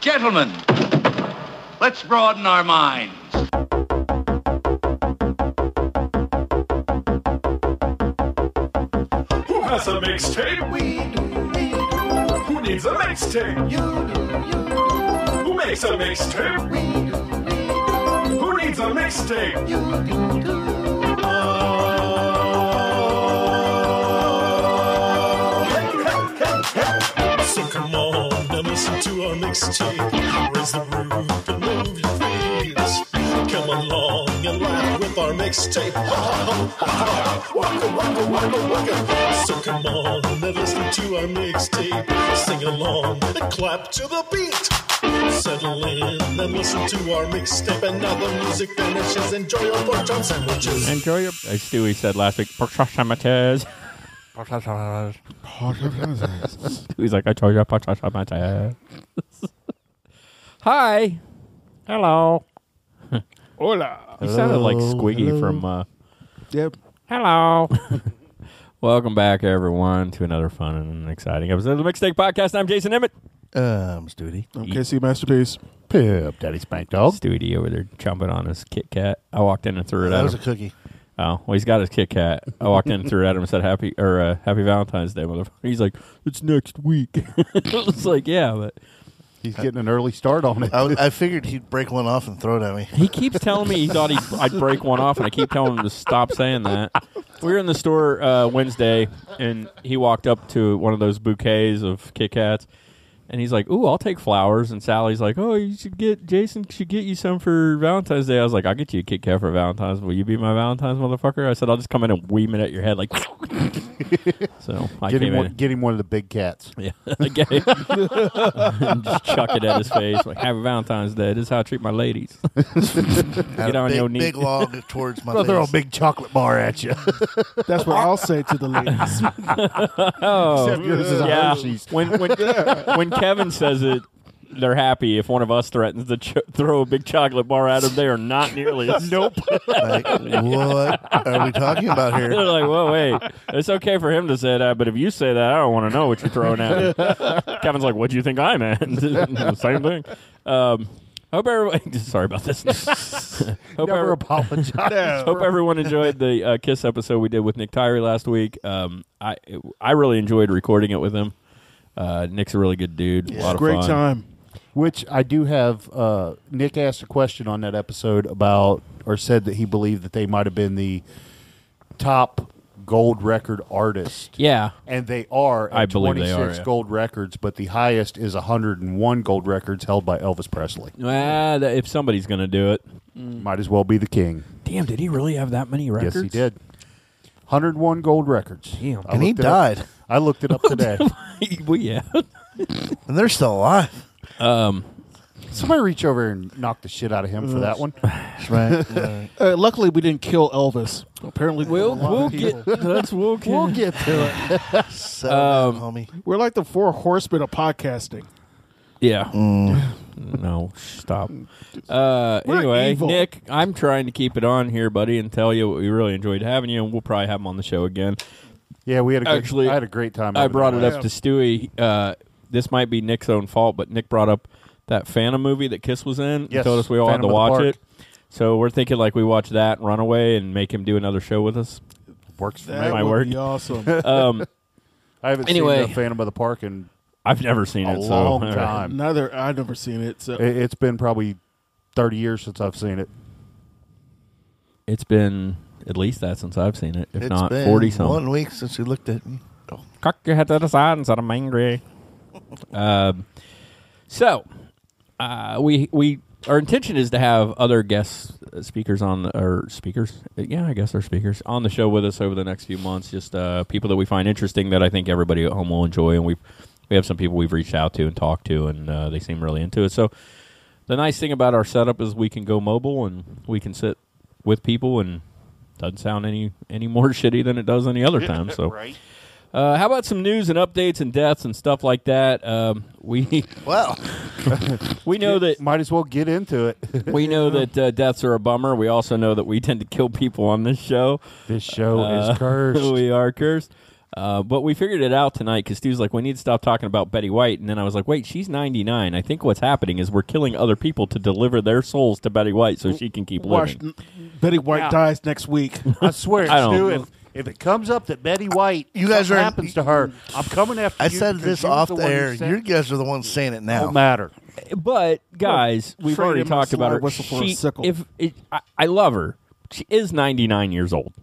Gentlemen, let's broaden our minds. Who has a mixtape? We do. Who needs a mixtape? You do. Who makes a mixtape? We do. Who needs a mixtape? You do. So come on and listen to our mixtape. Raise the roof and move your feet. Come along and laugh with our mixtape. Ha, ha, ha, ha, ha. Waka, waka, waka, waka. So come on and listen to our mixtape. Sing along and clap to the beat. Settle in and listen to our mixtape. And now the music finishes. Enjoy your pork chop sandwiches. Enjoy your, as Stewie said last week, pork chop sandwiches. Stewie's like, I told you pork chop sandwiches. Hi. Hello. Hola. You sounded like Squiggy from. Uh, Yep. Hello. Welcome back, everyone, to another fun and exciting episode of the Mixtape Podcast. I'm Jason Emmett. Um, Stooty. Okay, see, masterpiece. Pip, Daddy Spank Dog. Stewie D over there chomping on his Kit Kat. I walked in and threw it That at was him. a cookie. Oh, well, he's got his Kit Kat. I walked in and threw it at him and said, "Happy or uh, Happy Valentine's Day, motherfucker." He's like, "It's next week." it's like, yeah, but He's getting an early start on it. I, I figured he'd break one off and throw it at me. he keeps telling me he thought he I'd break one off, and I keep telling him to stop saying that. We were in the store uh, Wednesday, and he walked up to one of those bouquets of Kit Kats, and he's like, "Ooh, I'll take flowers." And Sally's like, "Oh, you should get Jason should get you some for Valentine's Day." I was like, "I'll get you a Kit Kat for Valentine's. Will you be my Valentine's motherfucker?" I said, "I'll just come in and weem it at your head like." so I Get came him, in. one, get him one of the big cats. Yeah, I get it. And just chuck it at his face. Like, happy Valentine's Day. This is how I treat my ladies. Get Had a on big, your knee. big log towards my They'll face. throw a big chocolate bar at you. That's what I'll say to the ladies. Oh. Except yours is a yeah. Hershey's. When when when Kevin says it, they're happy. If one of us threatens to ch- throw a big chocolate bar at them, they are not nearly. as- Nope. Like, what are we talking about They're here? like, whoa, wait. It's okay for him to say that, but if you say that, I don't want to know what you're throwing at me. Kevin's like, what do you think I meant? Same thing. Um, hope everybody. Sorry about this. hope Never every- apologize. Hope everyone enjoyed the uh, Kiss episode we did with Nick Tyree last week. Um, I I really enjoyed recording it with him. Uh, Nick's a really good dude. a lot of Great fun. time. Which I do have. Uh, Nick asked a question on that episode about, or said that he believed that they might have been the top gold record artist. Yeah, And they are at I believe they 26 are, yeah. gold records, but the highest is 101 gold records held by Elvis Presley. well, that- if somebody's gonna do it, Might as well be the king. damn, did he really have that many records? Yes, he did. 101 gold records. Damn. I And he looked it up. died. I looked it up today. did. well, yeah. And they're still alive. Somebody reach over and knock the shit out of him for that one. That's right. Right. Uh, luckily, we didn't kill Elvis. Apparently, We'll a lot of we'll people- get that's we'll get. We'll get to it. Settle Um, down, homie. We're like the four horsemen of podcasting. Yeah. Mm. no, stop. Uh, We're anyway, evil. Nick, I'm trying to keep it on here, buddy, and tell you we really enjoyed having you, and we'll probably have him on the show again. Yeah, we had a Actually, good, I had a great time. I over brought there. it up to Stewie. Uh, this might be Nick's own fault, but Nick brought up that Phantom movie that Kiss was in. He Yes, told us we all Phantom had of to the watch Park. it. So we're thinking like we watch that Runaway and make him do another show with us. Works for me. That My would word. be awesome. Um, I haven't Anyway. seen the Phantom of the Park in I've never seen a it. long so, time. Neither I've never seen it. So It, has been probably thirty years since I've seen it. It's been at least that since I've seen it, if It's not been forty something. one week since you looked at me. Oh, cock your head to the side instead of angry. er um, so uh, we we our intention is to have other guest speakers on or speakers, yeah, I guess they're speakers on the show with us over the next few months. Just uh, people that we find interesting that I think everybody at home will enjoy, and we we have some people we've reached out to and talked to, and uh, they seem really into it. So the nice thing about our setup is we can go mobile and we can sit with people and. Doesn't sound any any more shitty than it does any other time. So, uh, how about some news and updates and deaths and stuff like that? Um, we Well, we know that Might as well get into it. we know that uh, deaths are a bummer. We also know that we tend to kill people on this show. this show Uh, is cursed. we are cursed. Uh, but we figured it out tonight because Stu's like, we need to stop talking about Betty White. And then I was like, wait, she's 99. I think what's happening is we're killing other people to deliver their souls to Betty White so she can keep Watch, living. Betty White Yeah. dies next week. I swear, I don't- Stu, if, if it comes up that Betty White, You guys something are- happens to her, I'm coming after I you. said because this you was off the the one who air. said- Oh, You guys are the ones saying it now. Don't matter. But, guys, we've Freddie already Mercury talked about her. whistle for a She- sickle. if it, I, I love her. She is 99 years old.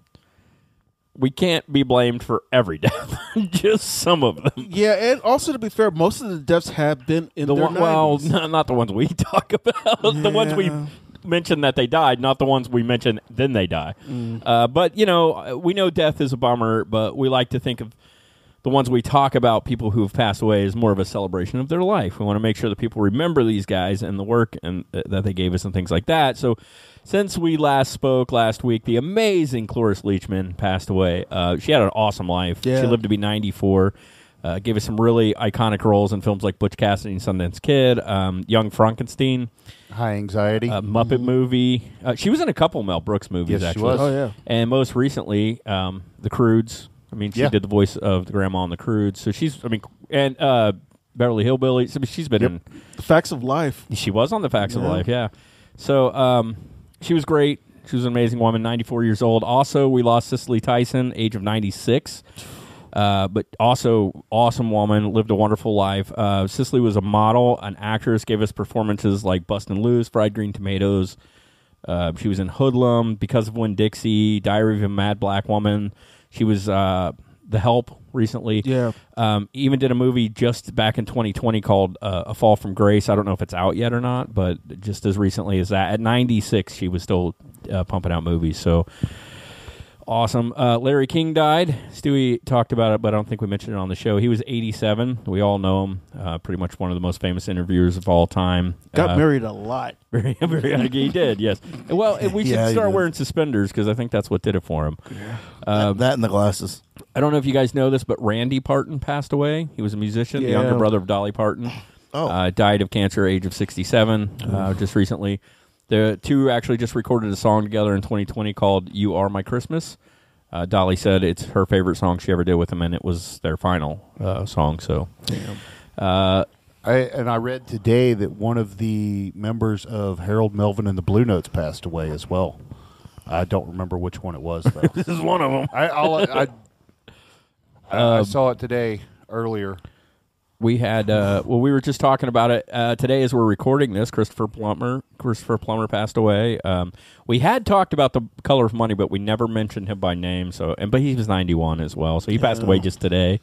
We can't be blamed for every death, just some of them. yeah, and also to be fair, most of the deaths have been in The their one, well, 90s. no, not the ones we talk about. The ones we Yeah. mentioned that they died, not the ones we mentioned then they die. Mm. Uh, but you know, we know death is a bummer, but we like to think of the ones we talk about, people who have passed away, as more of a celebration of their life. We want to make sure that people remember these guys and the work and uh, that they gave us and things like that. So, since we last spoke last week, the amazing Cloris Leachman passed away. Uh, she had an awesome life. Yeah. She lived to be 94. Uh, gave us some really iconic roles in films like Butch Cassidy and Sundance Kid, um, Young Frankenstein, High anxiety. uh, Muppet movie. Uh, she was in a couple Mel Brooks movies, Mm-hmm. Yes, she actually. was. Oh, yeah. And most recently, um, The Crudes. I mean, she Yeah. did the voice of the grandma on The Crudes. So she's, I mean, and uh, Beverly Hillbillies. I mean, she's been in The facts of life. she was on the Facts of Yeah. Life, yeah. So um, she was great. She was an amazing woman, 94 years old. Also, we lost Cicely Tyson, age of 96. Uh, but also awesome woman, lived a wonderful life. Uh, Cicely was a model, an actress, gave us performances like Bustin' Loose, Fried Green Tomatoes. Uh, she was in Hoodlum, Because of Win Dixie, Diary of a Mad Black Woman. She was uh, The Help recently. Yeah. Um, even did a movie just back in 2020 called uh, A Fall from Grace. I don't know if it's out yet or not, but just as recently as that, at 96, she was still uh, pumping out movies. So awesome. Uh, Larry King died. Stewie talked about it, but I don't think we mentioned it on the show. He was 87. We all know him. Uh, pretty much one of the most famous interviewers of all time. Got Uh, married a lot. very, very young. He did, yes. Well, and we should Yeah, he start did. wearing suspenders because I think that's what did it for him. that and the glasses. I don't know if you guys know this, but Randy Parton passed away. He was a musician, the Yeah. younger brother of Dolly Parton. Oh. Uh, died of cancer, age of 67, uh, just recently. The two actually just recorded a song together in 2020 called You Are My Christmas. Uh, Dolly said it's her favorite song she ever did with him, and it was their final uh, song. So, uh, I, and I read today that one of the members of Harold Melvin and the Blue Notes passed away as well. I don't remember which one it was though. this is one of them. I I'll, I, I, I saw it today earlier. we had uh, well we were just talking about it uh, today as we're recording this christopher plummer christopher plummer passed away um, we had talked about the color of money but we never mentioned him by name so and but he was 91 as well so he passed away just today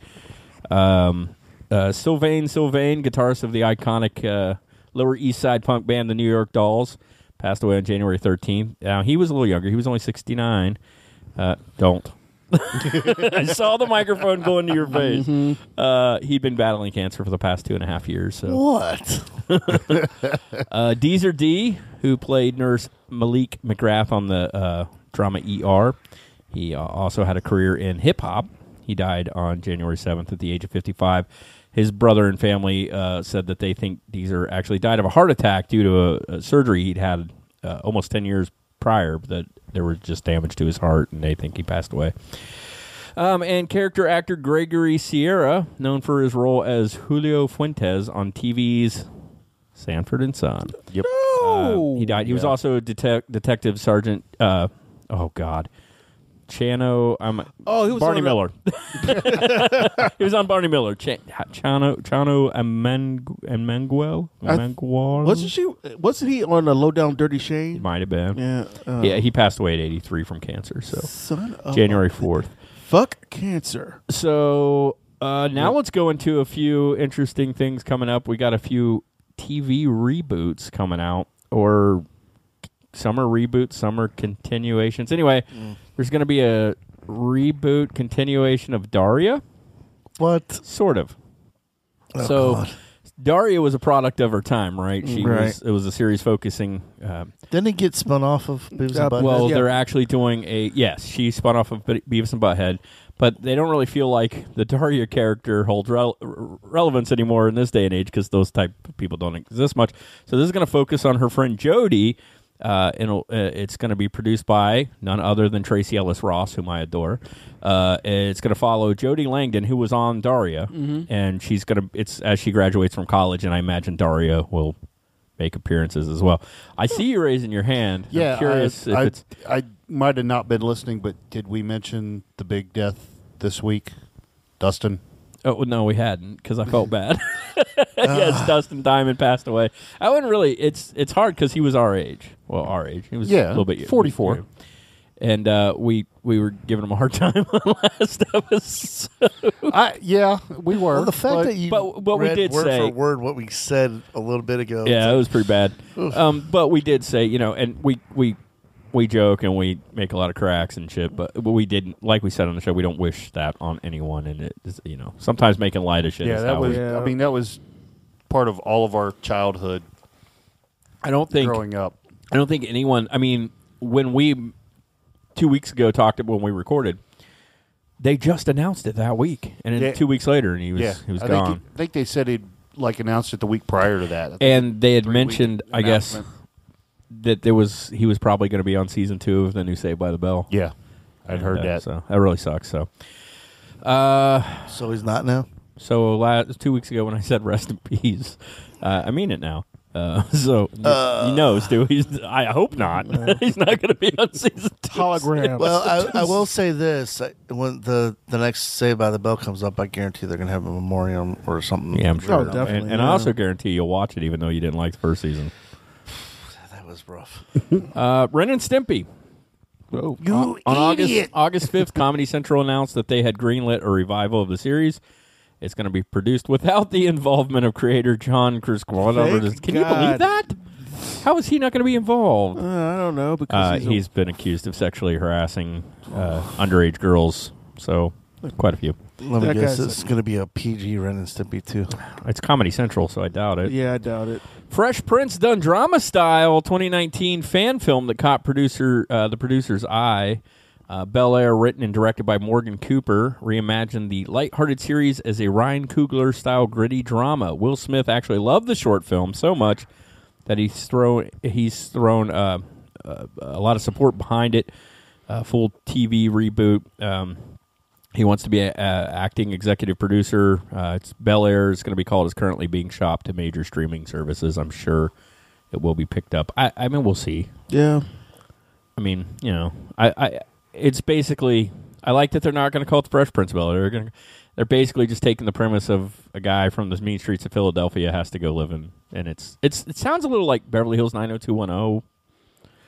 um, uh, sylvain sylvain guitarist of the iconic uh, lower east side punk band the new york dolls passed away on january 13th now he was a little younger he was only 69 uh, don't I saw the microphone go into your face. Uh, he'd been battling cancer for the past two and a half years. So What? uh, Deezer D, who played Nurse Malik McGrath on the uh, drama ER. He uh, also had a career in hip hop. He died on January 7th at the age of 55. His brother and family uh, said that they think Deezer actually died of a heart attack due to a, a surgery he'd had uh, almost 10 years prior, but that there was just damage to his heart, and they think he passed away. Um, and character actor Gregory Sierra, known for his role as Julio Fuentes on TV's Sanford and Son. Yep. Uh, he died. He was also a detec- detective sergeant. Uh, oh God, Chano. I'm Oh, he was Barney on the- Miller. he was on Barney Miller. Ch- Chano Chano Amangu- Amanguel. I- Amanguel. Wasn't she? Wasn't he on a low down dirty shame? Might have been. Yeah. uh, Yeah, he passed away at 83 from cancer. So Son of January 4th. Fuck cancer. So uh, now let's go into a few interesting things coming up. We got a few TV reboots coming out, or summer reboots, summer continuations. Anyway, there's going to be a reboot continuation of Daria, What? sort of. so Daria was a product of her time, right? She Right. was. It was a series focusing. Uh, Didn't it get spun off of Beavis Uh, and Butthead? well, Yeah. they're actually doing a yes. She spun off of Be- Beavis and Butthead, but they don't really feel like the Daria character holds rel- r- relevance anymore in this day and age because those type of people don't exist much. So this is going to focus on her friend Jody, Uh, and it'll- uh, it's going to be produced by none other than Tracy Ellis Ross, whom I adore. Uh, it's going to follow Jodie Langdon, who was on Daria, and she's going to. It's as she graduates from college, and I imagine Daria will make appearances as well. I see you raising your hand. Yeah, I'm curious I, if I, it's I might have not been listening, but did we mention the big death this week, Dustin? Oh well, no, we hadn't because I felt bad. Ah. yes, Dustin Diamond passed away. I wouldn't really. It's it's hard because he was our age. Well, our age. He was a Yeah, little bit 44. And uh, we we were giving him a hard time on the last episode. I yeah, we were. Well, the fact but- that you but- but we read did word say- for word what we said a little bit ago. yeah, it was pretty bad. Um, but we did say, you know, and we we we joke and we make a lot of cracks and shit. But, but we didn't, like we said on the show, we don't wish that on anyone. And it is, you know, sometimes making light of shit. yeah, is that how was. we- I mean, that was part of all of our childhood I don't think growing up. I don't think anyone. I mean, when we two weeks ago talked when we recorded, they just announced it that week, and then Yeah. two weeks later, and he was yeah, he was I gone. Think, I think they said he'd like announced it the week prior to that. and they had mentioned, I guess, announcement. that there was he was probably going to be on season two of the new Saved by the Bell. yeah, I'd heard Uh, that. So that really sucks. So. Uh, So he's not now. so last two weeks ago when I said rest in peace, uh, I mean it now. Uh, so he- Uh. he knows, dude. He's, I hope not. He's not going to be on season two. Hologram. Well, I, I will say this: I- when the the next Save by the Bell comes up, I guarantee they're going to have a memoriam or something. Yeah, I'm sure. Oh, definitely, And, and I yeah. also guarantee you'll watch it, even though you didn't like the first season. that was rough. Uh, Ren and Stimpy. Oh, You On idiot! August August 5th, Comedy Central announced that they had greenlit a revival of the series. It's going to be produced without the involvement of creator John Crusquano. Thank Can you believe God. that? How is he not going to be involved? uh, I don't know because Uh, he's, a- he's been accused of sexually harassing uh, underage girls, so quite a few. Let me That guess, guy's it's going to be a PG Ren and Stimpy too. It's Comedy Central, so I doubt it. yeah, I doubt it. Fresh Prince done drama style 2019 fan film that caught producer uh, the producer's eye. Uh, Bel Air, written and directed by Morgan Cooper, reimagined the lighthearted series as a Ryan Coogler style gritty drama. Will Smith actually loved the short film so much that he's thrown he's thrown uh, uh, a lot of support behind it. Uh, full TV reboot. Um, he wants to be a, a acting executive producer. Uh, it's Bel Air is going to be called. Is currently being shopped to major streaming services. I'm sure it will be picked up. I, I mean, we'll see. Yeah, I mean, you know, I, I it's basically. I like that they're not going to call it the Fresh Prince of Bel Air. They're going. to They're basically just taking the premise of a guy from the mean streets of Philadelphia has to go live in, and it's it's it sounds a little like Beverly Hills 90210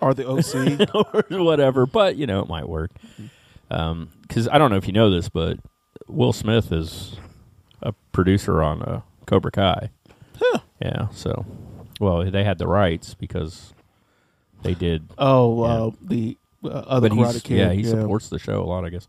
or the OC. or whatever, but you know it might work. Because I don't know if you know this, but Will Smith is a producer on uh, Cobra Kai. Yeah, so well they had the rights because they did. oh, uh, the uh, other but Karate he's, Kid. yeah, he supports the show a lot, I guess.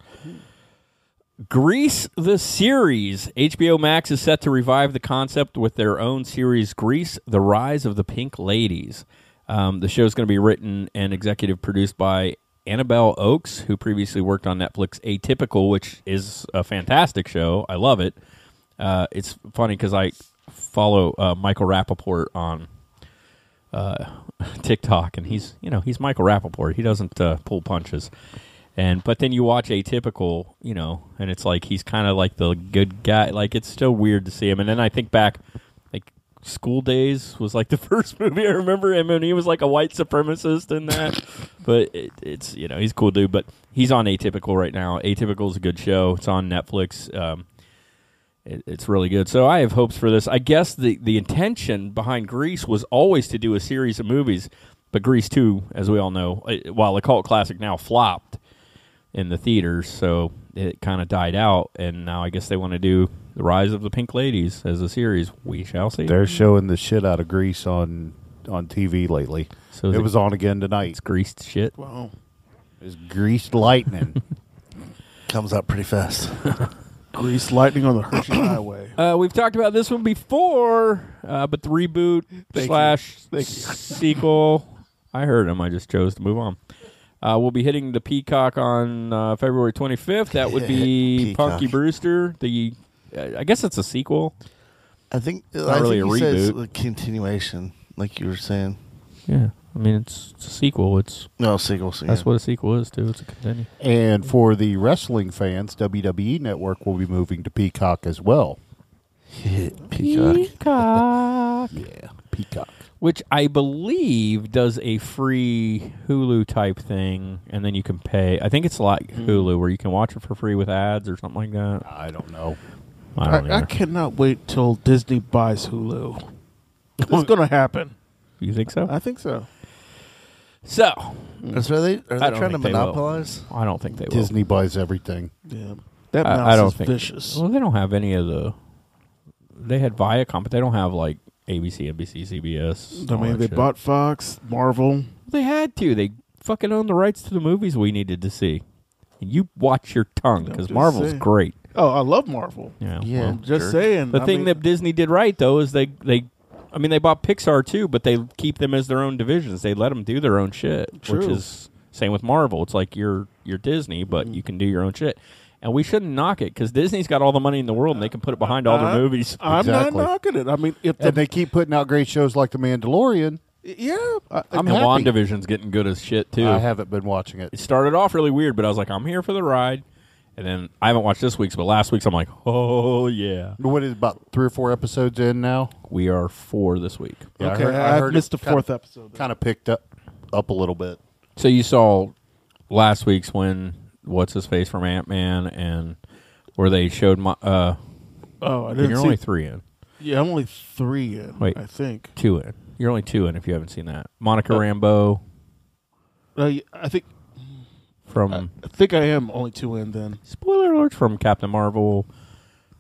Grease the series. HBO Max is set to revive the concept with their own series, Grease: The Rise of the Pink Ladies. Um, the show is going to be written and executive produced by Annabelle Oakes, who previously worked on Netflix Atypical, which is a fantastic show. I love it. Uh, it's funny because I follow uh, Michael Rappaport on TikTok, and he's you know he's Michael Rappaport. He doesn't uh, pull punches, and but then you watch Atypical, you know, and it's like he's kind of like the good guy. Like it's still weird to see him. And then I think back, like School Days was like the first movie I remember him, and he was like a white supremacist in that. but it, it's you know he's a cool dude, but he's on Atypical right now. Atypical is a good show. It's on Netflix. Um, it, it's really good. So I have hopes for this. I guess the, the intention behind Grease was always to do a series of movies, but Grease 2, as we all know, uh, while a cult classic now flopped in the theaters, so it kind of died out. And now I guess they want to do The Rise of the Pink Ladies as a series. We shall see. They're showing the shit out of Grease on on TV lately. So is it, it- was on again tonight. It's greased shit. Wow. It's greased lightning. Comes out pretty fast. Grease lightning on the Hershey Highway. Uh, we've talked about this one before, uh, but the reboot Thank you. slash Thank you. sequel. I heard him. I just chose to move on. Uh, we'll be hitting the Peacock on uh, February 25th. That would be Peacock. Punky Brewster. The uh, I guess it's a sequel. I think not I really think a he says reboot. a continuation, like you were saying. Yeah, I mean, it's, it's a sequel. It's No sequels. that's what a sequel is too. It's a continue. And for the wrestling fans, WWE Network will be moving to Peacock as well. Peacock. Yeah, Peacock. which I believe does a free Hulu type thing, and then you can pay. I think it's like Hmm. Hulu, where you can watch it for free with ads or something like that. I don't know. I don't know. I, I cannot wait till Disney buys Hulu. It's going to happen. You think so? I think so. so That's why they are I they don't trying to think they will. monopolize. I don't think they will. Disney buys everything. Yeah, that mouse I, I don't is think. vicious. Well, they don't have any of the. They had Viacom, but they don't have like ABC, NBC, CBS. I all mean, that they shit. bought Fox, Marvel. They had to. They fucking own the rights to the movies we needed to see. And you watch your tongue I'm because just Marvel's saying. great. Oh, I love Marvel. Yeah. Yeah. well, I'm just jerk. saying. The I thing mean, that Disney did right though is they they I mean they bought Pixar too, but they keep them as their own divisions. They let them do their own shit, which True. is same with Marvel. It's like you're you're Disney, but Mm. you can do your own shit. And we shouldn't knock it because Disney's got all the money in the world, and they can put it behind all their I- movies. I'm Exactly. not knocking it. I mean, if the, And they keep putting out great shows like The Mandalorian. yeah, I, I'm and happy. Wandavision's getting good as shit too. I haven't been watching it it. started off really weird, but I was like, I'm here for the ride. And then I haven't watched this week's, but last week's I'm like, oh yeah, What is it, about three or four episodes in now? we are four this week. Yeah, okay, I, missed the fourth episode. Kind of picked up up a little bit. So you saw last week's when what's his face from Ant Man and where they showed my uh oh, I didn't you're see. only three in. yeah, I'm only three in. Wait. I think. Two in. You're only two in if you haven't seen that. Monica Oh. Rambeau Uh, y- I think. from I think I am only two in. Then spoiler alert from Captain Marvel.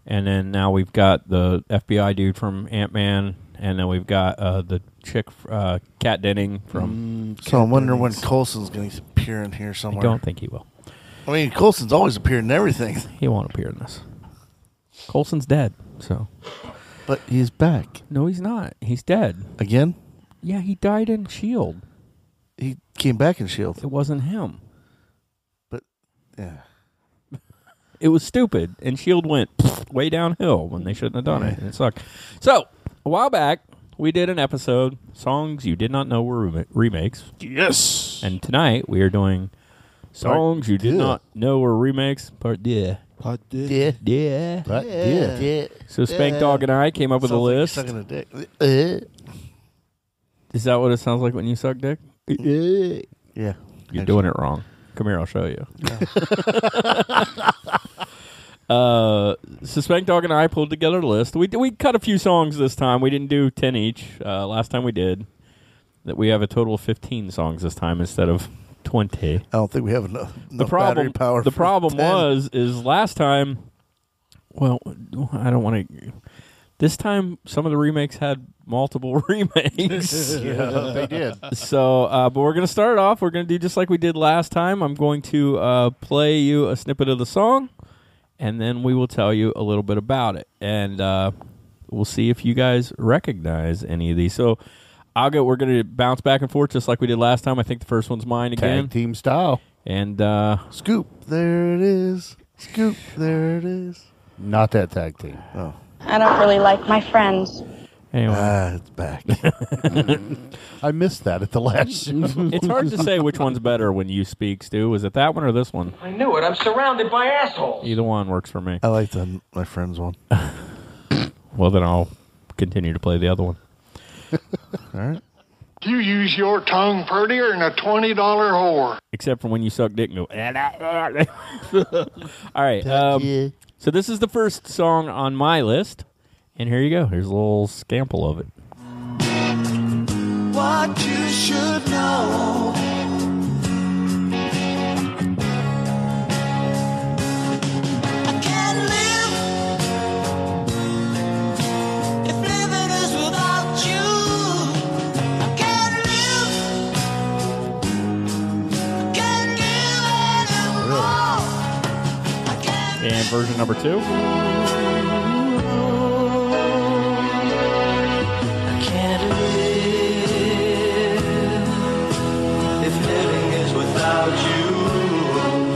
And then now we've got the FBI dude from Ant Man and then we've got uh the chick uh Kat Denning Mm. from So I wonder when Colson's going to appear in here I somewhere. don't think he will. I mean, Colson's always appeared in everything, He won't appear in this. Colson's dead, so but he's back no he's not. He's dead. again. Yeah, he died in Shield. He came back in Shield. E It wasn't him. Yeah. It was stupid, and Shield E went way downhill when they shouldn't have done it, and it sucked. So a while back, we did an episode songs you did not know were rem- remakes, yes, and tonight we are doing songs you did two. not know were remakes part yeah I did. Yeah. yeah. But yeah. Yeah. So Spank Dog and I came up with a list. Sucking a dick. Uh, Is that what it sounds like when you suck dick? yeah. You're doing it wrong. Come here, I'll show you. uh, so Spank Dog and I pulled together a list. We we cut a few songs this time. We didn't do ten each. Uh, last time we did. That we have a total of fifteen songs this time instead of twenty. I don't think we have enough, The enough battery problem, power. the for problem 10. was, is last time. Well, I don't want to. This time, some of the remakes had multiple remakes. Yeah, they did. So, uh, but we're going to start it off. We're going to do just like we did last time. I'm going to uh, play you a snippet of the song, and then we will tell you a little bit about it. And uh, we'll see if you guys recognize any of these. So, I'll go. We're going to bounce back and forth just like we did last time. I think the first one's mine again. Tag team style. And uh, Scoop, there it is. Scoop, there it is. Not that tag team. Oh. I don't really like my friends. anyway, Ah, it's back. I missed that at the last show. it's hard to say which one's better when you speak, Stu. Is it that one or this one? I knew it. I'm surrounded by assholes. Either one works for me. I like the my friend's one. Well, then I'll continue to play the other one. All right. You use your tongue prettier than a $20 whore. except for when you suck dick and go. "Ah, nah, ah, nah." All right. Um, so this is the first song on my list, and here you go. Here's a little scample of it. What you should know. I can't live if living is without you. I can't live. I can't give anymore. I can't. And version number two. I can't live if living is without you.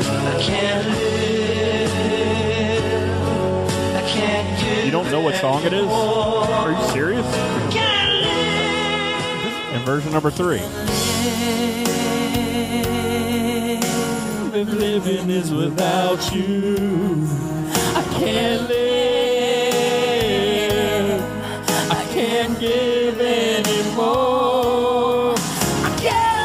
I can't live. I can't give. You don't know what song it is? Are you serious? Can't live. in version number three. If living is without you, I can't live. I can't give anymore. I can't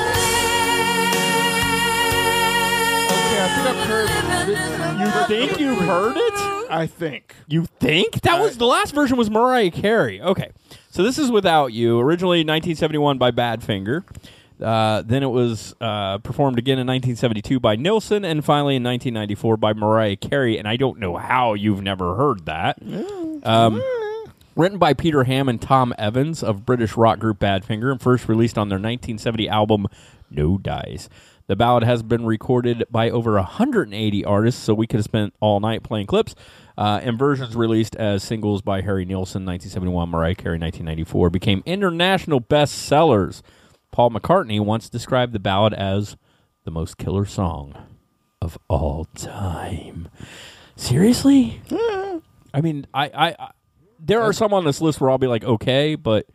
You think you heard it? I think. You think? That was the last version was Mariah Carey. Okay. So this is Without You, originally 1971 by Badfinger. Uh, then it was uh, performed again in 1972 by Nilsson, and finally in 1994 by Mariah Carey. And I don't know how you've never heard that. Um, written by Peter Ham and Tom Evans of British rock group Badfinger, and first released on their 1970 album No Dies. The ballad has been recorded by over 180 artists, so we could have spent all night playing clips. Uh, and versions released as singles by Harry Nilsson, 1971, Mariah Carey, 1994, became international bestsellers. Paul McCartney once described the ballad as the most killer song of all time. Seriously? I mean, I, I, I there are some on this list where I'll be like, okay, but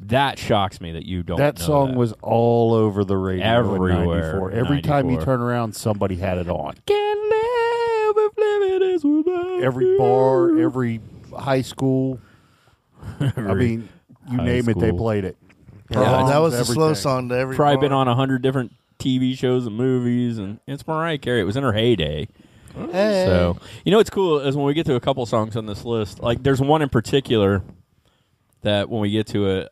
that shocks me that you don't. that know song that. was all over the radio. in Everywhere, 94. Every time you 94. turn around, somebody had it on. Can't live if living is without Every bar, every high school. I mean, you high name it, they school. played it. Yeah, that was Everything. the slow song to every. probably been bar. on a hundred different TV shows and movies, and it's Mariah Carey. It was in her heyday. Hey. So you know what's cool is when we get to a couple songs on this list. Like there's one in particular that when we get to it,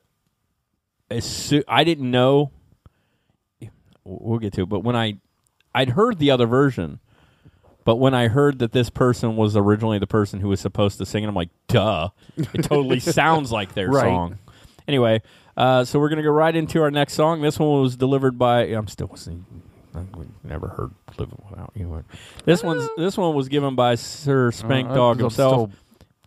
as soo- I didn't know. We'll get to it, but when I I'd heard the other version, but when I heard that this person was originally the person who was supposed to sing it, I'm like, duh, it totally sounds like their Right. song. Anyway, uh, so we're gonna go right into our next song. This one was delivered by. I'm still listening. I never heard "Living Without You." This one's this one was given by Sir Spank Uh, Dog I'm himself still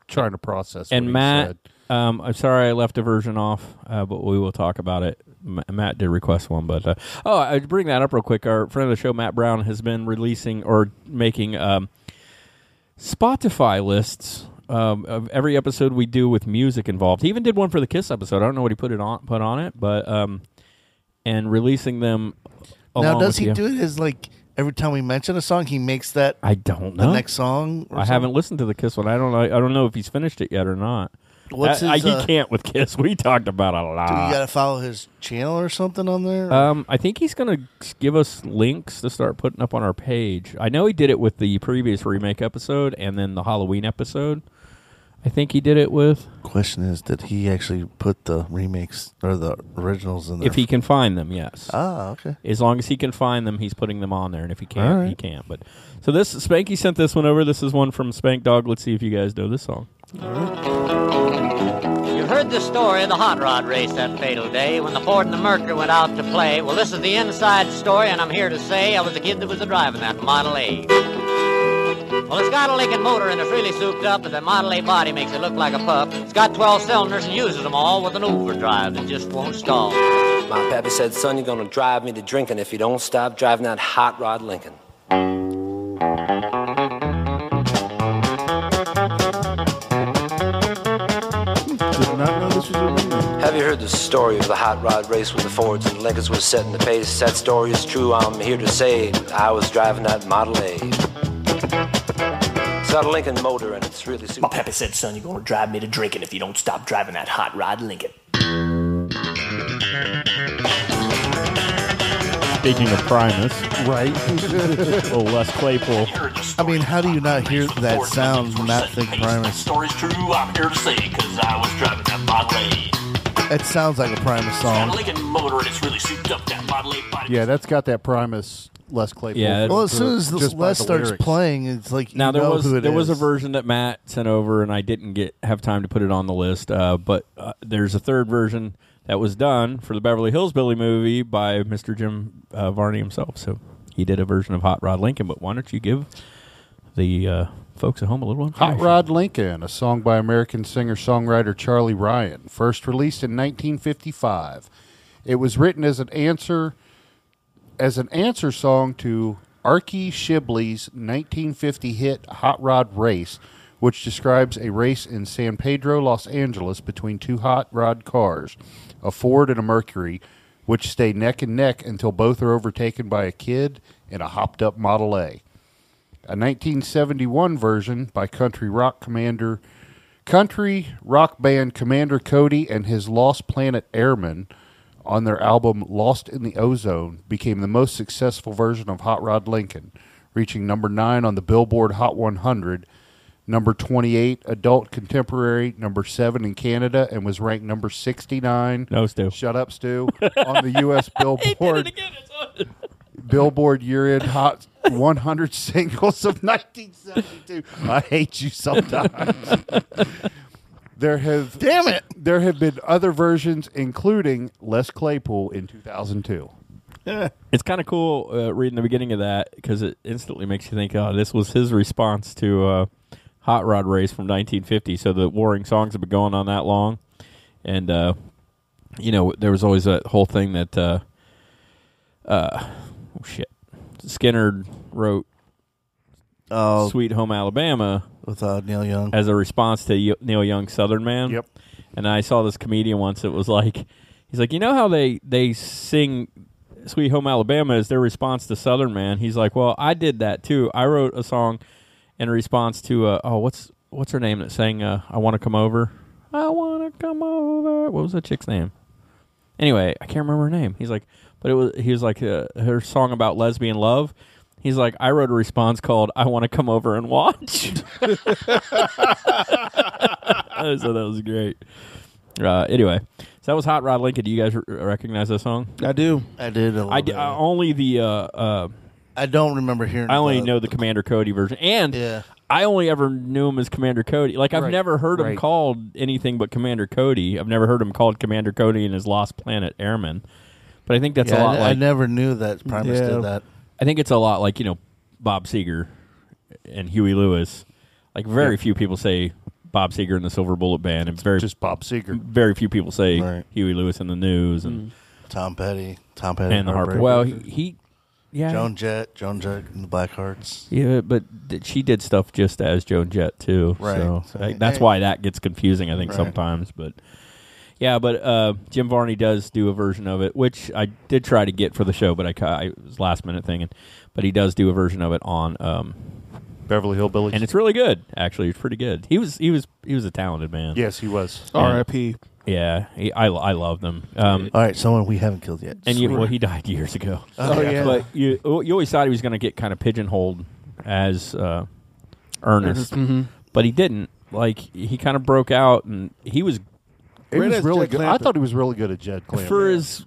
trying to process. what and he Matt. said. Um, I'm sorry I left a version off, uh, but we will talk about it. M- Matt did request one, but uh, oh, I bring that up real quick. Our friend of the show, Matt Brown, has been releasing or making um, Spotify lists um, of every episode we do with music involved. He even did one for the Kiss episode. I don't know what he put it on put on it, but um, and releasing them. Now, along does with he the- do it as like every time we mention a song, he makes that I don't know. the next song? or I haven't listened to the Kiss one. I don't know. I don't know if he's finished it yet or not. What's That- I- his, he uh, can't with Kiss. We talked about it a lot. something? Do you got to follow his channel or something on there? Um, I think he's going to give us links to start putting up on our page. I know he did it with the previous remake episode and then the Halloween episode. I think he did it with Question is, did he actually put the remakes or the originals in there? if he can find them. Yes. ah, okay. As long as he can find them, he's putting them on there, and if he can't, All right. he can't. But so this Spanky sent this one over. This is one from Spank Dog. Let's see if you guys know this song. You've heard the story of the hot rod race that fatal day when the Ford and the Mercury went out to play. Well, this is the inside story, and I'm here to say I was the kid that was a driving that Model A. Well, it's got a leaking motor and it's really souped up, but the Model A body makes it look like a pup. It's got 12 cylinders and uses them all with an overdrive that just won't stall. My pappy said, son, you're gonna drive me to drinking if you don't stop driving that hot rod Lincoln. Did not know this was a remake. Have you heard the story of the hot rod race when the Fords and Lincolns was setting the pace? That story is true, I'm here to say I was driving that Model A. It's got a Lincoln motor and it's really super. My pappy said, son, you're gonna drive me to drinking if you don't stop driving that hot rod Lincoln. Speaking of Primus, right? a little less Claypool. I mean, how do you not hear that sound and not think Primus? Story's true, I'm here to say, cause I was driving that Model A. It sounds like a Primus Got a song. Lincoln motor and it's really souped up, that Model A body. Yeah, that's got that Primus Les Claypool. feel Well, as to soon it, as the just by Les the starts lyrics. playing, it's like you Now there know was who it there was a is. version that Matt sent over, and I didn't get have time to put it on the list. Uh, but uh, there's a third version that was done for the Beverly Hills Billy movie by Mr. Jim uh, Varney himself. So he did a version of Hot Rod Lincoln. But why don't you give the uh, folks at home a little Hot information? Rod Lincoln, a song by American singer songwriter Charlie Ryan, first released in 1955. It was written as an answer as an answer song to Archie Shibley's 1950 hit Hot Rod Race, which describes a race in San Pedro, Los Angeles, between two hot rod cars, a Ford and a Mercury, which stay neck and neck until both are overtaken by a kid in a hopped up Model A. A 1971 version by country rock commander country rock band Commander Cody and his Lost Planet Airmen on their album Lost in the Ozone became the most successful version of Hot Rod Lincoln, reaching number 9 on the Billboard Hot 100, number 28 adult contemporary, number 7 in Canada and was ranked number 69. No, Stu. Shut up, Stu. on the US Billboard Billboard year end hot 100 singles of 1972. I hate you sometimes. there have damn it. There have been other versions, including Les Claypool in 2002. it's kind of cool uh, reading the beginning of that because it instantly makes you think, oh, this was his response to uh, Hot Rod Race from 1950. So the warring songs have been going on that long. And, uh, you know, there was always that whole thing that, uh, uh, oh, shit, Skinner wrote Oh, Sweet Home Alabama with uh, Neil Young as a response to Yo- Neil Young's Southern Man. Yep. And I saw this comedian once. It was like, he's like, you know how they they sing Sweet Home Alabama as their response to Southern Man. He's like, well, I did that too. I wrote a song in response to uh, oh, what's what's her name that sang uh, I Want to Come Over. I want to come over. What was that chick's name? Anyway, I can't remember her name. He's like, but it was he was like uh, her song about lesbian love. He's like, I wrote a response called "I want to come over and watch." so that was great. Uh, anyway, so that was Hot Rod Lincoln. Do you guys r- recognize that song? I do. I did. A I, d- I only the uh, uh, I don't remember hearing. I only the- know the Commander Cody version, and I only ever knew him as Commander Cody. Like I've Right, never heard him right. called anything but Commander Cody. I've never heard him called Commander Cody and his Lost Planet Airman. But I think that's Yeah, a lot. I, like I never knew that Primus Yeah. did that. I think it's a lot like you know Bob Seger and Huey Lewis. Like very Yeah. few people say Bob Seger and the Silver Bullet Band, and very just Bob Seger. Very few people say Huey Lewis and the News Mm. and Tom Petty, Tom Petty, and the Heartbreakers. Heartbreakers. Well, he, he yeah. Joan Jett, Joan Jett, and the Blackhearts. Yeah, but th- she did stuff just as Joan Jett too. Right. So, So, like, that's hey. why that gets confusing, I think, Right. sometimes. But yeah, but uh, Jim Varney does do a version of it, which I did try to get for the show, but I, ca- I it was a last minute thing. And, but he does do a version of it on um, Beverly Hillbillies, and it's really good. Actually, it's pretty good. He was he was he was a talented man. Yes, he was. And- R.I.P.. Yeah, he, I I love them. Um, All right, someone we haven't killed yet. and you, Sweet. well, he died years ago. Oh, yeah. But you, you always thought he was going to get kind of pigeonholed as uh, Ernest, Ernest, Mm-hmm, mhm. but he didn't. Like he kind of broke out, and he was. He was really good. I thought he was really good at Jed Clampett. for as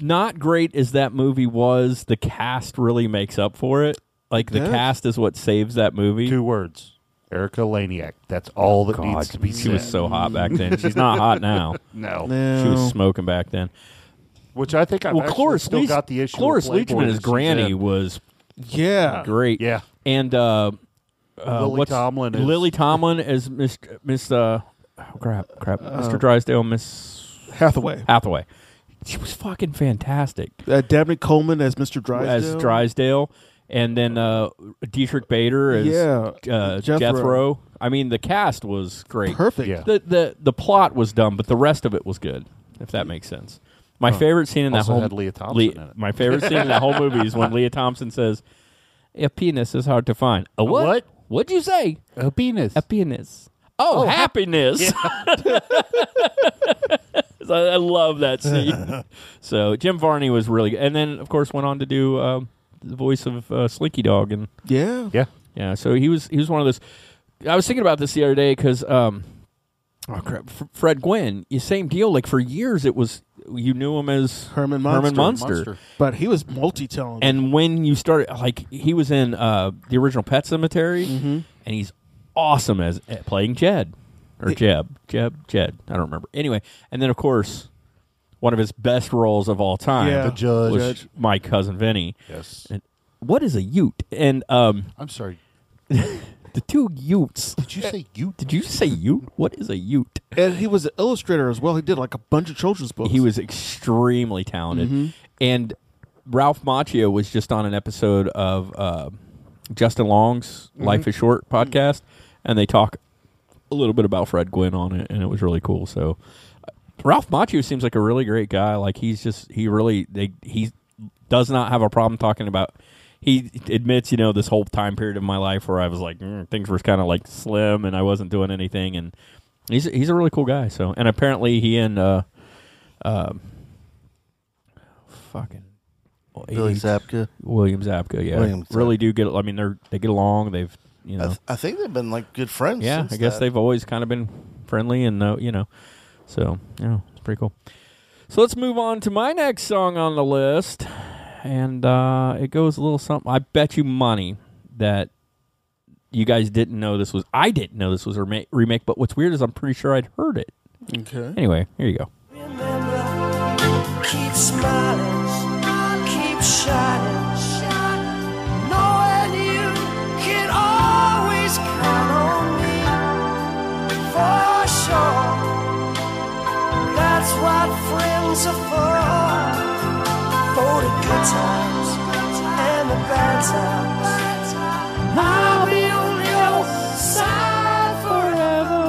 not great as that movie was. The cast really makes up for it. Like the Yes. cast is what saves that movie. Two words. Erica Laniak. That's all that God, needs to be She said. was so hot back then. She's not hot now. no. She was smoking back then. Which I think I've well, actually Cloris still Leach- got the issue. Cloris with Playboy Leachman as that she Granny did. was Yeah. great. Yeah. And uh, uh, Lily what's- Tomlin is- Lily Tomlin as Miss Miss uh, oh, crap crap Uh, Mr. Drysdale Miss Hathaway. Hathaway. She was fucking fantastic Uh, Dabney Coleman as Mr. Drysdale. as Drysdale, and then uh, Dietrich Bader as Yeah, uh, Jethro. Jethro. I mean, the cast was great, Perfect. Yeah. The, the the plot was dumb, but the rest of it was good. If that makes sense. My Huh. favorite scene in that Also whole had Leah Thompson in it. My favorite scene in that whole movie is when Leah Thompson says, "A penis is hard to find." A what? what? What'd you say? A penis. A penis. Oh, happiness. So I I love that scene. so Jim Varney was really good, and then of course went on to do um, the voice of uh, Slinky Dog, and Yeah. Yeah. yeah. So he was he was one of those. I was thinking about this the other day because um, oh crap, F- Fred Gwynn, you same deal. Like for years, it was you knew him as Herman Munster. Herman Munster. But he was multi-talented. And when you started, like he was in uh, the original Pet Cemetery, and he's awesome as at playing Jed or Jeb, Jeb, Jed. I don't remember. Anyway, and then of course one of his best roles of all time, Yeah. The judge. was Judge. my cousin Vinny. Yes. And what is a Ute? And um, I'm sorry. the two Utes. Did you say Ute? Did you say Ute? What is a Ute? And he was an illustrator as well. He did like a bunch of children's books. He was extremely talented. Mhm. And Ralph Macchio was just on an episode of uh, Justin Long's Life Mhm. is Short podcast, and they talk a little bit about Fred Gwynn on it, and it was really cool. So uh, Ralph Macchio seems like a really great guy. Like he's just he really they he does not have a problem talking about. He admits, you know, this whole time period of my life where I was like mm, things were kind of like slim and I wasn't doing anything, and he's he's a really cool guy. So and apparently he and uh, um, fucking Billy Zabka. William Zabka, yeah, William really do get. I mean, they're they get along. They've you know, I, th- I think they've been like good friends. yeah, since I guess that. they've always kind of been friendly and uh, you know, so yeah, it's pretty cool. So let's move on to my next song on the list, and uh, it goes a little something. I bet you money that you guys didn't know this was. I didn't know this was a remake. remake but what's weird is I'm pretty sure I'd heard it. Okay. Anyway, here you go. Keep smiling, keep shining. Knowing you can always count on me for sure. That's what friends are for. For the good times and the bad times. I'll be on your side forevermore.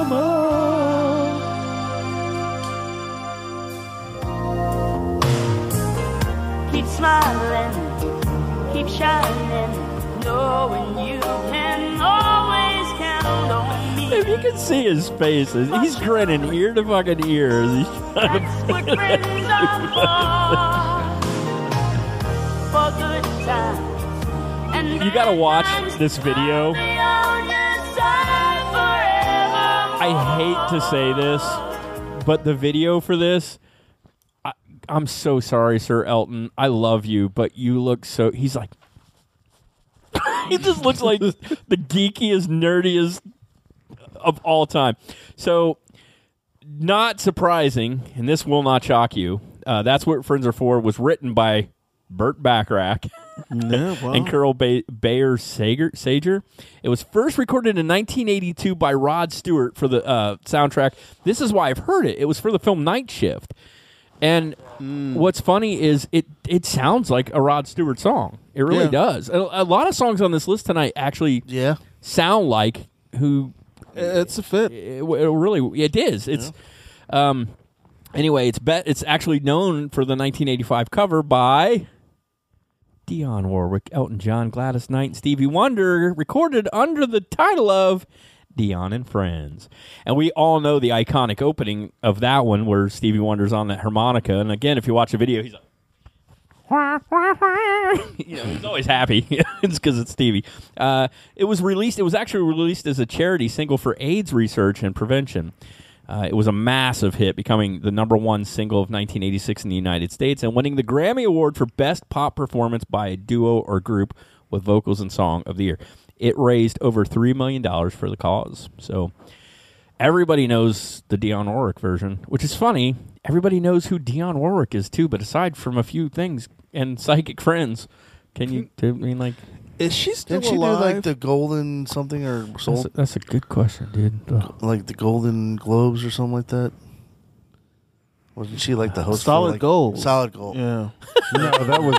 Keep smiling, keep shining, knowing you can always count on me. If you can see his face, he's grinning ear to fucking ear. as He's trying What friends are for? For good times and You gotta watch this video. be on your side forever. I hate to say this, but the video for this, I, I'm so sorry, Sir Elton. I love you, but you look so. He's like, he just looks like the geekiest, nerdiest of all time. So, not surprising, and this will not shock you. Uh, That's what Friends Are For was written by Burt Bacharach wow. and Carol ba- Bayer Sager, Sager. It was first recorded in 1982 by Rod Stewart for the uh, soundtrack. This is why I've heard it. It was for the film Night Shift. And what's funny is it it sounds like a Rod Stewart song. It really Yeah. does. A, a lot of songs on this list tonight actually yeah. sound like who it's a fit. It, it really it is. It's um anyway, it's bet it's actually known for the 1985 cover by Dionne Warwick, Elton John, Gladys Knight, and Stevie Wonder recorded under the title of Dion and Friends. And we all know the iconic opening of that one where Stevie Wonder's on that harmonica. And again, if you watch the video, he's like, you know, he's always happy. it's because it's Stevie. Uh, it was released. It was actually released as a charity single for AIDS research and prevention. Uh, it was a massive hit, becoming the number one single of 1986 in the United States and winning the Grammy Award for Best Pop Performance by a Duo or Group with Vocals and Song of the Year. It raised over $3 million for the cause. So everybody knows the Dionne Warwick version, which is funny. Everybody knows who Dionne Warwick is too, but aside from a few things and psychic friends, can you? I mean, like, Is she still Didn't she alive? do like the golden something or that's soul, a, that's a good question, dude. Ugh. like the Golden Globes or something like that? Wasn't she like the host? for, Solid like, gold. Solid gold. Yeah. no, that was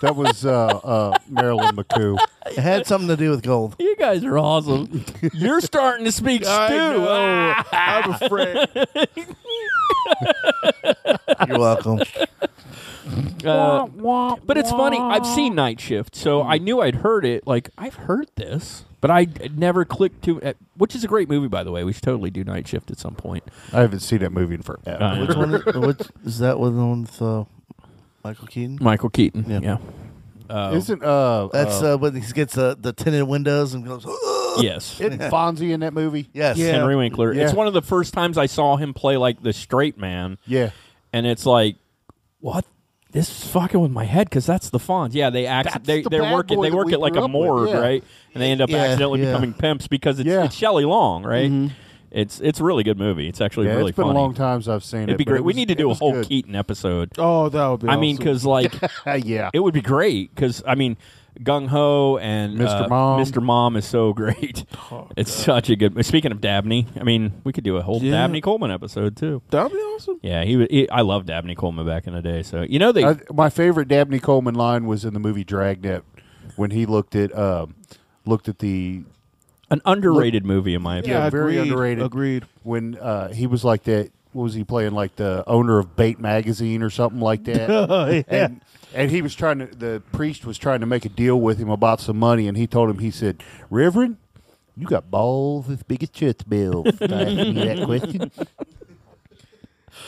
that was uh, uh, Marilyn McCoo. It had something to do with gold. You guys are awesome. You're starting to speak I stew. Uh, oh, know. I'm afraid. You're welcome. Uh, but it's funny. I've seen Night Shift, so I knew I'd heard it. Like I've heard this, but I d- never clicked to. it, which is a great movie, by the way. We should totally do Night Shift at some point. I haven't seen that movie in forever. Uh, Which one? Is, which, is that one with uh, Michael Keaton? Michael Keaton. Yeah. Isn't uh That's uh, uh, when he gets uh, the tinted windows and goes. yes. isn't Fonzie in that movie? Yes. Yeah. Henry Winkler. Yeah. It's one of the first times I saw him play like the straight man. Yeah. And it's like, what? This is fucking with my head because that's the Fonz. Yeah, they act, they the they're bad working boy they that work we at like grew a up with, morgue, yeah. right? And they end up Yeah, accidentally yeah. Mm-hmm. becoming pimps because it's, it's Shelley Long, right? It's it's a really good movie. It's actually Yeah, really it's been funny. a long time since I've seen It'd it. be but great. it we was- need to it do a was whole good. Keaton episode. Oh, that would be. I mean, awesome. because like, Uh, yeah, it would be great. Because I mean, Gung Ho and Mr. uh, Mom. Mr. Mom is so great. it's such a good. Speaking of Dabney, I mean, we could do a whole Yeah. Dabney Coleman episode too. that'd be awesome. Yeah, he, wa- he. I love Dabney Coleman back in the day. So you know they. I, my favorite Dabney Coleman line was in the movie Dragnet when he looked at um, looked at the An underrated movie, in my opinion. Yeah, very underrated. Agreed. When uh, he was like that, what was he playing? Like the owner of Bait Magazine or something like that. Yeah. and, and he was trying to. The priest was trying to make a deal with him about some money, and he told him, he said, "Reverend, you got balls as big as church bells." Did I ask you that question?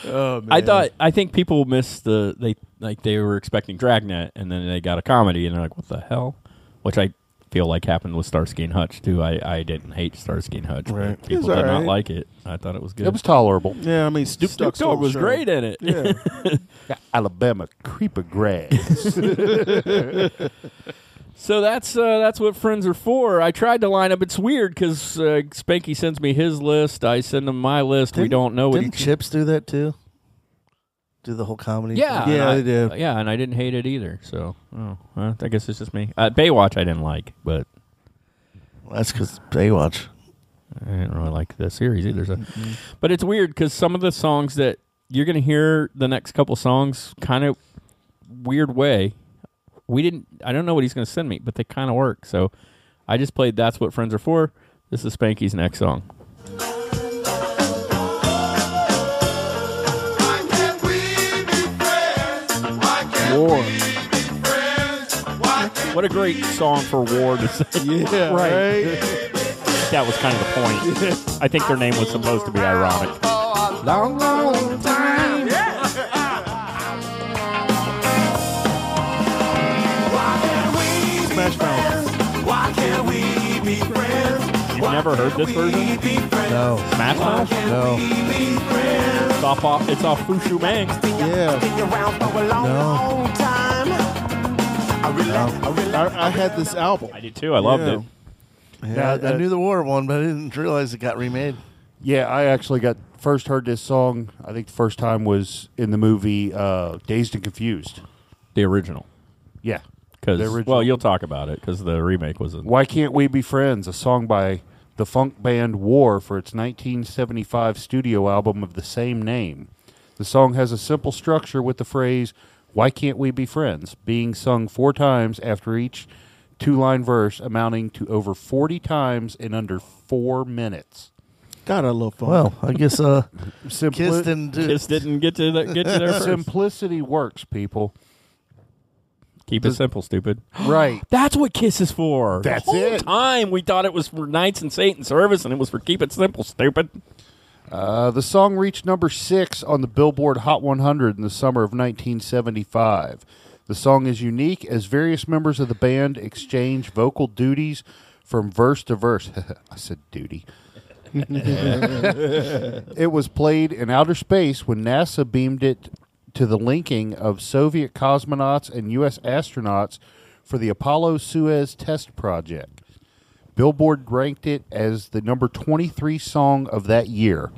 Oh, I thought I think people missed the they like they were expecting Dragnet and then they got a comedy and they're like what the hell, which I feel like happened with Starsky and Hutch too. I, I didn't hate Starsky and Hutch. but Right. It was People did not alright. like it. I thought it was good. It was tolerable. Yeah, I mean Snoop, Snoop Dogg stole Dogg the was show. great in it. Yeah. Got Alabama creeper grass. So that's uh, that's what friends are for. I tried to line up. It's weird because uh, Spanky sends me his list. I send him my list. we Didn't- don't know what didn't each- Chips do that too? Do the whole comedy? Yeah, thing? and I, Yeah, and I didn't hate it either. So oh, well, I guess it's just me. Uh, Baywatch I didn't like, but that's because Baywatch. I didn't really like the series either. So. But it's weird because some of the songs that you're going to hear the next couple songs kind of weird way. We didn't. I don't know what he's going to send me, but they kind of work. So I just played. That's what friends are for. This is Spanky's next song. War. What a great song for war to sing. Yeah, that was kind of the point. I think their name was supposed to be ironic. Long, long time. Smash Mouth. Why can't we be friends? You've never heard this version? No. Smash Mouth? No. It's off, off, it's off Fushu Mang. Been around for a long, long time. I, I had this album. I did too. I loved it. Yeah, I- I knew the war one, but I didn't realize it got remade. Yeah, I actually got first heard this song. I think the first time was in the movie uh, Dazed and Confused. The original. Yeah, Because The original. well, you'll talk about it because the remake was a Why can't we be friends? A song by the funk band War for its 1975 studio album of the same name. The song has a simple structure with the phrase "Why can't we be friends?" being sung four times after each two-line verse, amounting to over 40 times in under four minutes. God, I love fun. Well, I guess uh, Simpli- Kiss didn't do. Kiss didn't get to the, get to their first. Simplicity works, people. Keep it simple, stupid. Right. That's what Kiss is for. That's the whole it. time we thought it was for Knights and Satan service, and it was for Keep It Simple, stupid. Uh, the song reached number six on the Billboard Hot 100 in the summer of 1975. The song is unique as various members of the band exchange vocal duties from verse to verse. I said duty. it was played in outer space when NASA beamed it to the linking of Soviet cosmonauts and U.S. astronauts for the Apollo Suez test project. Billboard ranked it as the number 23 song of that year.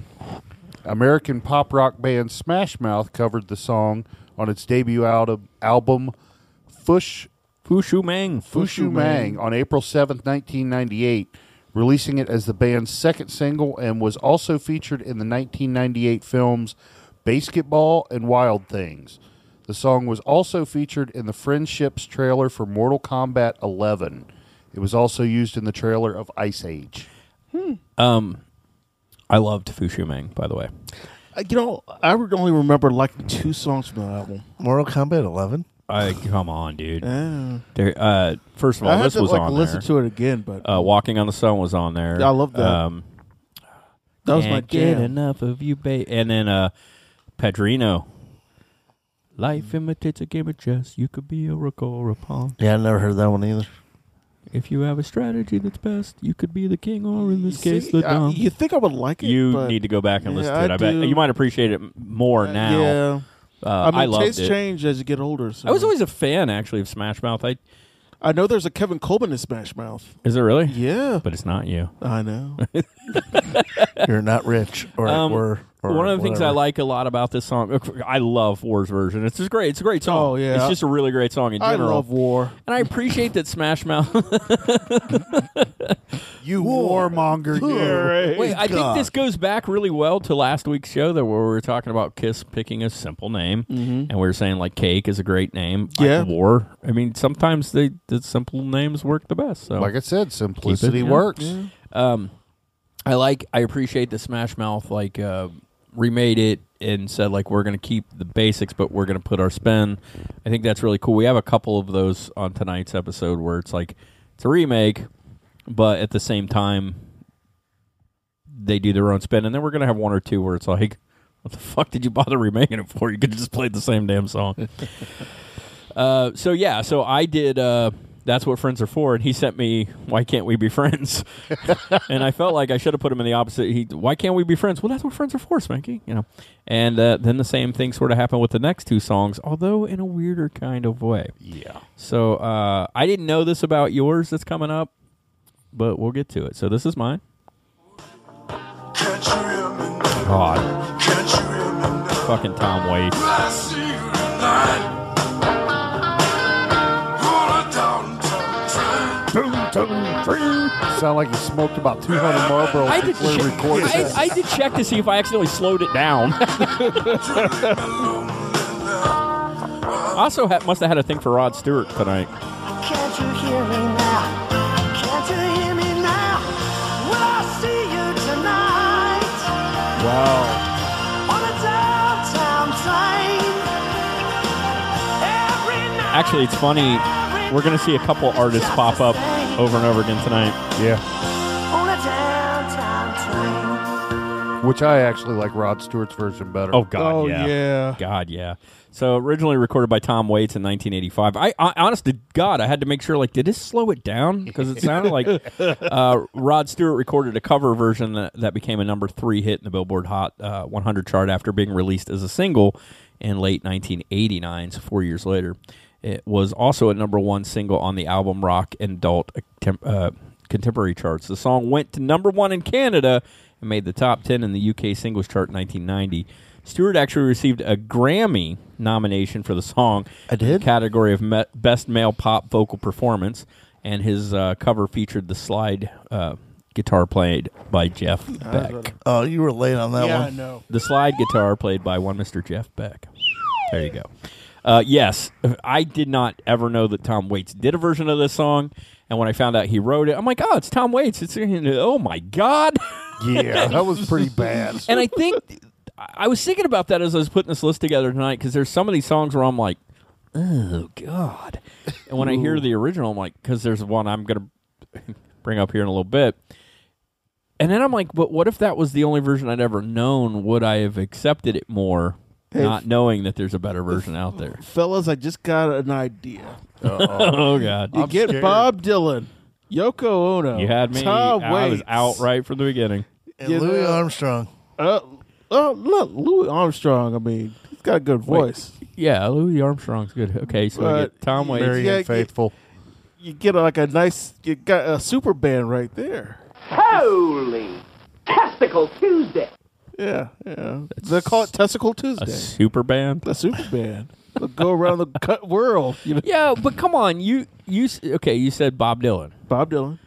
American pop rock band Smash Mouth covered the song on its debut al- album, Fush Fushu Mang. Fushu Mang, on April 7th, 1998, releasing it as the band's second single and was also featured in the 1998 films Basketball and Wild Things. The song was also featured in the Friendships trailer for Mortal Kombat 11. It was also used in the trailer of Ice Age. Um, I loved Fushu Mang, by the way. Uh, You know, I would only remember liking two songs from the album. Mortal Kombat 11. I come on, dude. Yeah. There, uh, first of all, Eh. I had this to was like on listen there. to it again, but Uh, Walking on the Sun was on there. Yeah, I love that. Um, that was my Can't get jam. enough of you, babe. And then uh, Pedrino. Life imitates a game of chess. You could be a rook or a pawn. Yeah, I never heard that one either. If you have a strategy that's best, you could be the king or, in this case, the See, I- dom. you think I would like it? You but- need to go back and listen Yeah, to it. I, bet do. you might appreciate it m- more Uh, now. Yeah, Uh, I mean, I loved tastes it. change as you get older. So. I was always a fan, actually, of Smash Mouth. I I know there's a Kevin Coleman in Smash Mouth. is it really? Yeah, But it's not you. I know. You're not rich, or Um, or, or One of the things I whatever. like a lot about this song, I love War's version. It's just great. It's a great song. Oh, yeah. it's just a really great song in I general. love war. and I appreciate that Smash Mouth. You warmonger, Wait, I think this goes back really well to last week's show, though, where we were talking about Kiss picking a simple name, and we were saying like Cake is a great name. like Mm-hmm. Yeah. War. I mean, sometimes they the simple names work the best. So Like I said, simplicity yeah. works. Um, I like, I appreciate the Smash Mouth like uh, remade it and said like we're going to keep the basics, but we're going to put our spin. I think that's really cool. We have a couple of those on tonight's episode where it's like it's a remake, but at the same time they do their own spin, and then we're going to have one or two where it's like, what the fuck did you bother remaking it for? You could just play the same damn song. Uh, so yeah, so I did. Uh, that's what friends are for. And he sent me, "Why can't we be friends?" and I felt like I should have put him in the opposite. He, why can't we be friends? Well, that's what friends are for, Spanky. You know. And uh, then the same thing sort of happened with the next two songs, although in a weirder kind of way. Yeah. So uh, I didn't know this about yours that's coming up, but we'll get to it. So this is mine. God. Fucking Tom Waits. Sound like you smoked about 200 Marlboros I did, before che- you recorded I, this. I did check to see if I accidentally slowed it down. also ha- must have had a thing for Rod Stewart tonight. Can't you hear me now? Can't you hear me now? Will I see you tonight Wow. on a downtown train? Every night Actually, it's funny. We're going to see a couple artists pop up over and over again tonight. Yeah. on a downtown train. Which I actually like Rod Stewart's version better. Oh God, yeah. God, yeah. So originally recorded by Tom Waits in 1985. I, I honest to God, I had to make sure. Like, did this slow it down? Because it sounded like uh, Rod Stewart recorded a cover version that, that became a number three hit in the Billboard Hot uh, 100 chart after being released as a single in late 1989. So four years later, it was also a number one single on the album rock and adult Temp- uh, contemporary charts. The song went to number one in Canada and made the top 10 in the UK singles chart in 1990. Stewart actually received a Grammy nomination for the song. I did? In the category of me- Best Male Pop Vocal Performance, and his uh, cover featured the slide uh, guitar played by Jeff Beck. Oh, you were late on that Yeah, one. I know. The slide guitar played by one Mr. Jeff Beck. There you go. Uh, yes, I did not ever know that Tom Waits did a version of this song, and when I found out he wrote it, I'm like, oh, it's Tom Waits. It's oh my god. Yeah, that was pretty bad. and I think I was thinking about that as I was putting this list together tonight because there's some of these songs where I'm like, oh god, and when I hear Ooh. the original, I'm like, because there's one I'm gonna bring up here in a little bit. And then I'm like, but what if that was the only version I'd ever known? Would I have accepted it more, Hey, not f- knowing that there's a better version out there? Fellas, I just got an idea. Uh-oh. Oh, God. You I'm get scared. Bob Dylan, Yoko Ono. You had me. Tom I was Waits. out right from the beginning. And Louis Armstrong. Uh, oh, look, Louis Armstrong. I mean, he's got a Wait. good voice. Yeah, Louis Armstrong's good. Okay, so we But get Tom you- Waits, you get- You, you get like a nice. You got a super band right there. Holy Testicle Tuesday. Yeah, yeah. They call it Testicle Tuesday. a super band. A super band. They'll go around the cut world. You know? Yeah, but come on, you you s- okay? You said Bob Dylan. Bob Dylan.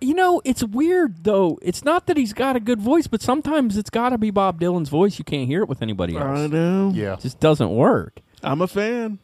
You know, it's weird though. It's not that he's got a good voice, but sometimes it's got to be Bob Dylan's voice. You can't hear it with anybody else. I know. Yeah. It just doesn't work. I'm a fan.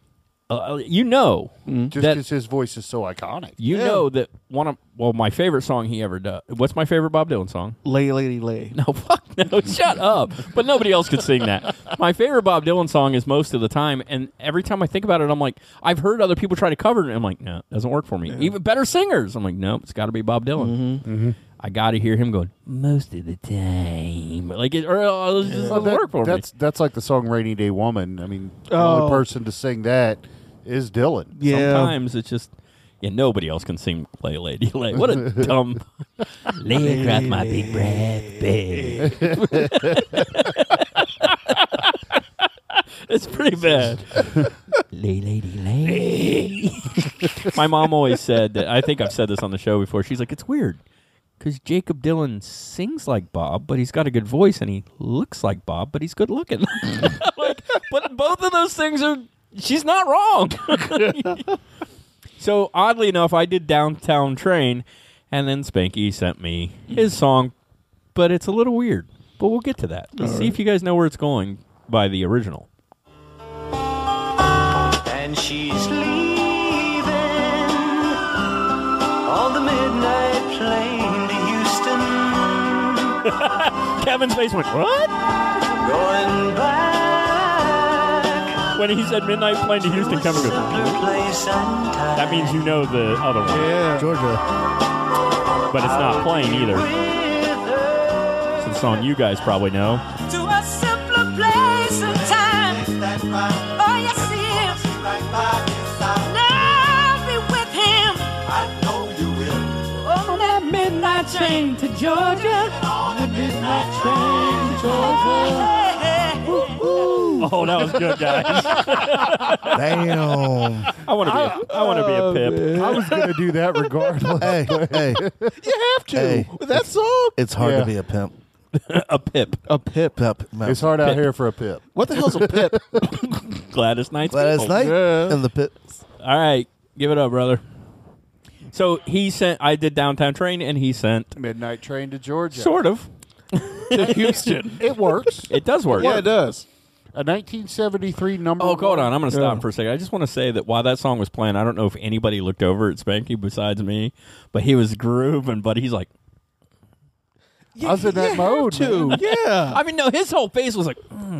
Uh, you know Mm. Just that because his voice is so iconic. you know that one of well, my favorite song he ever does. What's my favorite Bob Dylan song? Lay, lady, lay. No, fuck no. Shut up. But nobody else could sing that. My favorite Bob Dylan song is most of the time, and every time I think about it, I'm like, I've heard other people try to cover it, and I'm like, no, it doesn't work for me. Even better singers. I'm like, no, it's got to be Bob Dylan. Mm-hmm. I got to hear him going most of the time, like it, or uh, it just Well, doesn't that- work for that's that's like the song "Rainy Day Woman." I mean, the Oh. only person to sing that is Dylan. me. Sometimes it's just. Yeah, nobody else can sing "Lay Lady Lay." What a dumb lay across my big breath, babe. it's pretty bad. lay, lady, lay. My mom always said that. I think I've said this on the show before. She's like, it's weird because Jacob Dylan sings like Bob, but he's got a good voice, and he looks like Bob, but he's good looking. like, but both of those things are. She's not wrong. so oddly enough, I did Downtown Train, and then Spanky sent me his song, but it's a little weird. But we'll get to that. Let's All see if you guys know where it's going by the original. And she's leaving on the midnight plane to Houston. Kevin's face went, what? Going back. When he said midnight plane to Houston, Kevin goes, place and time. that means you know the other one. Yeah. Georgia. But it's not playing either. It's a song you guys probably know. To a simpler place and time. Oh, yes, he is. Now be with him. I know you will. On that midnight train to Georgia. On the midnight train to Georgia. Oh, that was good, guys. Damn. I want to be. A, I want to be a pip. I was going to do that regardless. Hey, hey, You have to. Hey. With that song. it's hard Yeah. to be a pimp. a pip. A pip. Pip. no. It's hard out here for a pip. What the hell's a pip? Gladys Knight's Gladys people. Knight Yeah. in the pit. All right, give it up, brother. So he sent. I did downtown train, and he sent. Midnight train to Georgia. Sort of. to Houston. It works. It does work. yeah, it does. A 1973 number. Oh, hold one. on. I'm going to stop Yeah. for a second. I just want to say that while that song was playing, I don't know if anybody looked over at Spanky besides me, but he was grooving. But he's like, I was in that mode. Two. man. Yeah. I mean, no, his whole face was like Well, I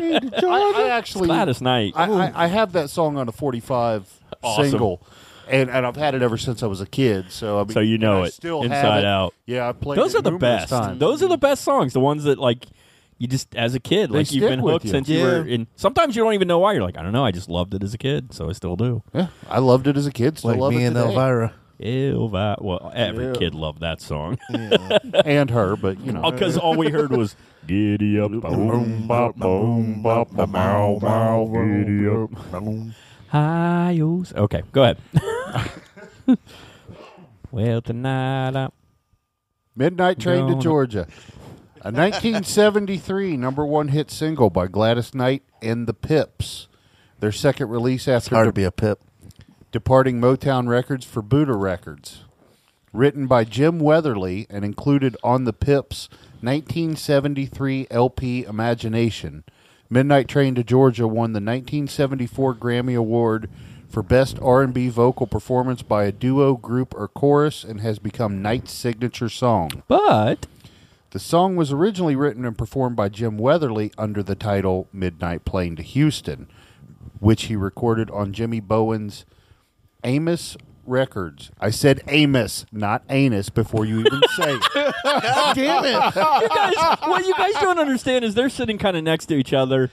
mean, I, I actually, Gladys Knight. I, I, I have that song on a 45 Awesome. single, and, and I've had it ever since I was a kid. So I mean, So you know and I it, still have inside it. out. Yeah, I played. Those it are the numerous best. times. Those are the best songs. The ones that like you just as a kid, They like you've stick been with hooked you. since you Yeah. were. in sometimes you don't even know why. You're like, I don't know. I just loved it as a kid, so I still do. Yeah, I loved it as a kid. Still Like love me it and today. Elvira. Ew, that. Well, every Yeah. kid loved that song and her, but you know, because all we heard was "Giddy up, boom, bop, boom, bop, bop, bow, bow, giddy up." Hi, yo's. Okay, go ahead. well, tonight, I- Midnight Train Gonna- to Georgia. A 1973 number one hit single by Gladys Knight and the Pips. Their second release after Hard to de- be a pip. departing Motown Records for Buddha Records. Written by Jim Weatherly and included on the Pips 1973 LP Imagination. Midnight Train to Georgia won the 1974 Grammy Award for Best R&B Vocal Performance by a Duo, Group, or Chorus and has become Knight's signature song. but The song was originally written and performed by Jim Weatherly under the title Midnight Plane to Houston, which he recorded on Jimmy Bowen's Amos Records. I said Amos, not anus, before you even say it. Damn it. you guys, what you guys don't understand is they're sitting kind of next to each other.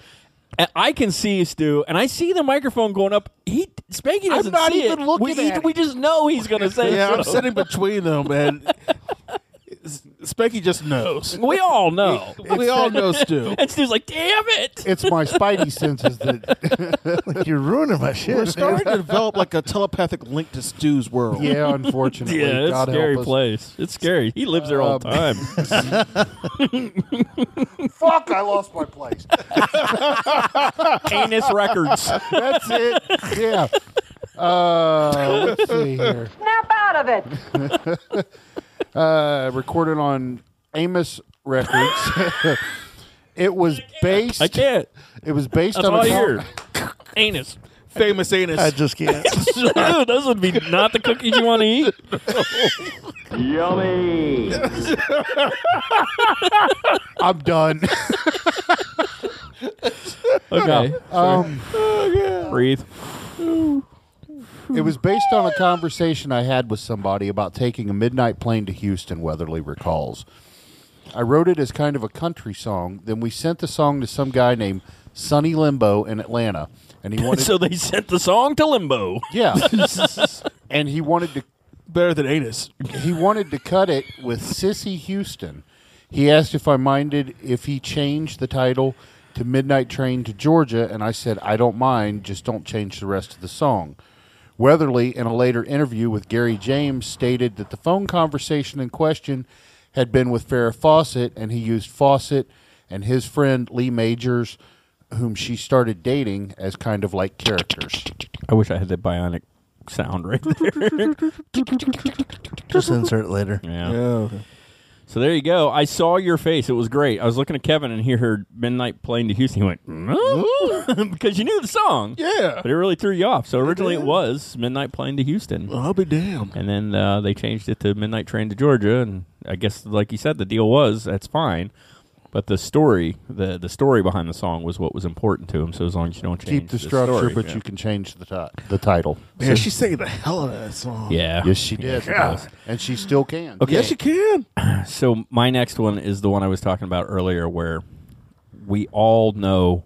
And I can see Stu, and I see the microphone going up. He Spanky doesn't not see even it. looking we, at it. we just know he's going to say Yeah, I'm so. sitting between them, and S- Specky just knows. We all know. We all know Stu. and Stu's like, "Damn it!" It's my spidey senses that, You're ruining my We're shit. starting to develop like a telepathic link to Stu's world. yeah, unfortunately. Yeah, it's God a scary help us. place. It's scary. He lives there all the Um, time. Fuck, I lost my place. Anus Records. That's it. Yeah. Uh, let's see here. Snap out of it. uh, recorded on Amos Records. it was based. I can't. It was based That's on all I a co- hear. Anus. Famous anus. I just can't. Ew, Those would be not the cookies you want to eat. Yummy. I'm done. Okay. um, Breathe. it was based on a conversation I had with somebody about taking a midnight plane to Houston. Weatherly recalls. I wrote it as kind of a country song. Then we sent the song to some guy named Sonny Limbo in Atlanta, and he wanted. So they sent the song to Limbo. yeah, and he wanted to Better than anus. he wanted to cut it with Sissy Houston. He asked if I minded if he changed the title to Midnight Train to Georgia, and I said, I don't mind, just don't change the rest of the song. Weatherly, in a later interview with Gary James, stated that the phone conversation in question had been with Farrah Fawcett, and he used Fawcett and his friend Lee Majors, whom she started dating, as kind of like characters. I wish I had that bionic sound right there. Just insert later. yeah. Yeah. So there you go. I saw your face. It was great. I was looking at Kevin and he heard Midnight playing to Houston. He went, "Mm?" because you knew the song. Yeah. But it really threw you off. So originally it was Midnight Plane to Houston. I'll be damned. And then uh, they changed it to Midnight Train to Georgia. And I guess, like you said, the deal was that's fine. But the story, the the story behind the song was what was important to him. So as long as you don't change Keep the structure, story, but yeah. you can change the, ti- the title. Man, she sang the hell out of that song. Yeah. Yes, she Yeah, did. she does. And she still can. Okay. Yes, you can. so my next one is the one I was talking about earlier, where we all know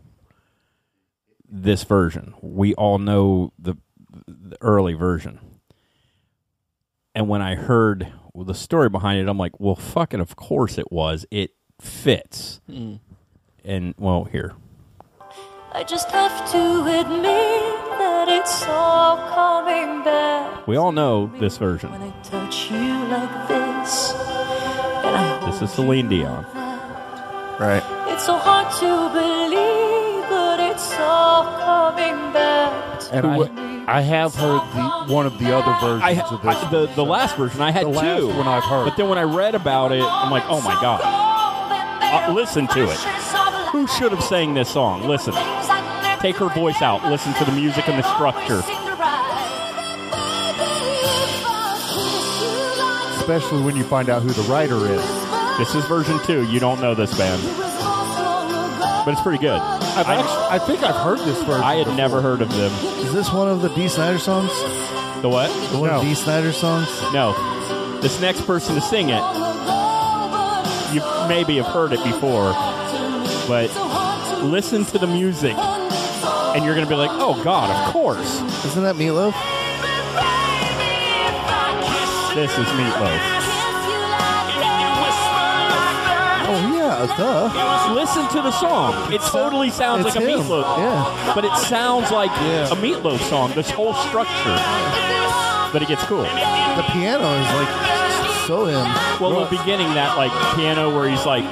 this version. We all know the, the early version. And when I heard the story behind it, I'm like, well, fucking, of course it was. It fits. Mm. And well, here. I just have to admit that it's all coming back. We all know this version. I touch you like this. This is Celine Dion. Right. It's so hard to believe, but it's all coming back. And to me. I, I have heard the one of the other versions I, of this. I- the the last version I had The two. last one I've heard. But then when I read about it, I'm like, oh my god! Uh, listen to it. Who should have sang this song? Listen. Take her voice out. Listen to the music and the structure. especially when you find out who the writer is. This is version two. You don't know this band, but it's pretty good. I've actually, I think I've heard this version. I had never heard of them. Is this one of the D. Snyder songs? The what? The one of D. Snyder songs? No. This next person to sing it, you maybe have heard it before, but listen to the music, and you're gonna be like, oh god, of course. Isn't that Meatloaf? This is Meatloaf. Oh yeah, duh. Listen to the song. It totally sounds it's like a him. Meatloaf. Yeah. But it sounds like a Meatloaf song. This whole structure. But it gets cool. The piano is like so him. Well, the beginning that like piano where he's like,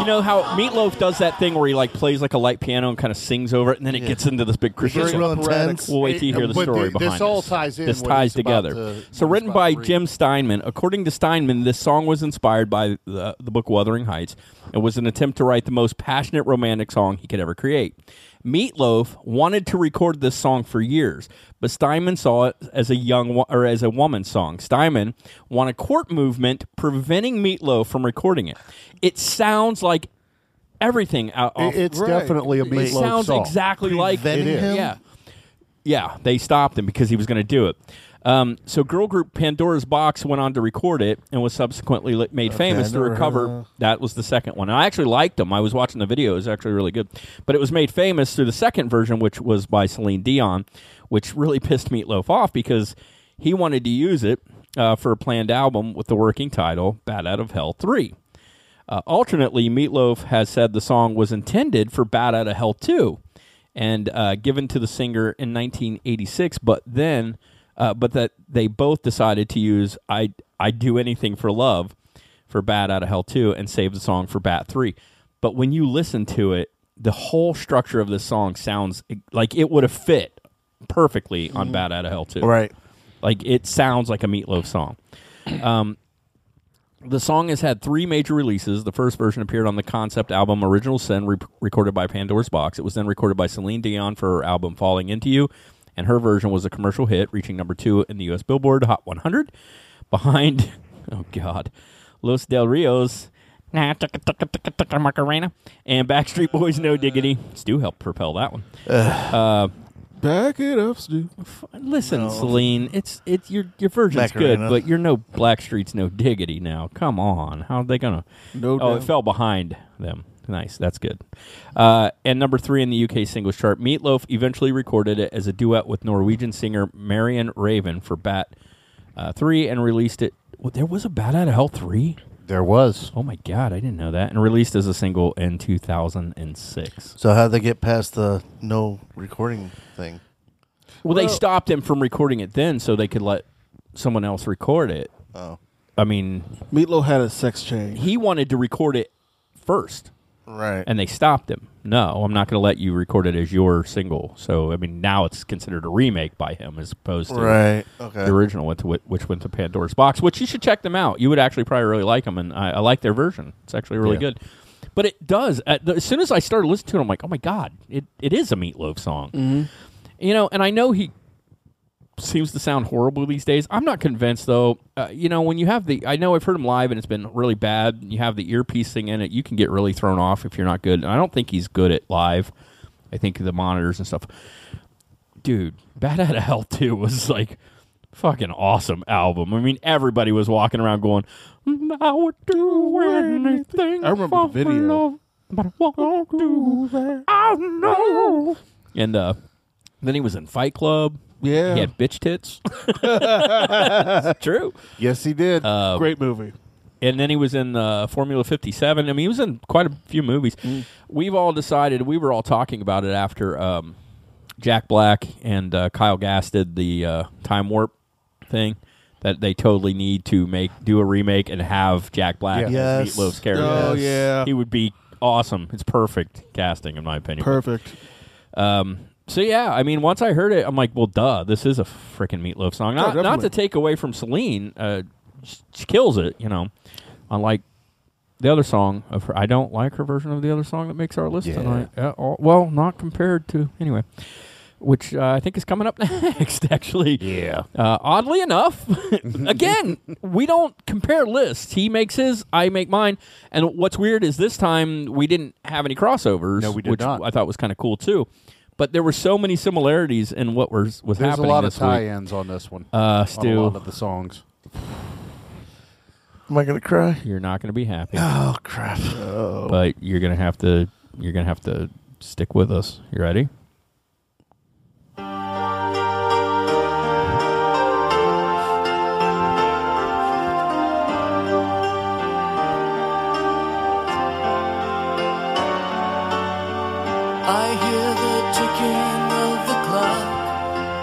you know how Meatloaf does that thing where he like plays like a light piano and kind of sings over it, and then it gets into this big gets crescendo. real intense. We'll wait till you hear the But story th- this behind all ties in This what ties he's about together. to- so written by Jim Steinman. According to Steinman, this song was inspired by the, the book Wuthering Heights and was an attempt to write the most passionate romantic song he could ever create. Meatloaf wanted to record this song for years, but Steinman saw it as a young wo- or as a woman song. Steinman won a court movement preventing Meatloaf from recording it. It sounds like everything out. It- off- it's definitely a It Meatloaf sounds song. exactly like Preventing It is. him? Yeah. Yeah, they stopped him because he was going to do it. Um, so, girl group Pandora's Box went on to record it and was subsequently li- made famous through a cover. Pandora. That was the second one. And I actually liked them. I was watching the video; it was actually really good. But it was made famous through the second version, which was by Celine Dion, which really pissed Meatloaf off because he wanted to use it uh, for a planned album with the working title "Bat Out of Hell 3. Uh, alternately, Meatloaf has said the song was intended for Bat Out of Hell 2 and uh, given to the singer in 1986, but then, uh, but that they both decided to use I, I Do Anything for Love for Bat Out of Hell 2 and save the song for Bat 3. But when you listen to it, the whole structure of this song sounds like it would have fit perfectly on Bat Out of Hell 2. Right. Like it sounds like a Meatloaf song. Um, the song has had three major releases. The first version appeared on the concept album Original Sin, re- recorded by Pandora's Box. It was then recorded by Celine Dion for her album Falling Into You, and her version was a commercial hit, reaching number two in the U.S. Billboard Hot 100, behind, oh God, Los Del Rio's Nah, tucka, tucka, tucka, tucka, Macarena, and Backstreet Boys' No Diggity. Stu helped propel that one. Uh, Back it up, Stu. Listen, Celine, it's it your your version's Macarena. good, but you're no Blackstreet's no diggity now. Come on, how are they gonna? No oh, it doubt. fell behind them. Nice, that's good. Uh, and number three in the UK singles chart, Meatloaf eventually recorded it as a duet with Norwegian singer Marion Raven for Bat uh, Three, and released it. Well, there was a Bat Out of Hell three. There was. Oh my God, I didn't know that. And released as a single in 2006. So how'd they get past the no recording thing? Well, they stopped him from recording it then, so they could let someone else record it. Oh. I mean, Meatloaf had a sex change. he wanted to record it first. Right. And they stopped him. No, I'm not going to let you record it as your single. So I mean, now it's considered a remake by him as opposed to Right, okay. the original, went to, whi- which went to Pandora's box. Which you should check them out. You would actually probably really like them, and I, I like their version. It's actually really Yeah. good. But it does. At the, as soon as I started listening to it, I'm like, oh my god, it, it is a Meatloaf song. Mhm. You know, and I know he seems to sound horrible these days. I'm not convinced though. Uh, you know, when you have the, I know I've heard him live and it's been really bad. You have the earpiece thing in it, you can get really thrown off if you're not good. And I don't think he's good at live. I think the monitors and stuff. Dude, Bad Out of Hell Two was like fucking awesome album. I mean, everybody was walking around going, I would do anything. I remember the for video. love, but I won't do that. I know. and uh, then he was in Fight Club. Yeah. he had bitch tits. It's true. Yes, he did. Uh, Great movie. And then he was in uh, Formula 57. I mean, he was in quite a few movies. Mm. We've all decided, we were all talking about it after um, Jack Black and uh, Kyle Gass did the uh, Time Warp thing, that they totally need to make do a remake and have Jack Black Yeah. as Yes. Meatloaf's character. Oh, Yes. yeah. He would be awesome. It's perfect casting, in my opinion. Perfect. Um, so yeah, I mean, once I heard it, I'm like, well, duh, this is a freaking Meatloaf song. Oh, Not, not definitely. to take away from Celine, uh, she, she kills it, you know. Unlike the other song of her, I don't like her version of the other song that makes our list Yeah. tonight at all. Well, not compared to anyway, which uh, I think is coming up next. Actually, yeah. Uh, oddly enough, again, we don't compare lists. He makes his, I make mine. And what's weird is this time we didn't have any crossovers. No, we did which not. I thought was kind of cool too. But there were so many similarities in what was was There's a happening. lot of this week. tie-ins on this one. Uh, On a Stu. lot of the songs. Am I gonna cry? You're not gonna be happy. Oh crap! Oh. But you're gonna have to. You're gonna have to stick with us. You ready? I hear the ticking of the clock.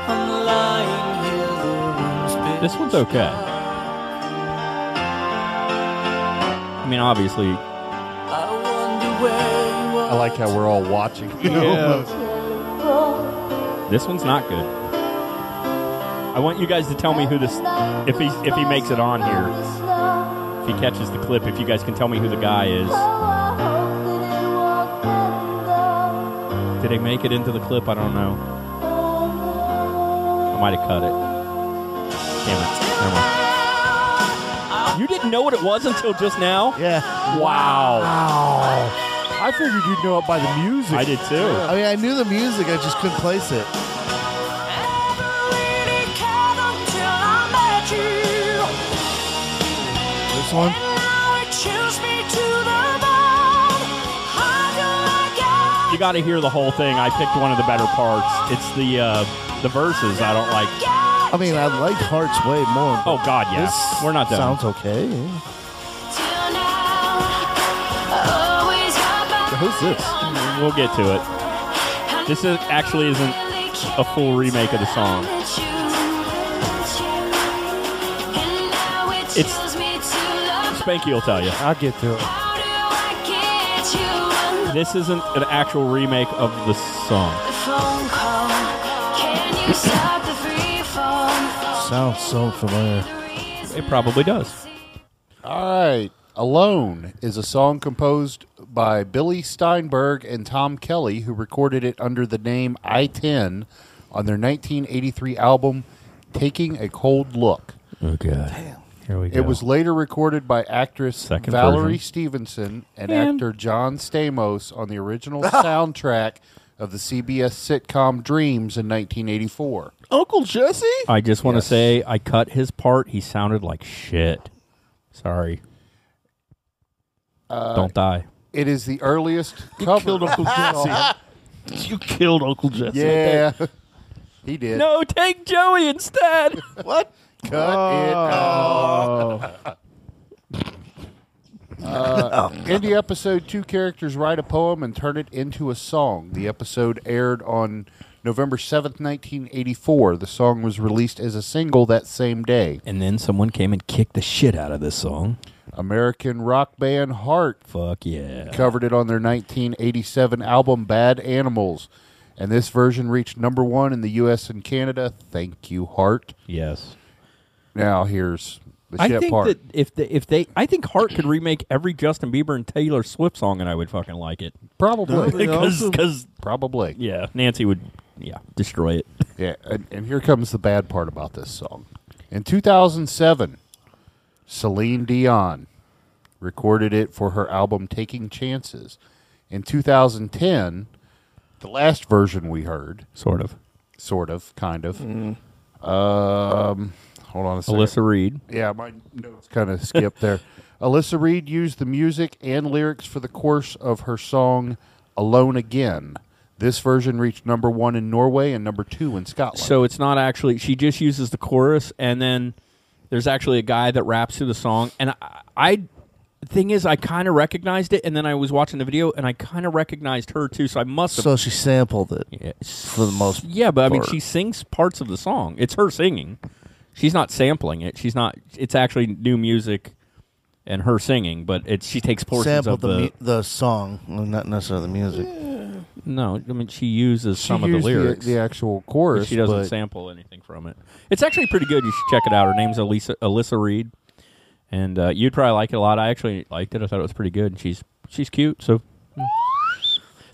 I'm lying here, the room's pitch This one's okay. I mean, obviously, I wonder where you are. I like how we're all watching. this one's not good. I want you guys to tell me who this. If he if he makes it on here, if he catches the clip, if you guys can tell me who the guy is. Did he make it into the clip? I don't know. I might have cut it. Damn it. Never mind. You didn't know what it was until just now? Yeah. Wow. I figured you'd know it by the music. I did too. I mean, I knew the music, I just couldn't place it. This one? You got to hear the whole thing. I picked one of the better parts. It's the uh, the verses I don't like. I mean, I liked Hearts way more. but Oh, God, yeah. this We're not done. Sounds okay. yeah. Who's this? We'll get to it. This is, actually isn't a full remake of the song. It's Spanky will tell you. I'll get to it. This isn't an actual remake of the song. Sounds so familiar. It probably does. All right. Alone is a song composed by Billy Steinberg and Tom Kelly, who recorded it under the name I 10 on their 1983 album, Taking a Cold Look. Oh god. Damn. Here we It was later recorded by actress Second Valerie version. Stevenson and And- actor John Stamos on the original soundtrack of the CBS sitcom Dreams in 1984. Uncle Jesse? I just want to say I cut his part. He sounded like shit. Sorry. Uh, Don't die. It is the earliest cover. killed Uncle Jesse. You killed Uncle Jesse. yeah, he did. No, take Joey instead. what? Cut it off. Uh, in the episode, two characters write a poem and turn it into a song. The episode aired on November 7th, 1984. The song was released as a single that same day. And then someone came and kicked the shit out of this song. American rock band Heart. Fuck yeah. Covered it on their 1987 album Bad Animals. And this version reached number one in the U.S. and Canada. Thank you, Heart. Yes. Now here's the I shit think part. that if they, if they, I think Hart could remake every Justin Bieber and Taylor Swift song, and I would fucking like it. Probably. because probably yeah, Nancy would yeah destroy it. Yeah, and, and here comes the bad part about this song. In 2007, Celine Dion recorded it for her album Taking Chances. In 2010, the last version we heard, sort of, sort of, kind of. Um, hold on a second. Alyssa Reed. Yeah, my notes kind of skipped there. Alyssa Reed used the music and lyrics for the course of her song "Alone Again." This version reached number one in Norway and number two in Scotland. So it's not actually she just uses the chorus, and then there's actually a guy that raps through the song. And I, I thing is, I kind of recognized it, and then I was watching the video, and I kind of recognized her too. So I must have. So she sampled it for the most. yeah, but I mean, part. she sings parts of the song. It's her singing. She's not sampling it. She's not. It's actually new music and her singing, but it's she takes portions sampled of the. the mu- the song, not necessarily the music. no, I mean she uses some of the used the- lyrics, the actual chorus, She doesn't but- sample anything from it. It's actually pretty good. You should check it out. Her name's Elisa Alyssa Reed, and uh, you'd probably like it a lot. I actually liked it. I thought it was pretty good. And she's she's cute. So mm.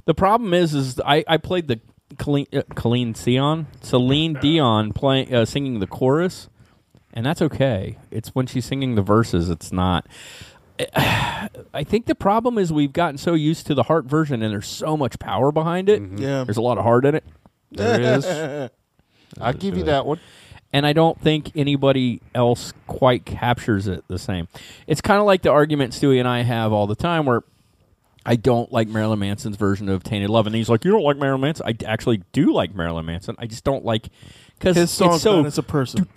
the problem is, is I, I played the Colleen, uh, Colleen Sion, Celine Dion playing uh, singing the chorus, and that's okay. It's when she's singing the verses, it's not. I think the problem is we've gotten so used to the heart version, and there's so much power behind it. Yeah. there's a lot of heart in it. There is. I'll give you that one. And I don't think anybody else quite captures it the same. It's kind of like the argument Stewie and I have all the time where I don't like Marilyn Manson's version of Tainted Love. And he's like, You don't like Marilyn Manson? I d- actually do like Marilyn Manson. I just don't like. Because His song it's so. as a person.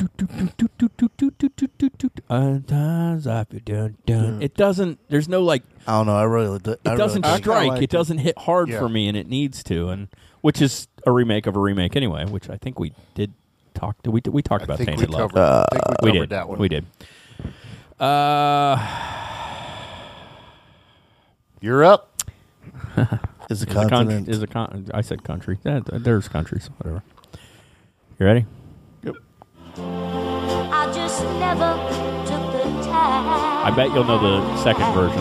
Sometimes I feel dun dun. It doesn't. There's no like. I don't know. I really. It It doesn't strike. Like it doesn't hit hard Yeah. for me, and it needs to. And which is a remake of a remake anyway, which I think we did talk. Did we we talked about think we Tainted Love? covered- I think we covered did that one. We did. Uh, You're up. Is a is a country? continent. Is a con- I said country. Yeah, th- there's countries. Whatever. You ready? I just never took the time. I bet you'll know the second version.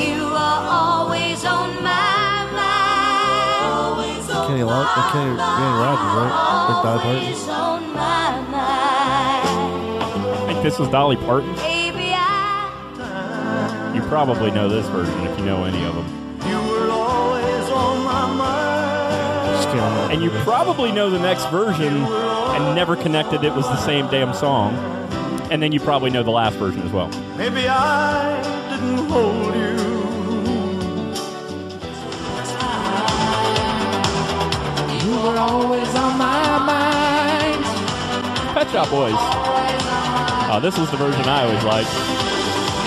You are always on my mind. Always on Kenny, Lo- uh, Kenny, Kenny Rogers, right? Or Dolly Parton. Always on my mind. I think this is Dolly Parton. Baby, I You probably know this version if you know any of them. And you probably know the next version and never connected it was the same damn song. And then you probably know the last version as well. Maybe I didn't hold you. You were always on my mind. Pet Shop Boys. Uh, this was the version I always liked,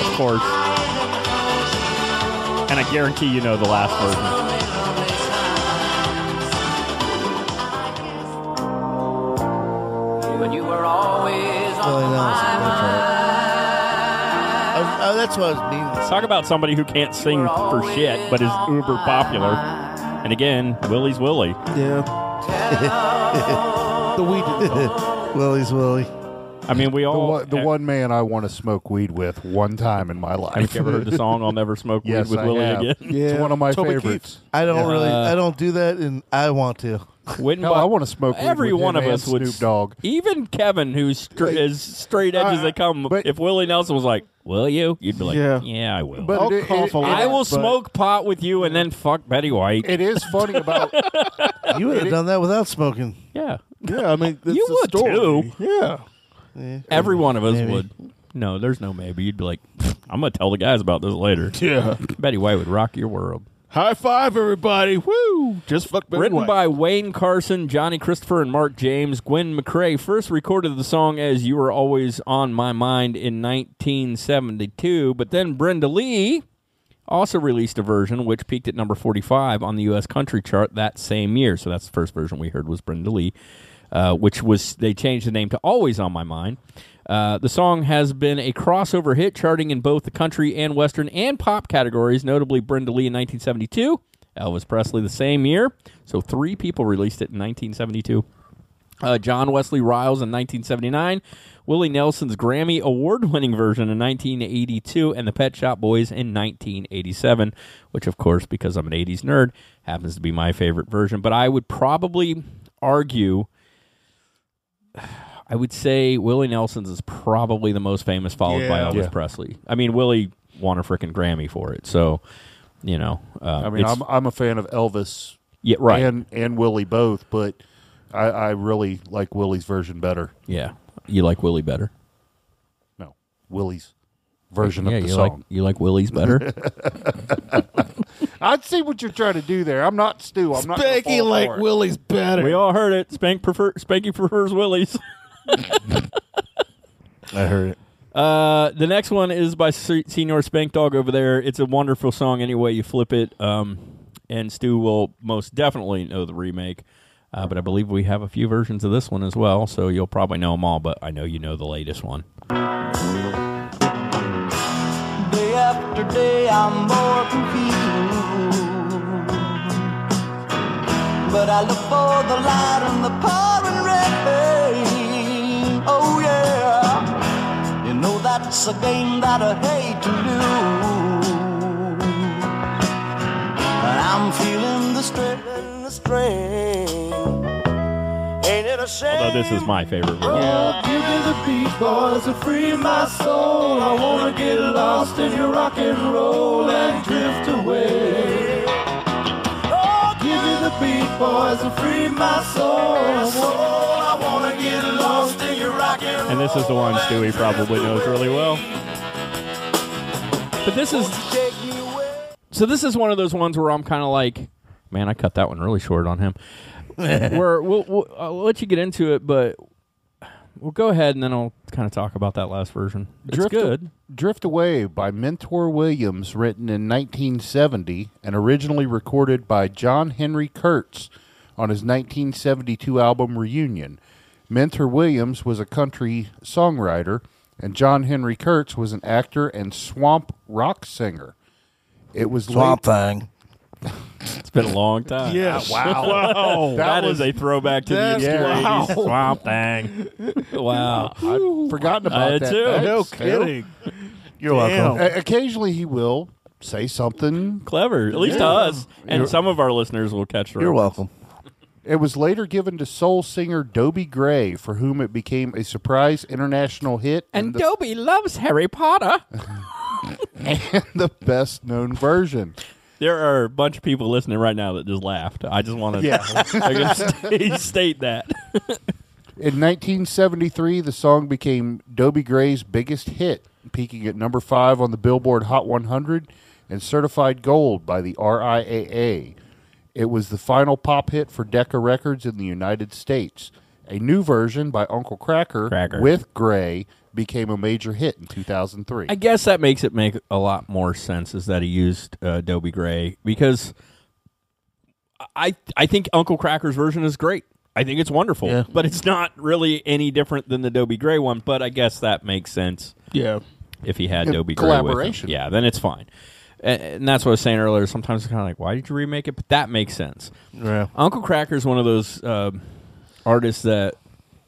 of course. And I guarantee you know the last version. When you were always Oh, I know, that's right. I- I- that's what I was meaning. Talk about somebody who can't sing for shit, but is uber popular. And again, Willie's Willie. Yeah. the weed. Willie's Willie. I mean, we The, all. one, Oh, the one man I want to smoke weed with one time in my life. Have you ever heard the song "I'll Never Smoke Weed Yes, with I Willie have. Again"? It's one of my Toby favorites. I don't Yeah. really. Uh, I don't do that, and I want to. Wouldn't Hell, bu- I want to smoke. weed Every with one him of and us would. Snoop Dogg. Even Kevin, who's stra- as straight edge as they come, if Willie Nelson was like, "Will you?" You'd be like, "Yeah, Yeah. I will." But I'll it- it- cough a it- lot, I will but- smoke pot with you and then fuck Betty White. It is funny about You would have It- done that without smoking. yeah, Yeah, I mean, that's you the would story. too. Yeah. Every one of us Maybe. would. No, there's no maybe. You'd be like, "I'm gonna tell the guys about this later." Yeah. Betty White would rock your world. High five, everybody. Woo. Just fuck Betty Written White. by Wayne Carson, Johnny Christopher, and Mark James, Gwen McCrae first recorded the song as You Were Always On My Mind in 1972, but then Brenda Lee also released a version which peaked at number 45 on the U.S. country chart that same year. So that's the first version we heard was Brenda Lee. uh, which was they changed the name to Always on My Mind. Uh, the song has been a crossover hit, charting in both the country and western and pop categories, notably Brenda Lee in 1972, Elvis Presley the same year. So three people released it in 1972. Uh, John Wesley Riles in 1979, Willie Nelson's Grammy award winning version in 1982, and the Pet Shop Boys in 1987, which, of course, because I'm an 80s nerd, happens to be my favorite version. But I would probably argue, I would say Willie Nelson's is probably the most famous, followed by Yeah. Elvis Yeah. Presley. I mean, Willie won a freaking Grammy for it. So, you know, uh, I mean, it's- I'm I'm a fan of Elvis. Yeah, right. And and Willie both, but I, I really like Willie's version better. yeah, you like Willie better. No, Willie's version Yeah, of the you song. Like, you like Willie's better? I see what you're trying to do there. I'm not Stu. I'm not gonna fall for it. We all heard it. Spank prefer, Spanky prefers Willie's. I heard it. Uh, the next one is by Se- Senior Spank Dog over there. It's a wonderful song anyway. You flip it, um, and Stu will most definitely know the remake. Uh, but I believe we have a few versions of this one as well, so you'll probably know them all. But I know you know the latest one. Day after day, I'm more confused. But I look for the light in the pouring rain. Oh, yeah. You know that's a game that I hate to lose. And I'm feeling the strain, the strain. Ain't it a shame? Although this is my favorite version. Yeah. Give me the beat, boys, and free my soul. I wanna get lost in your rock and roll and drift away. Oh, give me the beat, boys, and free my soul. I wanna get lost in your rock and And this is the one Stewie probably knows really well. But this is so. This is one of those ones where I'm kind of like, man, I cut that one really short on him. where we'll, we'll I'll let you get into it, but we'll go ahead and then I'll kind of talk about that last version. It's Drift, good. Drift Away by Mentor Williams, written in 1970 and originally recorded by John Henry Kurtz on his 1972 album Reunion. Mentor Williams was a country songwriter, and John Henry Kurtz was an actor and swamp rock singer. It was Swamp late- Thing. It's been a long time. Yes. Wow. Wow. that That is was- a throwback to the That's- obscure wow. 80s swamp thing. Wow. I'd forgotten I about had that. too. No Stu. kidding. You're welcome. O- occasionally, he will say something Clever, at least to Yeah. us, and You're- some of our listeners will catch. the reference. It was later given to soul singer Dobie Gray, for whom it became a surprise international hit And the, Dobie loves Harry Potter. and the best known version. There are a bunch of people listening right now that just laughed. I just want to Yeah. state, state that. In 1973, the song became Dobie Gray's biggest hit, peaking at number five on the Billboard Hot 100 and certified gold by the RIAA. It was the final pop hit for Decca Records in the United States. A new version by Uncle Cracker, with Gray became a major hit in 2003. I guess that makes it make a lot more sense is that he used uh, Dobie Gray because I I think Uncle Cracker's version is great. I think it's wonderful, Yeah. but it's not really any different than the Dobie Gray one. But I guess that makes sense. Yeah. if he had Yeah, Dobie Gray with him. collaboration. yeah, then it's fine. A- And that's what I was saying earlier. Sometimes it's kind of like, why did you remake it? But that makes sense. Yeah. Uncle Cracker's one of those uh, artists that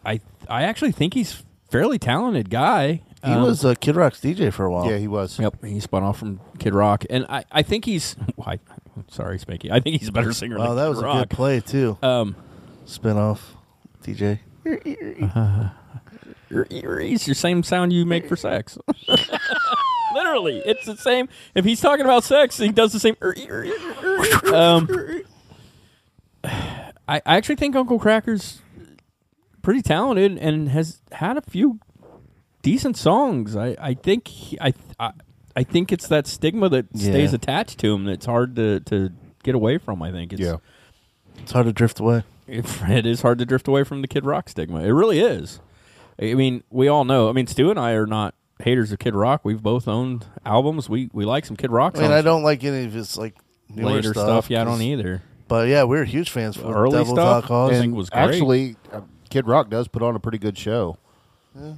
I I actually think he's fairly talented guy. He was a Kid Rock's DJ for a while. Yeah, he was. Yep, Uh, he spun off from Kid Rock, and I, I think he's. I, sorry, Spanky. I think he's a better singer. Wow, than Oh, that Kid was a Rock. good play too. Um, spin off, DJ. Your earrings, your same sound you make for sex. Literally, it's the same. If he's talking about sex, he does the same. Um, I, I actually think Uncle Cracker's pretty talented and has had a few decent songs. I, I think he, I, I I think it's that stigma that stays Yeah. attached to him that's hard to, to get away from. I think it's, yeah, It's hard to drift away. it is hard to drift away from the Kid Rock stigma. It really is. I mean, we all know. I mean, Stu and I are not haters of Kid Rock. We've both owned albums. We we like some Kid Rock I songs. mean, I don't like any of his like newer Later stuff, yeah, I don't 'cause- either. But yeah, we were huge fans for Early Devil stuff, Dog Cause. I think was great. Actually, uh, Kid Rock does put on a pretty good show.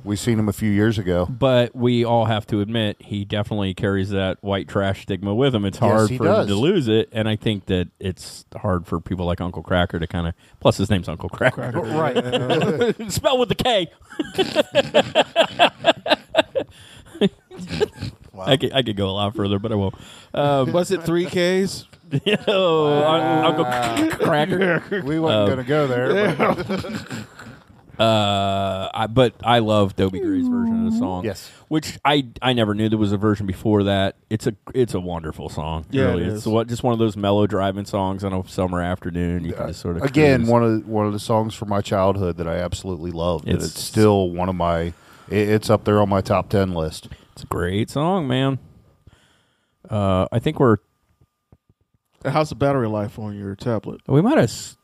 We seen him a few years ago. But we all have to admit he definitely carries that white trash stigma with him. It's Yes, hard he for him does. to lose it, and I think that it's hard for people like Uncle Cracker to kind of. Plus, his name's Uncle Cracker, Right. Spell with the K. I could I could go a lot further, but I won't. Um, Was it three Ks? oh, Uncle Cracker. We weren't Um, going to go there. but- Uh, I, but I love Dobie Gray's version of the song. Yes, which I I never knew there was a version before that. It's a it's a wonderful song. Yeah, really. it it's is. what just one of those mellow driving songs on a summer afternoon. You can just sort of Uh, Again, cruise. one of one of the songs from my childhood that I absolutely loved. and It's, It's- still one of my. i- It's up there on my top ten list. It's a great song, man. Uh, I think we're How's the battery life on your tablet? we might have. s-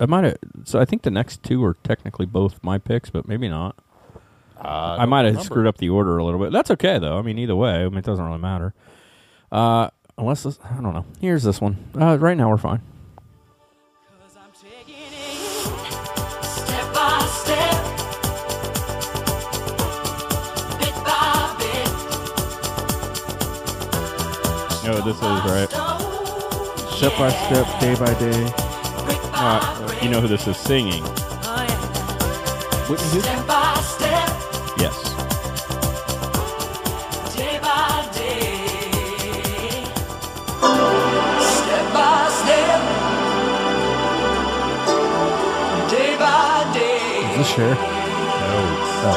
I might have. So I think the next two are technically both my picks, but maybe not. I, don't might have remember. screwed up Uh, the order a little bit. That's okay though. I mean, either way, I mean, it doesn't really matter. Uh, unless this, I don't know. Here's this one. Uh, right now, we're fine. Step by step, bit by bit, No, this is right. Step by step, day by day. Uh, you know who this is singing? step by step, Yes. day by day. Step by step, day by day. Is this Cher? No.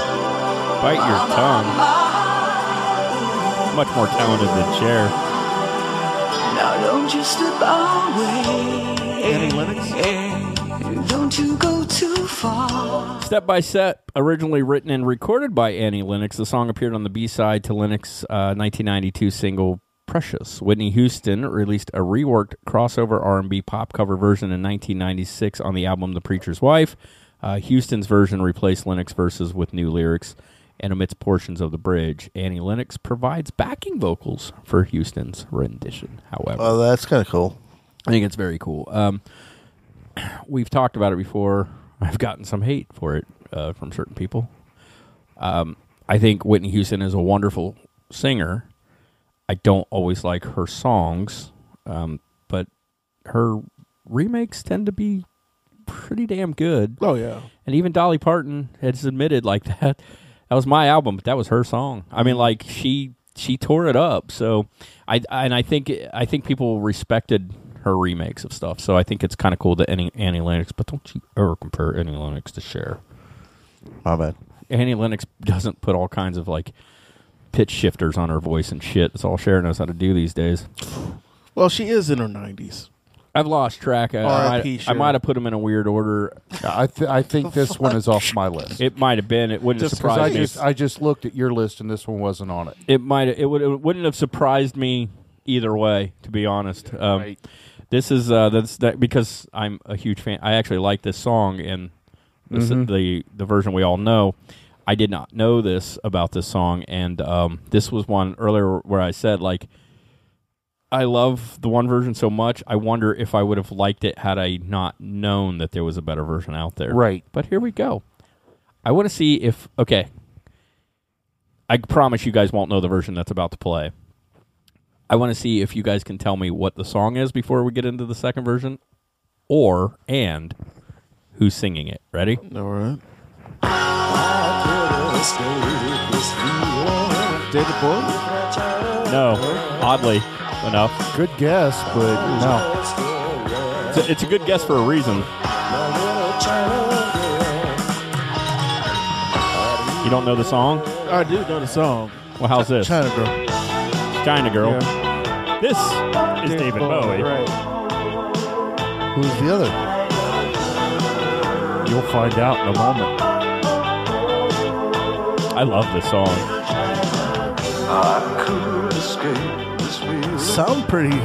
Bite your Ah, tongue. Much more talented than Cher. Now don't you slip away. Annie Lennox? Don't you go too far. Step by Step, originally written and recorded by Annie Lennox, the song appeared on the B side to Lennox's uh, 1992 single "Precious." Whitney Houston released a reworked crossover R&B pop cover version in 1996 on the album "The Preacher's Wife." Uh, Houston's version replaced Lennox verses with new lyrics and omits portions of the bridge. Annie Lennox provides backing vocals for Houston's rendition. However, Oh, that's kind of cool. I think it's very cool. Um, we've talked about it before. I've gotten some hate for it uh, from certain people. Um, I think Whitney Houston is a wonderful singer. I don't always like her songs, um, but her remakes tend to be pretty damn good. Oh yeah, and even Dolly Parton has admitted like that. That was my album, but that was her song. I Mm-hmm. mean, like she she tore it up. So I and I think I think people respected her remakes of stuff. So I think it's kind of cool that Annie, Annie Lennox, but don't you ever compare Annie Lennox to Cher. My bad. Annie Lennox doesn't put all kinds of like pitch shifters on her voice and shit. That's all Cher knows how to do these days. Well, she is in her nineties. I've lost track. I- I, R.I.P. might- I Cher. might have put them in a weird order. I th- I think this one is off my list. It might have been. It wouldn't Just 'cause surprise I me. just I just looked at your list and this one wasn't on it. It might. It would. It wouldn't have surprised me either way. To be honest, um, this is uh, that's that because I'm a huge fan. I actually like this song and this Mhm. the the version we all know. I did not know this about this song, and um, this was one earlier where I said like. I love the one version so much. I wonder if I would have liked it had I not known that there was a better version out there. Right. But here we go. I want to see if okay. I promise you guys won't know the version that's about to play. I want to see if you guys can tell me what the song is before we get into the second version or and who's singing it. Ready? All right. David Bowie? No. Oddly enough. Good guess, but no. It's a, it's a good guess for a reason. You don't know the song? I do know the song. Well, how's this? China Girl. China Girl. This is David David, Bowie, Bowie. Who's the other? You'll find out in a moment. I love this song. Sound pretty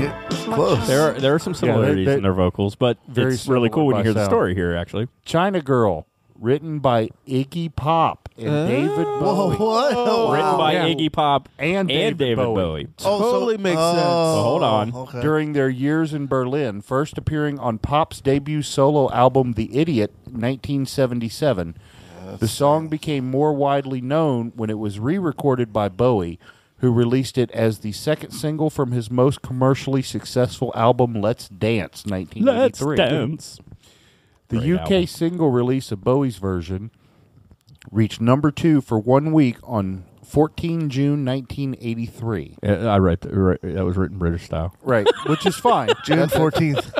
close. There are there are some Yeah, they- similarities they- in their vocals, but Very it's really similar cool when by you hear the sound. story here. Actually, China Girl, written by Iggy Pop and David Bowie. what? Oh, Written wow. by Yeah. Iggy Pop and David Bowie. Oh, so- Totally makes sense. Well, hold on. Oh, During their years in Berlin, first appearing on Pop's debut solo album, The Idiot, 1977, the song became more widely known when it was re recorded by Bowie, who released it as the second single from his most commercially successful album, Let's Dance, 1983. dance. The Great UK album. single release of Bowie's version reached number two for one week on 14 June 1983. Uh, I wrote th- right- that was written British style. Right, which is fine. June That's- 14th.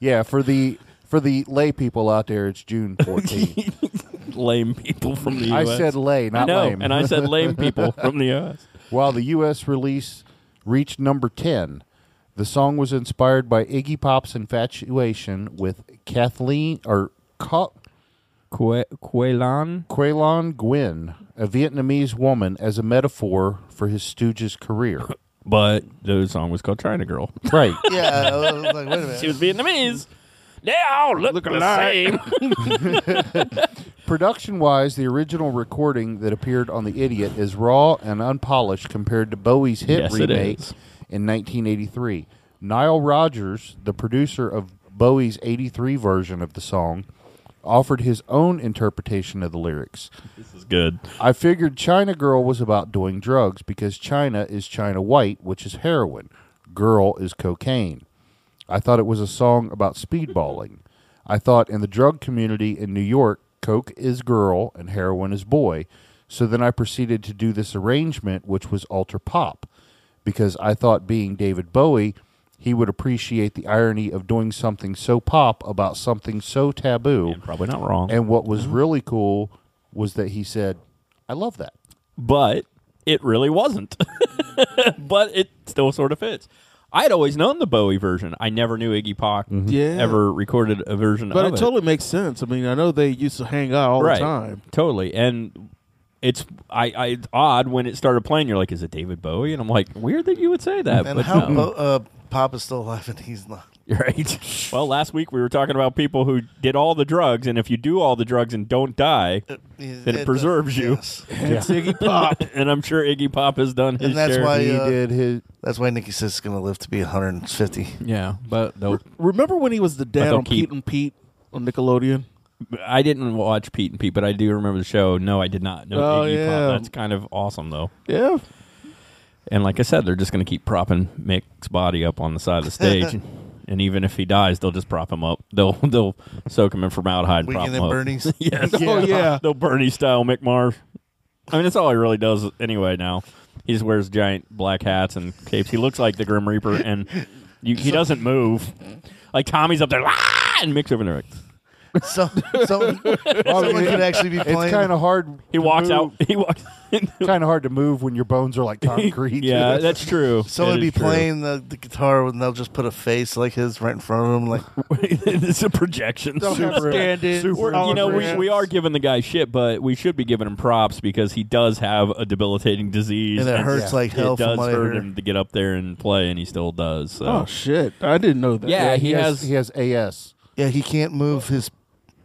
Yeah, for the for the lay people out there, it's June 14th. Lame people from the I US. said lay, not I know, lame. and I said lame people from the U.S. While the U.S. release reached number 10, the song was inspired by Iggy Pop's infatuation with Kathleen or Ka- Que- Quelan Quelan Nguyen, a Vietnamese woman, as a metaphor for his Stooges career. But the song was called China Girl. Right. Yeah, I was like, wait a minute. She was Vietnamese. They all look, the alike. same. Production wise, the original recording that appeared on The Idiot is raw and unpolished compared to Bowie's hit Yes, it remake is. in 1983. Nile Rodgers, the producer of Bowie's 83 version of the song, offered his own interpretation of the lyrics. this is good. I figured China Girl was about doing drugs because China is China White, which is heroin. Girl is cocaine. I thought it was a song about speedballing. I thought in the drug community in New York, coke is girl and heroin is boy. So then I proceeded to do this arrangement, which was alter pop, because I thought being David Bowie, he would appreciate the irony of doing something so pop about something so taboo. probably not wrong. And what Mm-hmm. was really cool was that he said, I love that. but it really wasn't. but it still sort of fits. I'd always known the Bowie version. I never knew Iggy Pop Yeah. ever recorded a version But of it totally makes sense. I mean, I know they used to hang out all right. the time. Totally. And it's I, I it's odd when it started playing. You're like, is it David Bowie? And I'm like, weird that you would say that. and but how no. Bo- uh, Pop is still alive and he's not. Right. well, last week we were talking about people who did all the drugs, and if you do all the drugs and don't die, then it, it- preserves you. yes. It's Iggy Pop. and I'm sure Iggy Pop has done his And that's share. why He uh, did his. That's why Nikki says is going to live to be 150. yeah, but no, Remember when he was the dad they'll on keep- Pete and Pete on Nickelodeon? I didn't watch Pete and Pete, but I do remember the show. No, I did not know Oh, Iggy yeah. Pop. That's kind of awesome, though. Yeah. And like I said, they're just going to keep propping Mick's body up on the side of the stage. And even if he dies, they'll just prop him up. They'll they'll soak him in formaldehyde and prop Weekend him at up. Bernie's. yes. Oh, yeah. They'll Bernie style Mick Mars. I mean, that's all he really does anyway. Now he just wears giant black hats and capes. He looks like the Grim Reaper, and you, he doesn't move. Like Tommy's up there, "Ah!" and Mick's over there. Like, so, so someone could actually be playing. It's kind of hard. he walks out. He walks. Kind of hard to move when your bones are like concrete. yeah, that's true. Someone That would be is true. playing the, the guitar and they'll just put a face like his right in front of him. Like, it's a projection. Super- Stand-ins. super- We're- you know, we, Tolerance. we are giving the guy shit, but we should be giving him props because he does have a debilitating disease. And it hurts like hell It from does what I hurt hear. him to get up there and play, and he still does. So. Oh shit! I didn't know that. yeah, he, he has, has. he has AS. yeah, he can't move his.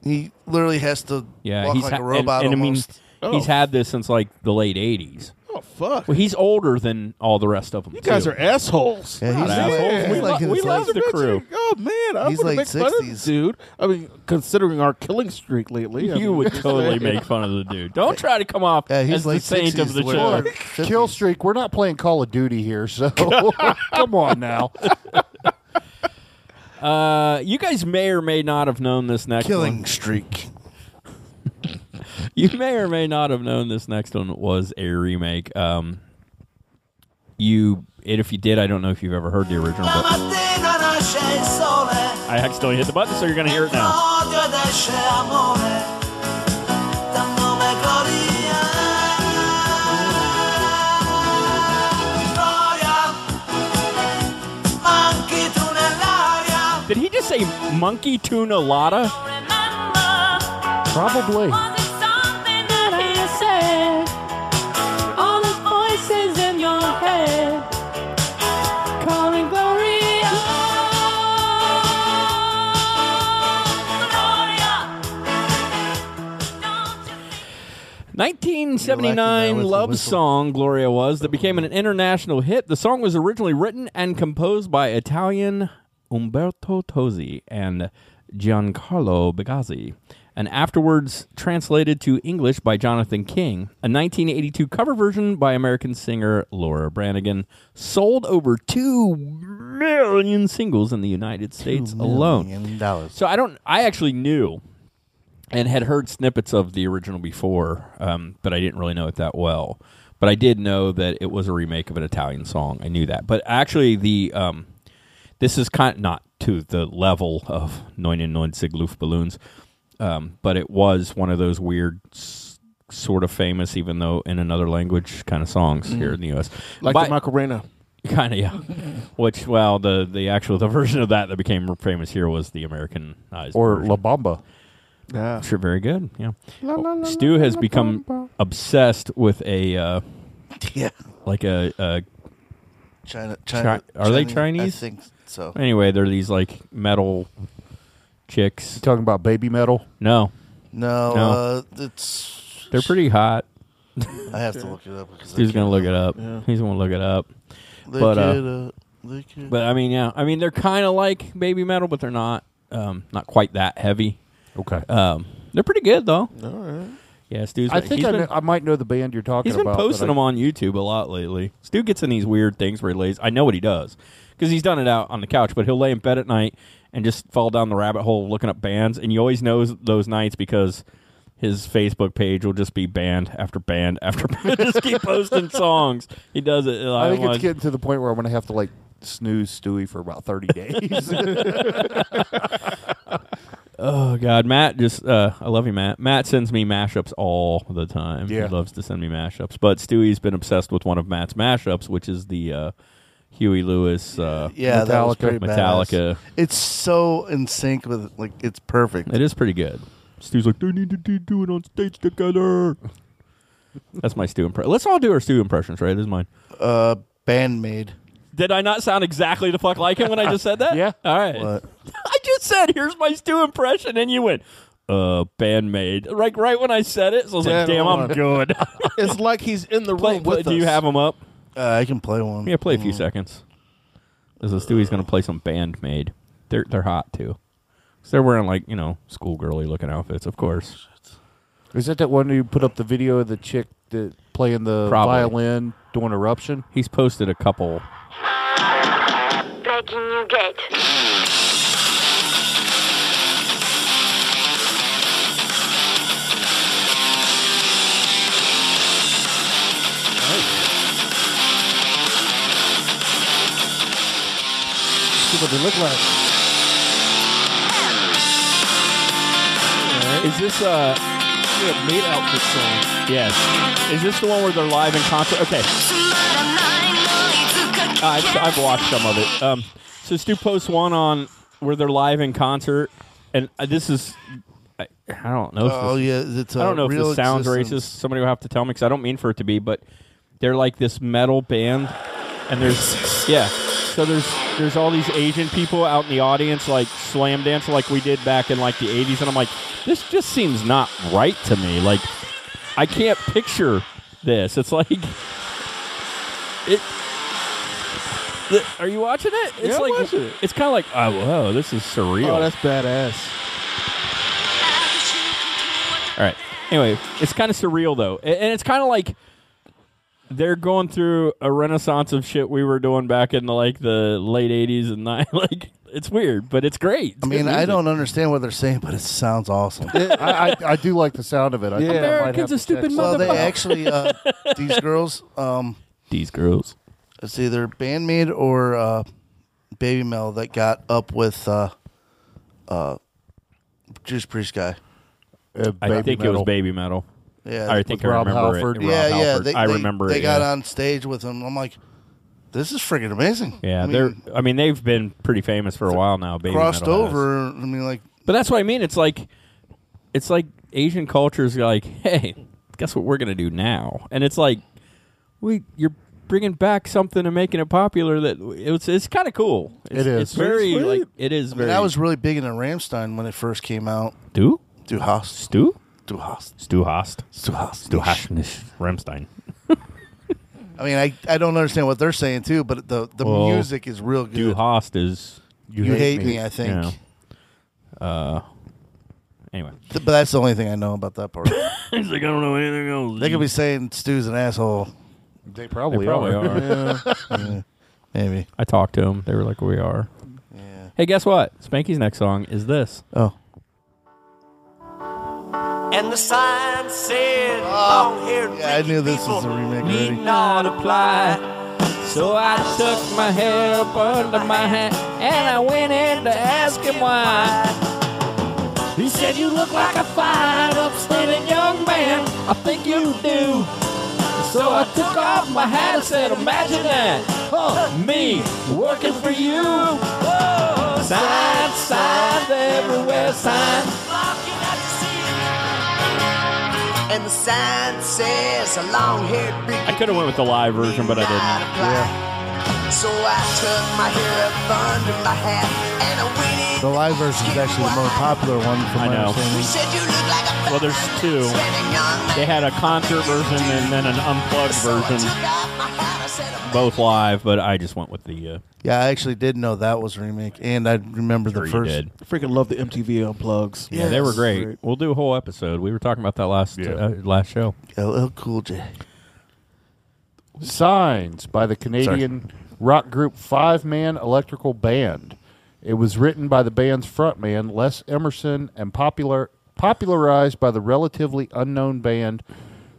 He literally has to yeah, walk he's like ha- a robot and, and almost. I mean, Oh. he's had this since like the late '80s. Oh fuck! Well, he's older than all the rest of them. you guys too. are assholes. Yeah, he's God, like- man. he's we like lo- in we his love late- the crew. 60s. Oh man, I He's would like make fun of 60s. this dude. I mean, considering our killing streak lately, I You mean, would just totally saying. make fun of the dude. Don't try to come off Yeah, he's as late the saint of 60s the to where- show. Kill streak. We're not playing Call of Duty here, so come on now. Uh, you guys may or may not have known this next one. Killing streak. you may or may not have known this next one was a remake. Um, you, and if you did, I don't know if you've ever heard the original, but mattina nasce il sole, I accidentally hit the button, so you're gonna hear it now. odio ed esce amore, dal nome gloria. Gloria, anche tu nell'aria. Did he just say monkey tuna lotta? Probably. Was it something that I said? All the voices in your head calling Gloria. Gloria. Don't you think You 1979 like that with the love whistle? Uh-huh. song Gloria was that became an international hit. The song was originally written and composed by Italian Umberto Tozzi and Giancarlo Bigazzi and afterwards translated to English by Jonathan King. A 1982 cover version by American singer Laura Branigan sold over 2 million singles in the United States alone. So I don't I actually knew and had heard snippets of the original before, um, but I didn't really know it that well. But I did know that it was a remake of an Italian song. I knew that. But actually, the um, this is kind not to the level of "99 Luftballons," um, but it was one of those weird, s- sort of famous, even though in another language, kind of songs here in the U.S. Mm-hmm. Like But- the Macarena. kind of yeah Mm-hmm. which well the the actual the version of that that became famous here was the americanized Or version. La Bamba. Yeah. sure very good yeah La, la, la, stu la, has la, become bum, bum. obsessed with a uh yeah like a, a China, Chi- China, are they Chinese? I chinese think so. anyway they're these like metal chicks talking about baby metal no No, uh, it's. they're pretty hot I have to look it up because I Stu's gonna can't look it up. remember. Yeah. He's gonna look it up. Look but it uh, up, look it but I mean, yeah, I mean they're kind of like baby metal, but they're not um, not quite that heavy. Okay, um, they're pretty good though. All right. Yeah, Stu's. I been- think he's I, been- kn- I might know the band you're talking He's been about. but posting I- them on YouTube a lot lately. Stu gets in these weird things where he lays. I know what he does because he's done it out on the couch, but he'll lay in bed at night and just fall down the rabbit hole looking up bands. And you always know those nights because his Facebook page will just be band after band after band. just keep posting songs. He does it. I think otherwise- it's getting to the point where I'm going to have to like snooze Stewie for about 30 days. Oh God, Matt just uh, I love you, Matt. Matt sends me mashups all the time. Yeah. He loves to send me mashups. But Stewie's been obsessed with one of Matt's mashups, which is the uh, Huey Lewis uh, Yeah, that was pretty Metallica. badass. It's so in sync with like it's perfect. It is pretty good. Stu's like they need to do- do it on stage together. That's my Stew impression. Let's all do our Stew impressions, right? This is mine. Uh, bandmade. Did I not sound exactly the fuck like him when I just said that? yeah. All right. I just said, "Here's my Stew impression," and you went, "Uh, bandmade." Like right when I said it, so I was like, Dead "Damn, on. I'm good." it's like he's in the room with do you us. have them up? Uh, I can play one. Yeah, play a few seconds. This is Stewie's going to play some band made. They're they're hot too. So they're wearing like you know schoolgirly looking outfits, of course. Is that that one who put up the video of the chick that playing the Probably. violin doing eruption? He's posted a couple. Breaking your gate. See what they look like. Is this uh? a meat outfit song? Yes. Is this the one where they're live in concert? Okay. I've, I've watched some of it. Um, so Stu posts one on where they're live in concert, and uh, this is I, I don't know. If Oh, this, yeah, it's, I uh, don't know if Real this sounds Existence. racist. Somebody will have to tell me because I don't mean for it to be, but they're like this metal band, and there's yeah. So there's there's all these Asian people out in the audience like slam dance like we did back in like the 80s, and I'm like, this just seems not right to me. Like I can't picture this. It's like it. the- are you watching it? It's Yeah, I'm like watching it. it's kind of like oh whoa, this is surreal. Oh, that's badass. All right. Anyway, it's kind of surreal though, A- and it's kind of like they're going through a renaissance of shit we were doing back in the, like the late '80s and nine. Like it's weird, but it's great. It's I mean, good I music. don't understand what they're saying, but it sounds awesome. I, I, I do like the sound of it. I think I might have to check some- Well, they actually uh, these girls. Um, these girls. It's either bandmate or uh, baby Mel that got up with uh, uh, Juice Priest guy. Uh, I think it was baby metal. Yeah, I think I With Rob remember Halford. it. Yeah, Rob yeah. Halford. They, I they- remember they it. got yeah. on stage with him. I'm like, this is freaking amazing. Yeah, I mean, they're. I mean, they've been pretty famous for a while now. Baby crossed metal has. over. I mean, like, But that's what I mean. It's like, it's like Asian culture's like, hey, guess what we're gonna do now? And it's like, we you're bringing back something and making it popular. That it's it's kind of cool. It's, It is. It's very Sweet. like it is I very. mean, I was really big into Ramstein when it first came out. Do? Do Haas. Stu? Du hast. Stu Hast. Stu Hast. Stu Hast. Ramstein. I mean, I, I don't understand what they're saying too, but the the Well, music is real good. Du Hast is You You Hate Hate Me, Me, I think. know. Uh, anyway, Th- but that's the only thing I know about that part. He's like, I don't know anything else. They could be saying Stu's an asshole. They They probably are. Yeah. Maybe. I talked to them. They were like, "We are." Hey, guess what? Spanky's next song is this. Oh, And the sign said, long haired I knew this was a remake already. not apply. So I took my hair up under my hat and I went in to ask him why. He said, You look like a fine, upstanding young man. I think you do. So I took off my hat and said, Imagine that. Huh, me working for you. Signs, signs everywhere, signs. And the sign says, A long haired I could have went with the live version, but I didn't. So I took my hair up under my hat and I went in. the live version is actually the more popular one from I my know. understanding. Well, there's two. They had a concert version and then an unplugged version, "Oh, both live. But I just went with the. Uh, Yeah, I actually did know that was a remake, and I remember the Sure you first. did. Freaking love the MTV unplugs. yeah, they were great. We'll do a whole episode. We were talking about that last uh, last show. LL Cool J. Signs by the Canadian rock group Five Man Electrical Band. It was written by the band's frontman Les Emerson and popular popularized by the relatively unknown band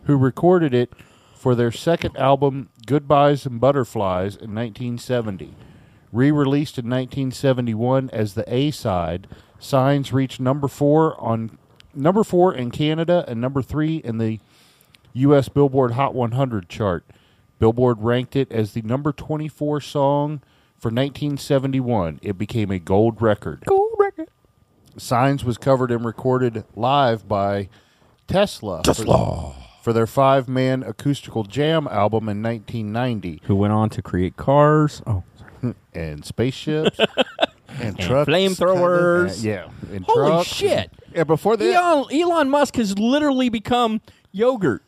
who recorded it for their second album Goodbyes and Butterflies in 1970. Re-released in 1971 as the A-side, Signs reached number 4 on number 4 in Canada and number 3 in the U.S. Billboard Hot 100 chart. Billboard ranked it as the number 24 song for 1971. It became a gold record. Gold record. Signs was covered and recorded live by Tesla. Tesla. For, their five man acoustical jam album in 1990. Who went on to create cars? Oh, and spaceships. and trucks, flamethrowers. kinda. Uh, yeah. And Holy trucks. shit! Yeah, before that- Elon, Elon Musk has literally become yogurt.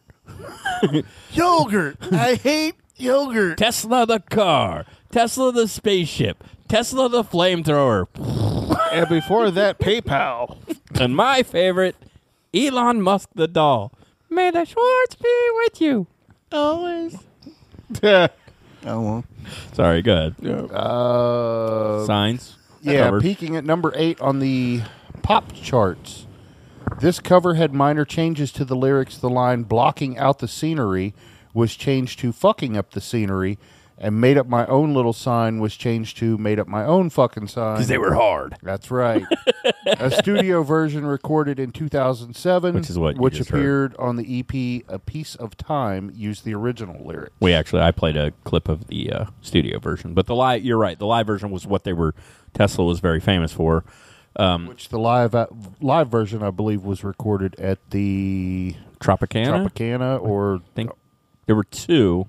yogurt. I hate yogurt. Tesla the car. Tesla the spaceship. Tesla the flamethrower. and before that, PayPal. And my favorite, Elon Musk the doll. May the Schwartz be with you always. Oh, I won't. Sorry, go ahead. Uh, Signs. Yeah, Covered. peaking at number eight on the pop charts. This cover had minor changes to the lyrics. The line "blocking out the scenery" was changed to "fucking up the scenery," and "made up my own little sign" was changed to "made up my own fucking sign." 'Cause they were hard. That's right. a studio version recorded in 2007, Which is what you which just heard. appeared on the EP "A Piece of Time," used the original lyric. We actually, I played a clip of the uh, studio version, but the live. You're right. The live version was what they were. Tesla was very famous for. Um, Which the live uh, live version, I believe, was recorded at the Tropicana? Tropicana, or think there were two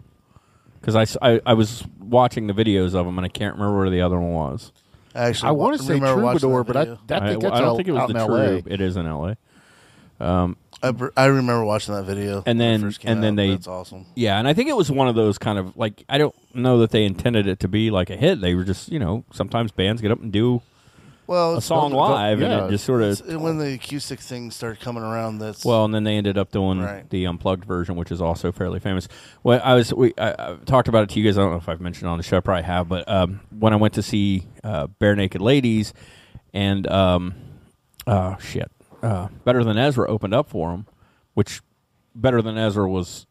because I, s- I- I was watching the videos of them and I can't remember where the other one was. Actually, I want to say Troubadour, but I, that I, think well, that's I don't out- think it was out the in LA. True. It is in LA. Um, I, br- I remember watching that video. and when it then first came and then out. they That's awesome. Yeah, and I think it was one of those kind of like I don't know that they intended it to be like a hit. They were just you know sometimes bands get up and do Well, a it's- song live and yeah. it just sort of It's- when the acoustic things started coming around. That's Well, and then they ended up doing Right. the unplugged version, which is also fairly famous. Well, I was we I, I've talked about it to you guys. I don't know if I've mentioned it on the show. I probably have, but um, when I went to see uh, Bare Naked Ladies, and um, uh, shit, uh, Better Than Ezra opened up for him, which Better Than Ezra was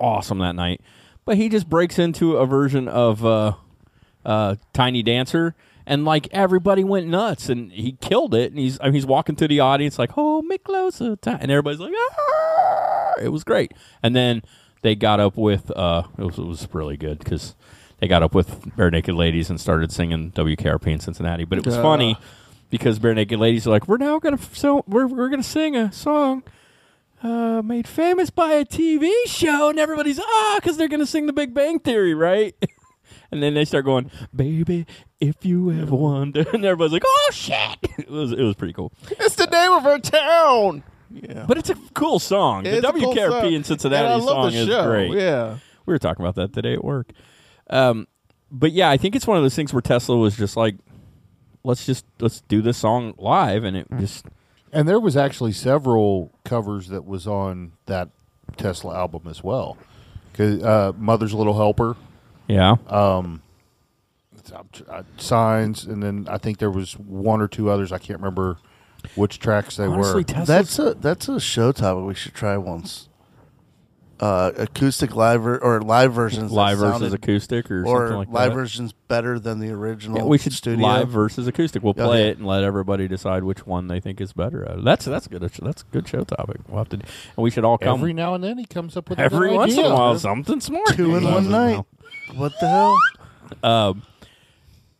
awesome that night. But he just breaks into a version of uh, uh, Tiny Dancer. And like everybody went nuts, and he killed it. And he's I mean, he's walking through the audience like, "Hold me closer," ti-" and everybody's like, "Ah!" it was great. And then they got up with uh, it was, it was really good because they got up with Bare Naked Ladies and started singing WKRP in Cincinnati. But it was Duh. funny because Bare Naked Ladies are like, we're now gonna f- so we're we're gonna sing a song. Uh, made famous by a TV show, and everybody's ah, because they're gonna sing The Big Bang Theory, right? and then they start going, "Baby, if you ever wonder," and everybody's like, "Oh shit!" it was it was pretty cool. It's the name of our town. Yeah. But it's a cool song. It's the a cool WKRP song. in Cincinnati And I love song the is show, great. yeah. We were talking about that today at work. Um, but yeah, I think it's one of those things where Tesla was just like, let's just let's do this song live, and Hmm. it just And there was actually several covers that was on that Tesla album as well. 'Cause, uh, Mother's Little Helper. Yeah. Uh, Um, it's- I'm tr- I- uh, signs, and then I think there was one or two others. I can't remember which tracks they were. that's a that's a show topic we should try once. Uh, acoustic live ver- or live versions, that Live versus sounded- acoustic or something like live that. versions better than the original. Yeah, we should studio live versus acoustic. We'll play Okay. it and let everybody decide which one they think is better. Uh, That's that's good. That's a good show topic. We'll have to, and we should all come Every now and then he comes up with Every another once in a idea. while, something smart. Two in one night. What the hell? Um,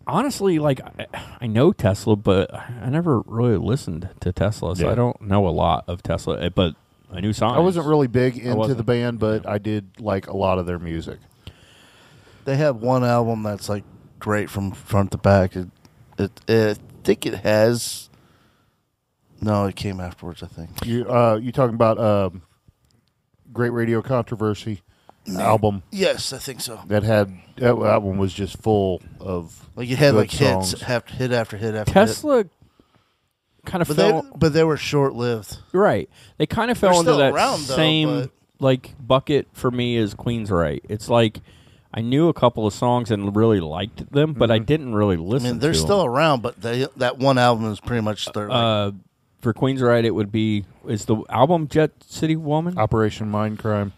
honestly, like I, I know Tesla, but I never really listened to Tesla, so Yeah. I don't know a lot of Tesla. eh, But I knew songs. I wasn't really big I into wasn't. the band, but I did like a lot of their music. They have one album that's like great from front to back. It, it, it I think it has. No, it came afterwards. I think. You uh, you talking about um, Great Radio Controversy album? Yes, I think so. That had that, that one was just full of Like it had good like hits, songs. haf- hit after hit after hit. Tesla kind of but fell. they, but they were short lived. Right. They kind of They're fell into still that around, though, same but- like bucket for me as Queen's right. It's like I knew a couple of songs and really liked them, but I didn't really Mm-hmm. I listen. mean, they're to 'em. still around, but they that one album is pretty much their. like, uh, for Queen's right. It would be is the album Jet City Woman Operation Mindcrime.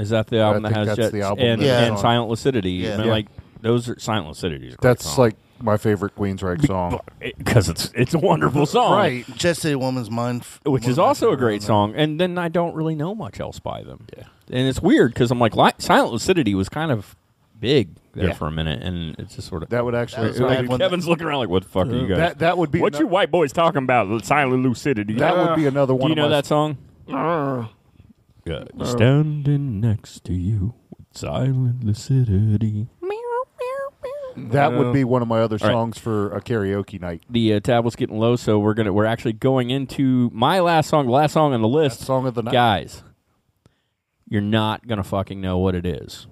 Is that the I album that think has that's Jet the album and, that's and on. Silent Lucidity? Yeah. I mean, Yeah. like those are Silent Lucidity. Is a great That's song. like my favorite Queensryche song because it's it's a wonderful song, right? Jet City Woman's Mind, f- Uh, Which one is of my also a favorite great on there. song, and then I don't really know much else by them. Yeah, and it's weird because I'm like, li- Silent Lucidity was kind of big there Yeah. for a minute, and it's just sort of That would actually- That was Like, back when- Kevin's looking around like, "What the fuck are you guys?" That- that would be what ano- you white boys talking about. Silent Lucidity. That would be another Do one you of know my- Uh, that song? Yeah. Standing next to you with silent lucidity. That would be one of my other All right. songs for a karaoke night. The uh, tablet's getting low, so we're gonna we're actually going into my last song, the last song on the list. song of the night. guys. You're not gonna fucking know what it is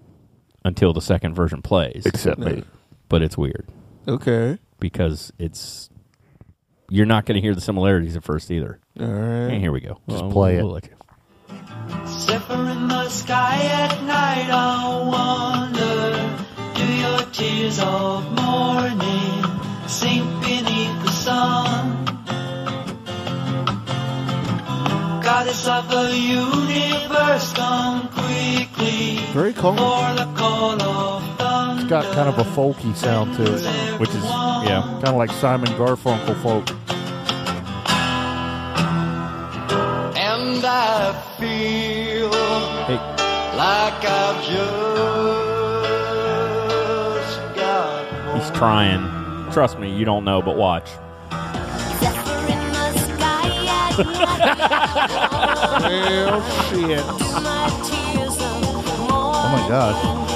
until the second version plays. Except me. but it's weird. Okay. because it's you're not gonna hear the similarities at first either. All right. And here we go. Just Well, play we'll it. let you- Zephyr in the sky at night, I wonder, do your tears of morning sink beneath the sun? Goddess of the universe, come quickly Very cool. for the call of thunder. It's got kind of a folky sound to it, which is yeah, kind of like Simon Garfunkel folk. And I feel like I've just got He's trying. Trust me, you don't know, but watch. Well, shit. Oh my god.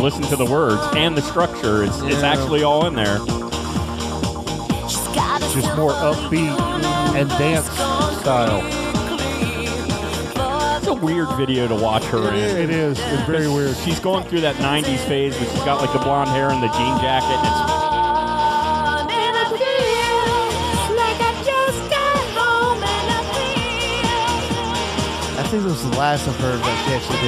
Listen to the words and the structure. It's, it's actually all in there. It's just more upbeat and dance style. It's a weird video to watch her in. It is. It's very weird. She's going through that 90s phase where she's got like the blonde hair and the jean jacket. And I think this was the last I've heard that she actually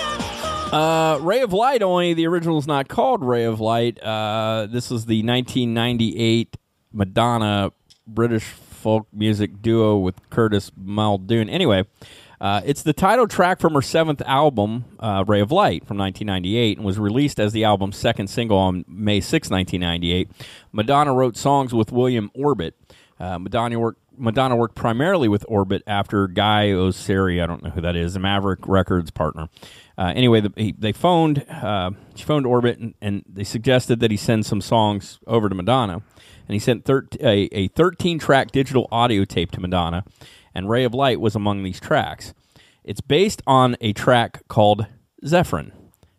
did good. it's, uh, Ray of Light only. The original is not called Ray of Light. Uh, this is the 1998 Madonna British folk music duo with Curtis Muldoon. Anyway. Uh, it's the title track from her seventh album, uh, Ray of Light, from 1998, and was released as the album's second single on May 6, 1998. Madonna wrote songs with William Orbit. Uh, Madonna worked Madonna worked primarily with Orbit after Guy Osiri, I don't know who that is, the Maverick Records partner. Uh, anyway, the, he, they phoned uh, she phoned Orbit and, and they suggested that he send some songs over to Madonna, and he sent thir- a, a 13 track digital audio tape to Madonna, and Ray of Light was among these tracks. It's based on a track called Zephyrin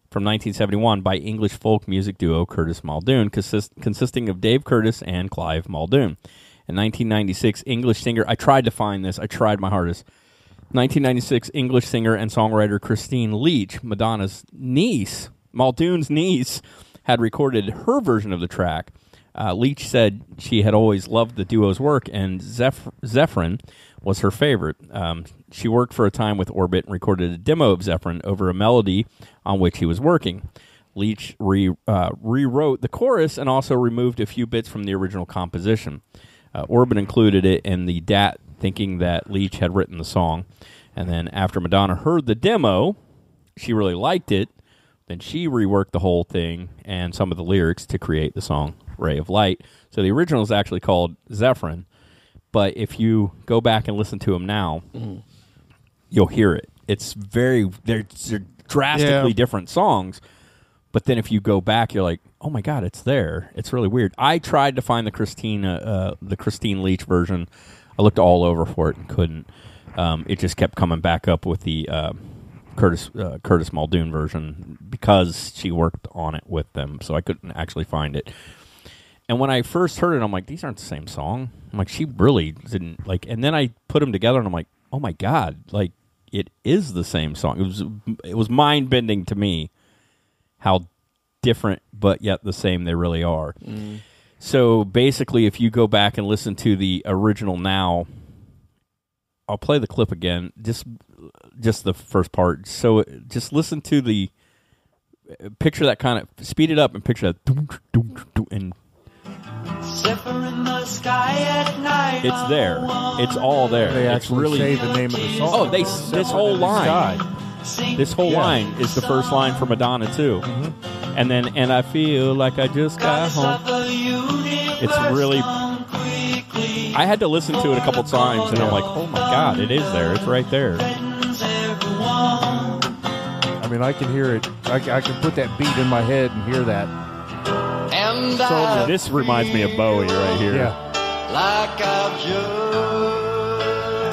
from 1971 by English folk music duo Curtis Muldoon, consist- consisting of Dave Curtis and Clive Muldoon. In 1996, English singer. I tried to find this. I tried my hardest. 1996, English singer and songwriter Christine Leach, Madonna's niece, Muldoon's niece, had recorded her version of the track. Uh, Leach said she had always loved the duo's work, and Zeph- Zephyrin was her favorite. Um, she worked for a time with Orbit and recorded a demo of Zephyrin over a melody on which he was working. Leach re, uh, rewrote the chorus and also removed a few bits from the original composition. Uh, Orbit included it in the DAT, thinking that Leach had written the song. And then after Madonna heard the demo, she really liked it. Then she reworked the whole thing and some of the lyrics to create the song Ray of Light. So the original is actually called Zephyrin, but if you go back and listen to them now, you'll hear it. It's very they're, they're drastically Yeah. different songs. But then if you go back, you're like, oh my god, it's there. It's really weird. I tried to find the Christina, uh, the Christine Leach version. I looked all over for it and couldn't. Um, it just kept coming back up with the uh, Curtis uh, Curtis Muldoon version because she worked on it with them, so I couldn't actually find it. And when I first heard it, I'm like, these aren't the same song. I'm like, she really didn't like. And then I put them together, and I'm like, oh my god, like it is the same song. It was it was mind bending to me how different but yet the same they really are. Mm. So basically, if you go back and listen to the original now, I'll play the clip again. Just just the first part. So uh, just listen to the uh, picture that kind of speed it up and picture that dunk, dunk, dunk, and Zephyr in the sky at night. It's there. It's all there. They It's actually really, say the name of the song. Oh, they this whole line. This whole Yeah. Mm-hmm. line is the first line for Madonna too. And then and I feel like I just got home. It's really I had to listen to it a couple times and I'm like, "Oh my god, it is there. It's right there." I mean, I can hear it. I, I can put that beat in my head and hear that. And So- I, This reminds me of Bowie right here. Yeah, like I've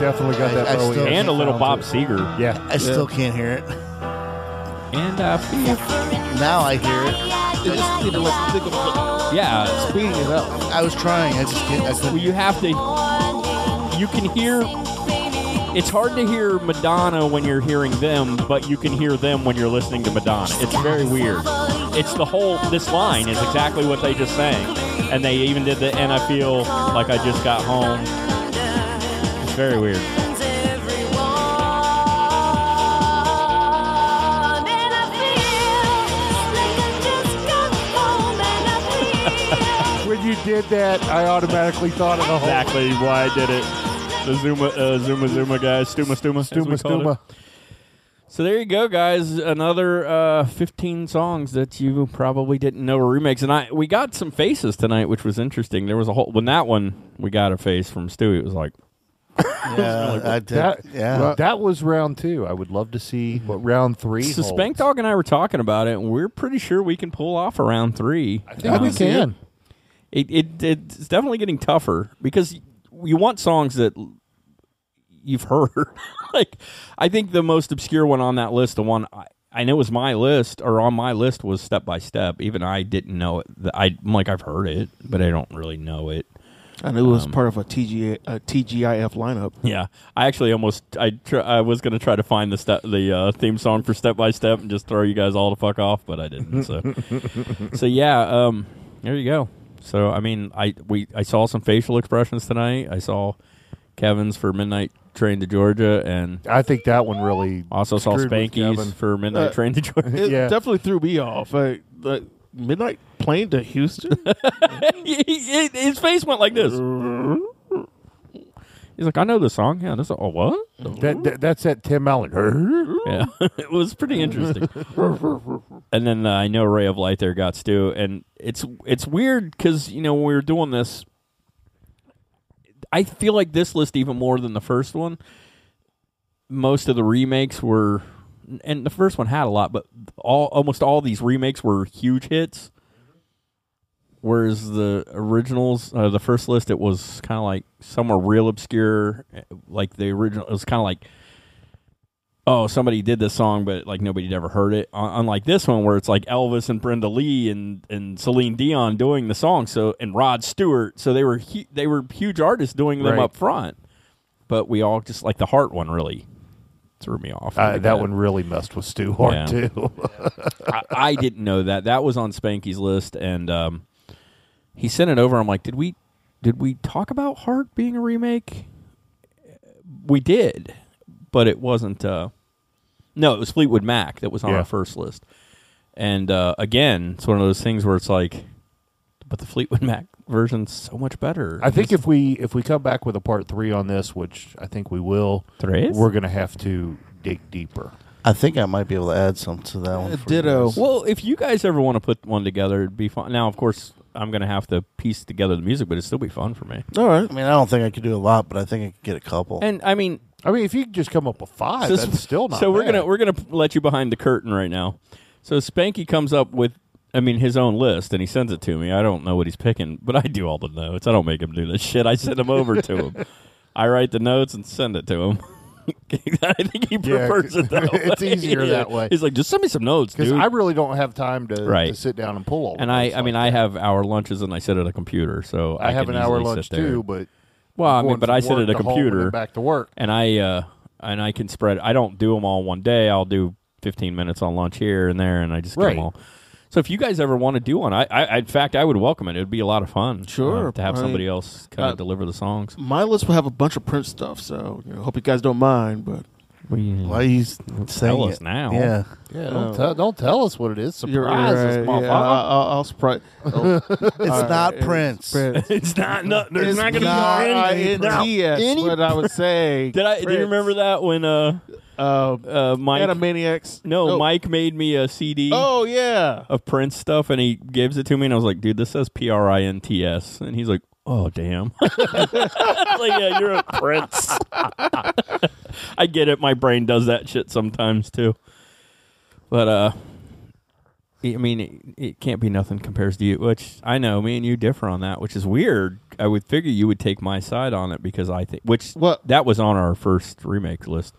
definitely got that I Bowie. still- And a little Bob Seger. Yeah. I still can't hear it. And uh, I feel. Now I hear it. Yeah, speeding it up. I was trying. I just can't. I couldn't. Well, you have to. You can hear. It's hard to hear Madonna when you're hearing them, but you can hear them when you're listening to Madonna. It's very weird. It's the whole. This line is exactly what they just sang, and they even did the "And I feel like I just got home." It's very weird. When you did that, I automatically thought of the whole exactly why I did it. The Zuma, uh, Zuma, Zuma guys, Stuma, Stuma, as we Stuma called it. Stuma. So there you go, guys. Another uh, 15 songs that you probably didn't know were remakes, and I we got some faces tonight, which was interesting. There was a whole when that one we got a face from Stewie. It was like, Yeah, I did. That, yeah. well, that was round two. I would love to see what round three. so holds. Spank Dog and I were talking about it, and we're pretty sure we can pull off around three. I think we can. It, it it's definitely getting tougher because you want songs that you've heard. like I think the most obscure one on that list, the one I, I know was my list or on my list was Step by Step. Even I didn't know it. The- I, I'm like I've heard it, but I don't really know it. I knew it was Um, part of a, TGA, a TGIF lineup. Yeah, I actually almost I tr- I was gonna try to find the step the uh, theme song for Step by Step and just throw you guys all the fuck off, but I didn't. So, so yeah, um, there you go. So I mean, I we I saw some facial expressions tonight. I saw Kevin's for Midnight Train to Georgia, and I think that one really also saw screwed with Kevin. Spanky's for Midnight Uh, Train to Georgia. It definitely threw me off. Like, like, midnight plane to Houston. His face went like this. He's like, I know this song. Yeah, this. Oh, what? That, that- that's that Tim Allen. Oh Yeah, it was pretty interesting. and then uh, I know Ray of Light there got Stu, and it's it's weird because you know when we were doing this, I feel like this list even more than the first one. Most of the remakes were, and the first one had a lot, but all almost all these remakes were huge hits. Whereas the originals, uh, the first list, it was kind of like some were real obscure, eh, like the original. It was kind of like oh, somebody did this song, but like nobody'd ever heard it. Un- Unlike this one, where it's like Elvis and Brenda Lee and and Celine Dion doing the song, so and Rod Stewart, so they were hu- they were huge artists doing them Right. up front. But we all just like the heart one really threw me off. Uh, that one really messed with Stu hard, too. I, I didn't know that. That was on Spanky's list, and um, he sent it over. I'm like, did we did we talk about Heart being a remake? We did, but it wasn't. Uh, no, it was Fleetwood Mac that was on Yeah. our first list. And uh, again, it's one of those things where it's like, but the Fleetwood Mac version's so much better. I think if we if we come back with a part three on this, which I think we will, Tres? we're going to have to dig deeper. I think I might be able to add some to that one. for you guys. Well, if you guys ever want to put one together, it'd be fun. Now, of course, I'm going to have to piece together the music, but it'd still be fun for me. All right. I mean, I don't think I could do a lot, but I think I could get a couple. And I mean, I mean, if you could just come up with five, So that's sp- still not. So we're bad. gonna we're gonna p- let you behind the curtain right now. So Spanky comes up with, I mean, his own list, and he sends it to me. I don't know what he's picking, but I do all the notes. I don't make him do this shit. I send them over to him. I write the notes and send it to him. I think he Yeah, prefers it that it's way. easier Yeah. that way. He's like, just send me some notes, because dude. I really don't have time to, to Right. sit down and pull all. and I, I mean, I have hour lunches, and I sit at a computer, so I, I, have can an hour easily lunch sit there. too, but Well, I mean, going but from I sit work at a to home and then computer, back to work. and I uh, and I can spread. I don't do them all in one day. I'll do fifteen minutes on lunch here and there, and I just get Right. them all. So if you guys ever want to do one, I, I I- in fact I would welcome it. It would be a lot of fun. uh, Sure. to have I- somebody else kind uh, of deliver the songs. My list will have a bunch of Prince stuff, so you know, hope you guys don't mind. But Why are you s- saying Tell us it? now. Yeah. yeah, Oh. don't, tell don't tell us what it is. Surprise You're right, us, yeah, motherfucker. I'll, I'll- I'll surprise. oh. Uh, It's All not it's Prince. It's not. No, there's It's not going to not be any. no. INTS, Any what I would say. Did I? Do you Prince. remember that when uh Uh, uh Mike? Animaniacs. no, Oh. Mike Uh, made me a CD. Oh yeah. of Prince stuff, and he gives it to me, and I was like, "Dude, this says P R I N T S," and he's like, "Oh, damn!" I was like, "Yeah, you're a prince." I get it. My brain does that shit sometimes too, but uh, I mean, it, it can't be nothing compares to you. Which I know, me and you differ on that, which is weird. I would figure you would take my side on it because I think which that was on our first remake list.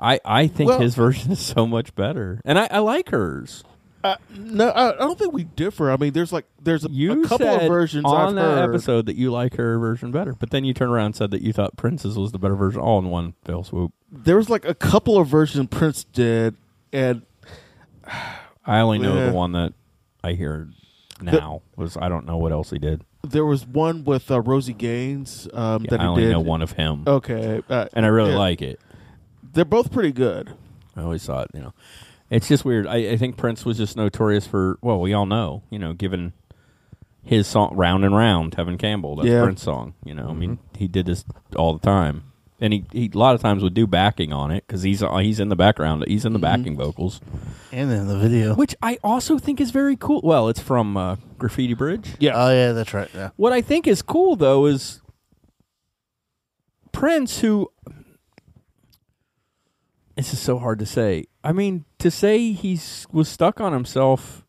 I, I think Well- his version is so much better, and I, I like hers. Uh, no, I, I don't think we differ. I mean, there's like there's a, You a couple said of versions on I've that heard. episode that you like her version better, but then you turn around and said that you thought Prince's was the better version, all in one fell swoop. There was like a couple of versions Prince did, and I only know Yeah. the one that I hear now was I don't know what else he did. there was one with uh, Rosie Gaines um, Yeah, that I he only did. know one of him. Okay, uh, and I really yeah. like it. They're both pretty good. I always thought, you know, it's just weird. I, I think Prince was just notorious for well, we all know, you know, given his song "Round and Round," Tevin Campbell, that's Yeah. Prince song. You know, I mean, he did this all the time, and he, he a lot of times would do backing on it because he's uh, he's in the background, he's in the backing vocals, And then the video. which I also think is very cool. Well, it's from uh, Graffiti Bridge. Yeah. Oh, yeah, that's right. Yeah. What I think is cool though is Prince, who this is so hard to say. I mean, to say he's was stuck on himself,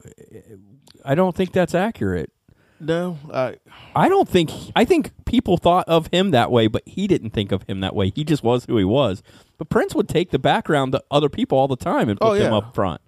I don't think that's accurate. No, I I don't think I think people thought of him that way, but he didn't think of him that way. He just was who he was. But Prince would take the background to other people all the time and put Oh, them yeah. up front.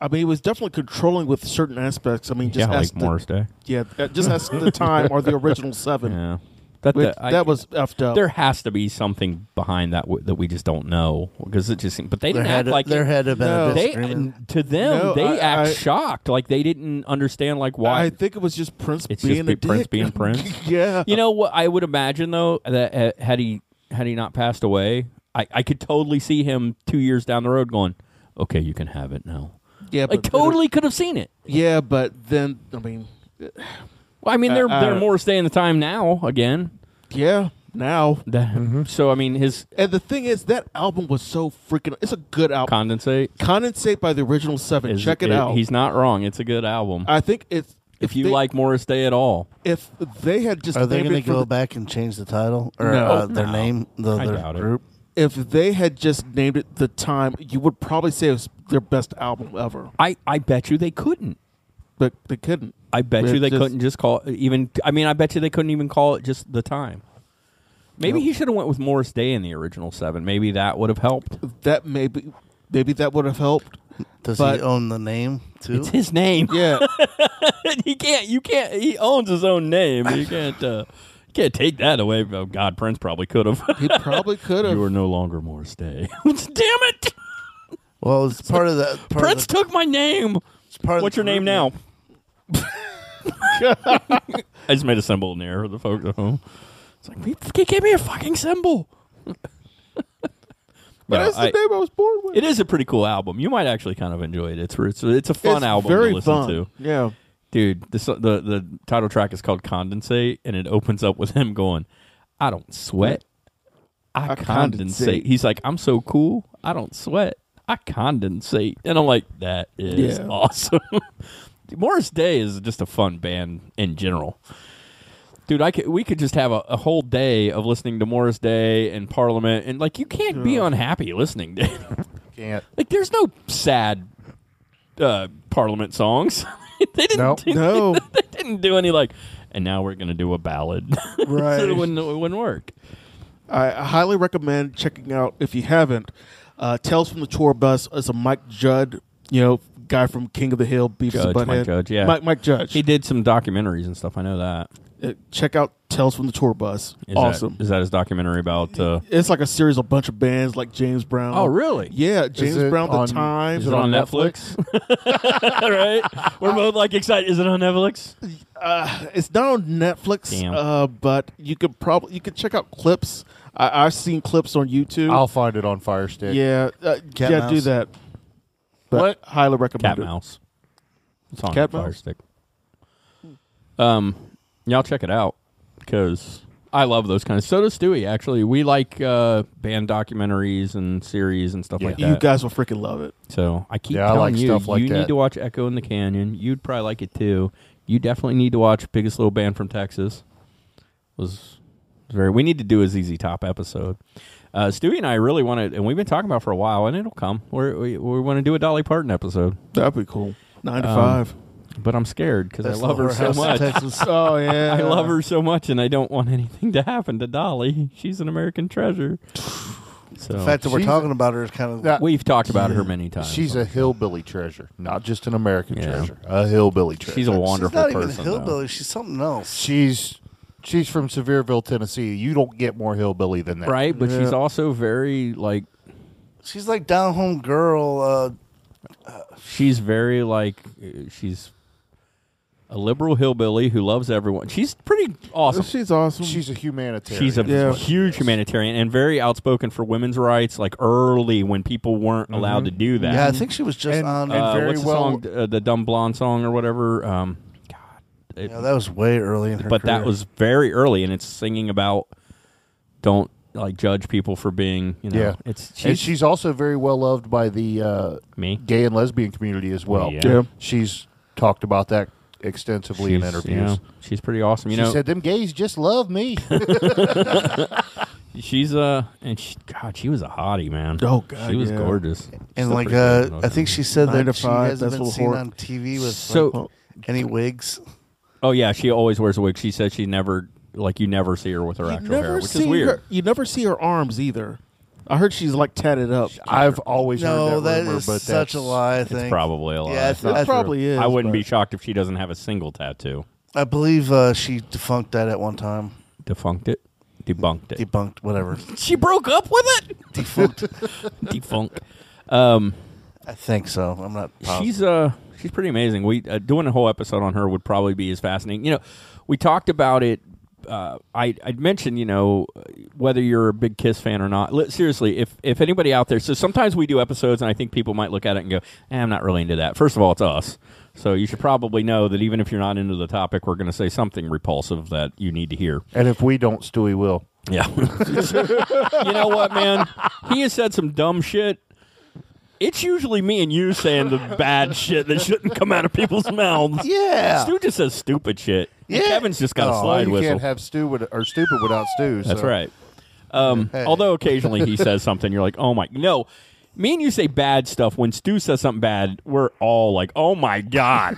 I mean, he was definitely controlling with certain aspects. I mean, just yeah, ask like the- Morris Day. Yeah, uh, just ask the time or the original seven. Yeah. That, Which- I- that was effed up. There has to be something behind that w- that we just don't know because it just. seemed- But they There didn't had act to- like there it- had to have been a No. They- disagreement. and to them, No, they I- act I- shocked, like they didn't understand like why. I think it was just Prince it's being just a be- Prince dick. being Prince. yeah, You know what? I would imagine though that uh, had he had he not passed away, I, I could totally see him two years down the road going, "Okay, you can have it now." yeah, like but- totally could have seen it. Yeah, but then I mean, Well, I mean, they're Uh, they're uh, more staying the time now again. yeah, now. That- Mm-hmm. So I mean, his And the thing is, that album was so freaking. It's a good album. condensate. Condensate by the original seven. is- Check it, i- out. He's not wrong. It's a good album. I think it's if, you they, like Morris Day at all, if they had just Are they named going to it for go the- back and change the title or No. uh, their No. name? The, I their doubt it. group? if they had just named it the time, you would probably say it was their best album ever. I, I bet you they couldn't. But they couldn't. I bet It you they just- couldn't just call it even. I mean, I bet you they couldn't even call it just the time. Maybe he should have went with Morris Day in the original seven. Maybe that would have helped. That maybe maybe that would have helped. Does But- he own the name too? It's his name. Yeah. you can't. You can't. He owns his own name. You can't. Uh, you can't take that away. Oh God, Prince probably could have. he probably could have. You are no longer Morris Day. Damn it! Well, it's part of that. Part Prince of took my name. What's your name now? I just made a symbol in the air for the folks at home. It's like he, he gave me a fucking symbol. But No, that's the I- name I was born with. It is a pretty cool album. You might actually kind of enjoy it. It's it's, it's a fun It's album very to listen fun. to. Yeah. dude. The, so- the the title track is called "Condensate" and it opens up with him going, "I don't sweat, I, I condensate. condensate. He's like, "I'm so cool, I don't sweat, I condensate," and I'm like, "That is Yeah. awesome." Morris Day is just a fun band in general. Dude, I could, we could just have a, a whole day of listening to Morris Day and Parliament, and like you can't be unhappy listening to. Can't. Like, there's no sad uh, Parliament songs. they didn't. Do, No. they didn't do any like. And now we're gonna do a ballad. Right. so it wouldn't, it wouldn't work. I I highly recommend checking out if you haven't. Uh, Tales from the Tour Bus is a Mike Judd, you know, guy from King of the Hill, Beavis Judge, and Butthead. Mike Judge, yeah, Mike, Mike Judge. He did some documentaries and stuff. I know that. Uh, check out Tales from the Tour Bus. Is awesome. That, is that his documentary about? Uh, it's like a series of a bunch of bands like James Brown. Oh, really? Yeah, James it Brown, The on- Times. is it on Netflix? right? We're both like excited. Is it on Netflix? Uh, it's not on Netflix, Damn. uh, but you could probably you could check out clips. I, I've seen clips on YouTube. I'll find it on Firestick. Yeah, uh, Cat yeah, Mouse. do that. But highly recommend Cat it. Mouse. It's on Cat Fire Mouse? Stick. Um, y'all check it out because I love those kind of. So does Stewie. Actually, we like uh, band documentaries and series and stuff like that. You guys will freaking love it. So I keep Yeah, I telling like you, stuff like you need that. to watch Echo in the Canyon. You'd probably like it too. You definitely need to watch Biggest Little Band from Texas. Was very. We need to do a ZZ Top episode. Uh, Stewie and I really want to, and we've been talking about it for a while, and it'll come. We're, we we want to do a Dolly Parton episode. That'd be cool. Nine to five. But I'm scared because I That's love her the so whorehouse in much. Texas. Oh, yeah. I love her so much, and I don't want anything to happen to Dolly. She's an American treasure. So The fact that we're She's- talking about her is kind of. That- We've talked about her many times. She's a hillbilly treasure, not just an American treasure. A hillbilly treasure. She's a wonderful She's not even person. though. hillbilly. She's something else. She's she's from Sevierville, Tennessee. You don't get more hillbilly than that, right? But she's also very like She's like down home girl. Uh, she's very like uh, she's a liberal hillbilly who loves everyone. She's pretty awesome. She's awesome. She's a humanitarian. She's a Yeah. huge humanitarian and very outspoken for women's rights. Like early when people weren't Mm-hmm. allowed to do that. yeah, I think she was just And- on. and Uh, very what's the well- song? Uh, the dumb blonde song or whatever. Um, God, it- yeah, that was way early in her but that career. was very early, and it's singing about don't like judge people for being you know. yeah, it's and she's, she's also very well loved by the uh, Me? gay and lesbian community as well. Yeah. Yeah. she's talked about that extensively in she's, interviews. you know, she's pretty awesome. You she know, said, "Them gays just love me." She's uh and she, God, she was a hottie, man. Oh, God, she was yeah. gorgeous. And Still like, pretty good uh, I looking. think she said Nine to that she five, hasn't that's been a seen whore. on TV with So- like, any wigs. Oh yeah, she always wears a wig. She said she never like you never see her with her actual hair, which is see weird. Her, you never see her arms either. I heard she's like tatted up. I've always No, heard that, that rumor, is but such a that's- lie. I It's think probably a lie. Yeah, I, th- It I, probably is. I wouldn't be but- shocked if she doesn't have a single tattoo. I believe uh, she defunct that at one time. Defunked it, debunked it, Debunked, whatever. She broke up with it. defunct. Defunct. Um, I think so. I'm not. Positive. She's uh she's pretty amazing. We uh, doing a whole episode on her would probably be as fascinating. You know, we talked about it. Uh, I I mentioned you know whether you're a big Kiss fan or not. Li- Seriously, if if anybody out there, so sometimes we do episodes and I think people might look at it and go, eh, "I'm not really into that." First of all, it's us, so you should probably know that even if you're not into the topic, we're going to say something repulsive that you need to hear. And if we don't, Stewie will. Yeah. you know what, man? He has said some dumb shit. It's usually me and you saying the bad shit that shouldn't come out of people's mouths. Yeah. Stu just says stupid shit. And Yeah. Kevin's just got a Oh, slide you whistle. can't have stew with, or stupid without stew. That's so. right. Um, Although occasionally he says something, you're like, oh my. No. Me and you say bad stuff. When Stu says something bad, we're all like, oh my God.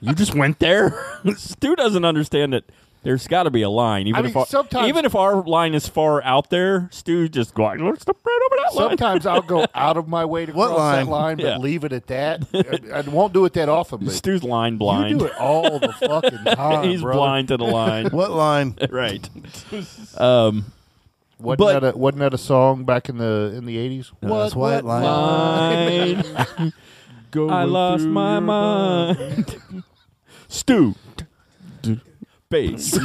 you just went there? Stu doesn't understand that There's got to be a line, even mean, if our, sometimes- even if our line is far out there. Stu just going, let's stop right over that line." Sometimes I'll go out of my way to What cross line? that line, but Yeah. leave it at that. I, I won't do it that often. But Stu's line blind. You do it all the fucking time. He's brother. blind to the line. What line? right. Um, Wasn't, But- that a, wasn't that a song back in the in the eighties? No, that's White Line. Line. I lost my mind. Stu. Bass.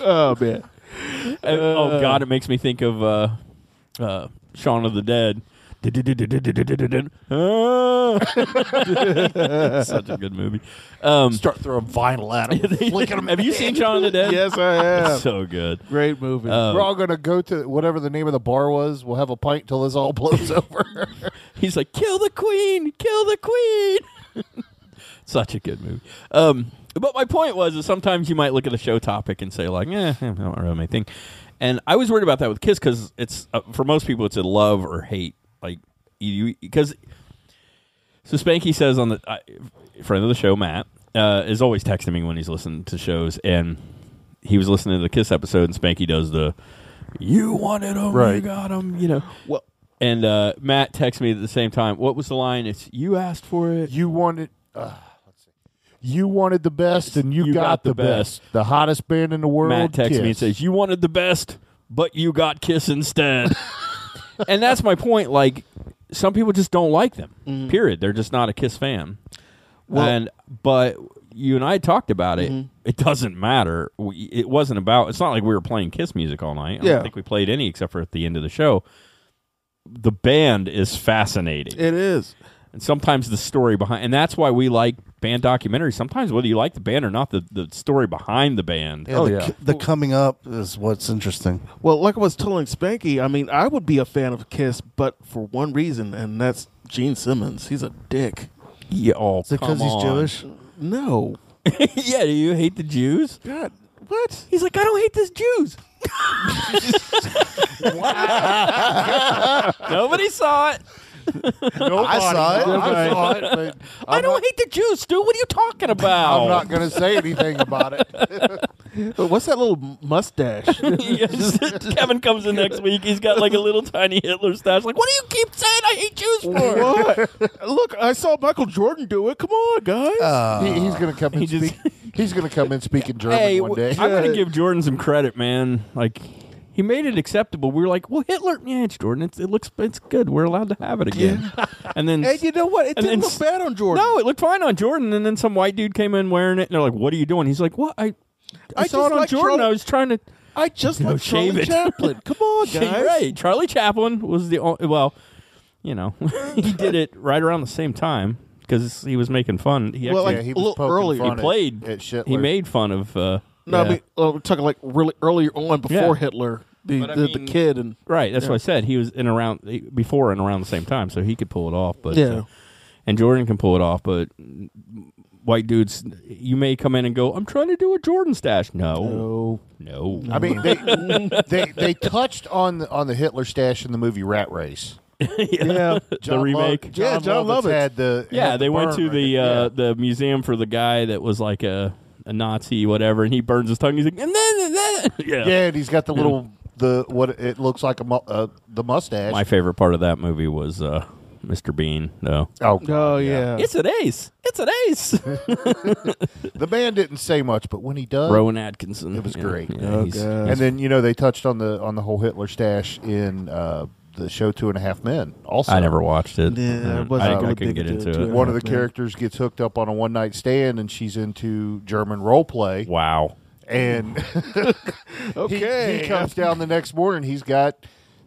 oh man. And- oh God, it makes me think of uh, uh, Shaun of the Dead. Such a good movie. Um, Start throwing vinyl at 'em, flicking 'em. Have you seen Shaun of the Dead? Yes, I have. It's so good. Great movie. We're all gonna go to whatever the name of the bar was. We'll have a pint till this all blows over. He's like, kill the queen, kill the queen. Such a good movie. Um, but my point was is sometimes you might look at a show topic and say like, eh, I don't really my thing. And I was worried about that with Kiss because it's uh, for most people it's a love or hate like you because so Spanky says on the I, friend of the show, Matt, uh, is always texting me when he's listening to shows, and he was listening to the Kiss episode, and Spanky does the "You wanted him, you Right. got him," you know. Well, and uh, Matt texts me at the same time. What was the line? It's you asked for it. You wanted. Uh, you wanted the best, and you, You got, got the the best. The hottest band in the world. Matt texts me and Kiss. says, "You wanted the best, but you got Kiss instead." and that's my point. Like some people just don't like them. Mhm. Period. They're just not a Kiss fan. Well- and but you and I talked about it. It doesn't matter. We, it wasn't about. It's not like we were playing Kiss music all night. I Yeah. don't think we played any except for at the end of the show. The band is fascinating. It is. And sometimes the story behind, and that's why we like band documentaries. Sometimes whether you like the band or not, the, the story behind the band. Yeah, the, the coming up is what's interesting. Well, like I was telling Spanky, I mean, I would be a fan of Kiss, but for one reason, and that's Gene Simmons. He's a dick. Yeah, oh, Is it 'cause come he's on. Jewish? No. yeah, do you hate the Jews? God, what? He's like, I don't hate this Jews. Nobody saw it. Nobody saw it. I saw it, but I don't hate the Jews, Stu. What are you talking about? I'm not going to say anything about it. But What's that little mustache? Yes. Kevin comes in next week. He's got like a little tiny Hitler stash. Like, what do you keep saying I hate Jews for? what? Look, I saw Michael Jordan do it. Come on, guys. Uh, He- he's going to Uh, come and speak. He's going to come and speak in German Hey, one day. I'm going to give Jordan some credit, man. Like, he made it acceptable. We were like, well, Hitler, yeah, it's Jordan. It's, it looks, it's good. We're allowed to have it again. And then, And you know what? It and didn't then look bad on Jordan. No, it looked fine on Jordan. And then some white dude came in wearing it, and they're like, "What are you doing?" He's like, "What? I, I, I saw it just on like Jordan. Charlie- I was trying to." I just No, like shave Charlie it. Chaplin. Come on, You're guys. Right, Charlie Chaplin was the only. Well, you know, he did it right around the same time because he was making fun. He actually, Well, like, Yeah, he was a little poking earlier. fun He at- played. at Schittler. he made fun of. Uh, No, I yeah. mean, well, we're talking like really earlier on before Yeah. Hitler, the, But I the, mean- the kid, and Right, that's yeah. what I said. He was in around before and around the same time, so he could pull it off. But Yeah. and Jordan can pull it off, but white dudes, you may come in and go, "I'm trying to do a Jordan stash." No, no, I mean, they, they they touched on the, on the Hitler stash in the movie Rat Race. yeah, the John Lo- remake. John Yeah, John Lovitz Lovitz. had the yeah, had they went burn to right the there. uh, Yeah. the museum for the guy that was like a, a Nazi, whatever, and he burns his tongue. He's like, and then, and then. yeah, Yeah, and he's got the little the what it looks like a mu- uh, the mustache. My favorite part of that movie was uh, Mr. Bean, though. oh, oh yeah, It's an ace. It's an ace. the man didn't say much, but when he does, Rowan Atkinson. It was Yeah, great. yeah, Oh, he's- God. and then you know they touched on the on the whole Hitler stash in uh, the show Two and a Half Men. Also, I never watched it. Yeah, I Mm, wasn't I, really I couldn't big get into into it, it. too. one of the Yeah. characters gets hooked up on a one night stand, and she's into German role play. Wow. And he- okay. he, comes down the next morning. He's got.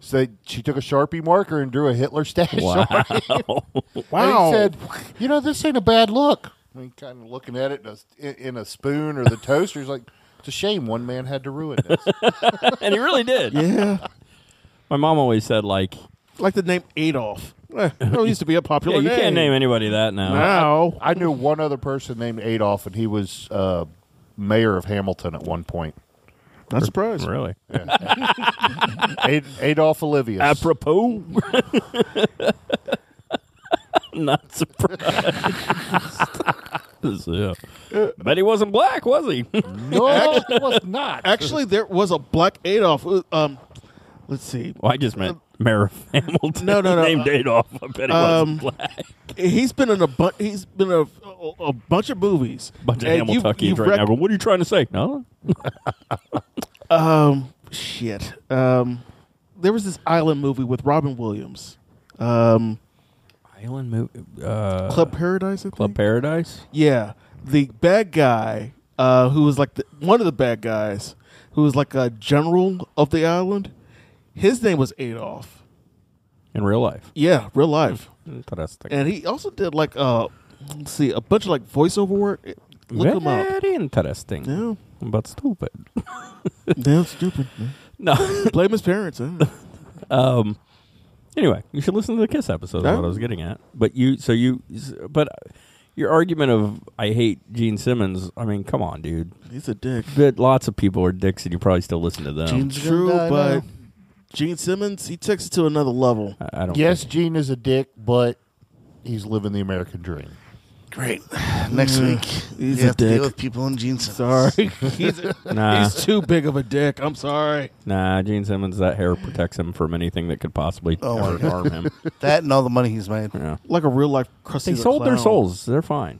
So she took a sharpie marker and drew a Hitler stash. on Wow. it. And he said, "You know, this ain't a bad look." I mean, kind of looking at it in a, in a spoon or the toaster. He's like, "It's a shame one man had to ruin this." and he really did. yeah, My mom always said, like, like the name Adolf. Eh, That used to be a yeah, popular. you can't name anybody that now. now. I knew one other person named Adolf, and he was uh, mayor of Hamilton at one point. Not surprised. Really? Ad- Adolf Olivius. Apropos. Not surprised. yeah. But he wasn't black, was he? Actu- not. Actually, there was a black Adolf. Uh, Um, let's see. Well, I just meant Merriff Hamilton. No, no, no. Named Uh, Adolf. I bet he um, wasn't black. He's been in a bu- he's been in a, a, a bunch of movies. Bunch of And you've- Hamiltuckians you've right now. rec- But what are you trying to say? No. Um, shit. Um, there was this island movie with Robin Williams. Um, island movie. Uh, Club Paradise. I Club think? Paradise. Yeah, the bad guy uh, who was like the, one of the bad guys who was like a general of the island. His name was Adolf. In real life. Yeah, Hmm. real life. Interesting. And he also did like uh, let's see, a bunch of like voiceover work. Look him up. Very interesting. But stupid. Damn stupid. No. Blame his parents. huh? Um. Anyway, you should listen to the Kiss episode. Is Yeah. what I was getting at. But you, so you, but uh, your argument of I hate Gene Simmons. I mean, come on, dude. He's a dick. But lots of people are dicks, and you probably still listen to them. True, but Gene Simmons he takes it to another level. I don't. Yes, Gene is a dick, but he's living the American dream. Great. Next Mm, week, he's you a have to dick. deal with people in jeans. Sorry, he's, Nah. he's too big of a dick. I'm sorry. Nah, Gene Simmons. That hair protects him from anything that could possibly Oh, my ever God. harm him. That and all the money he's made. Yeah. Like a real life crusty. They sold their souls. They're fine.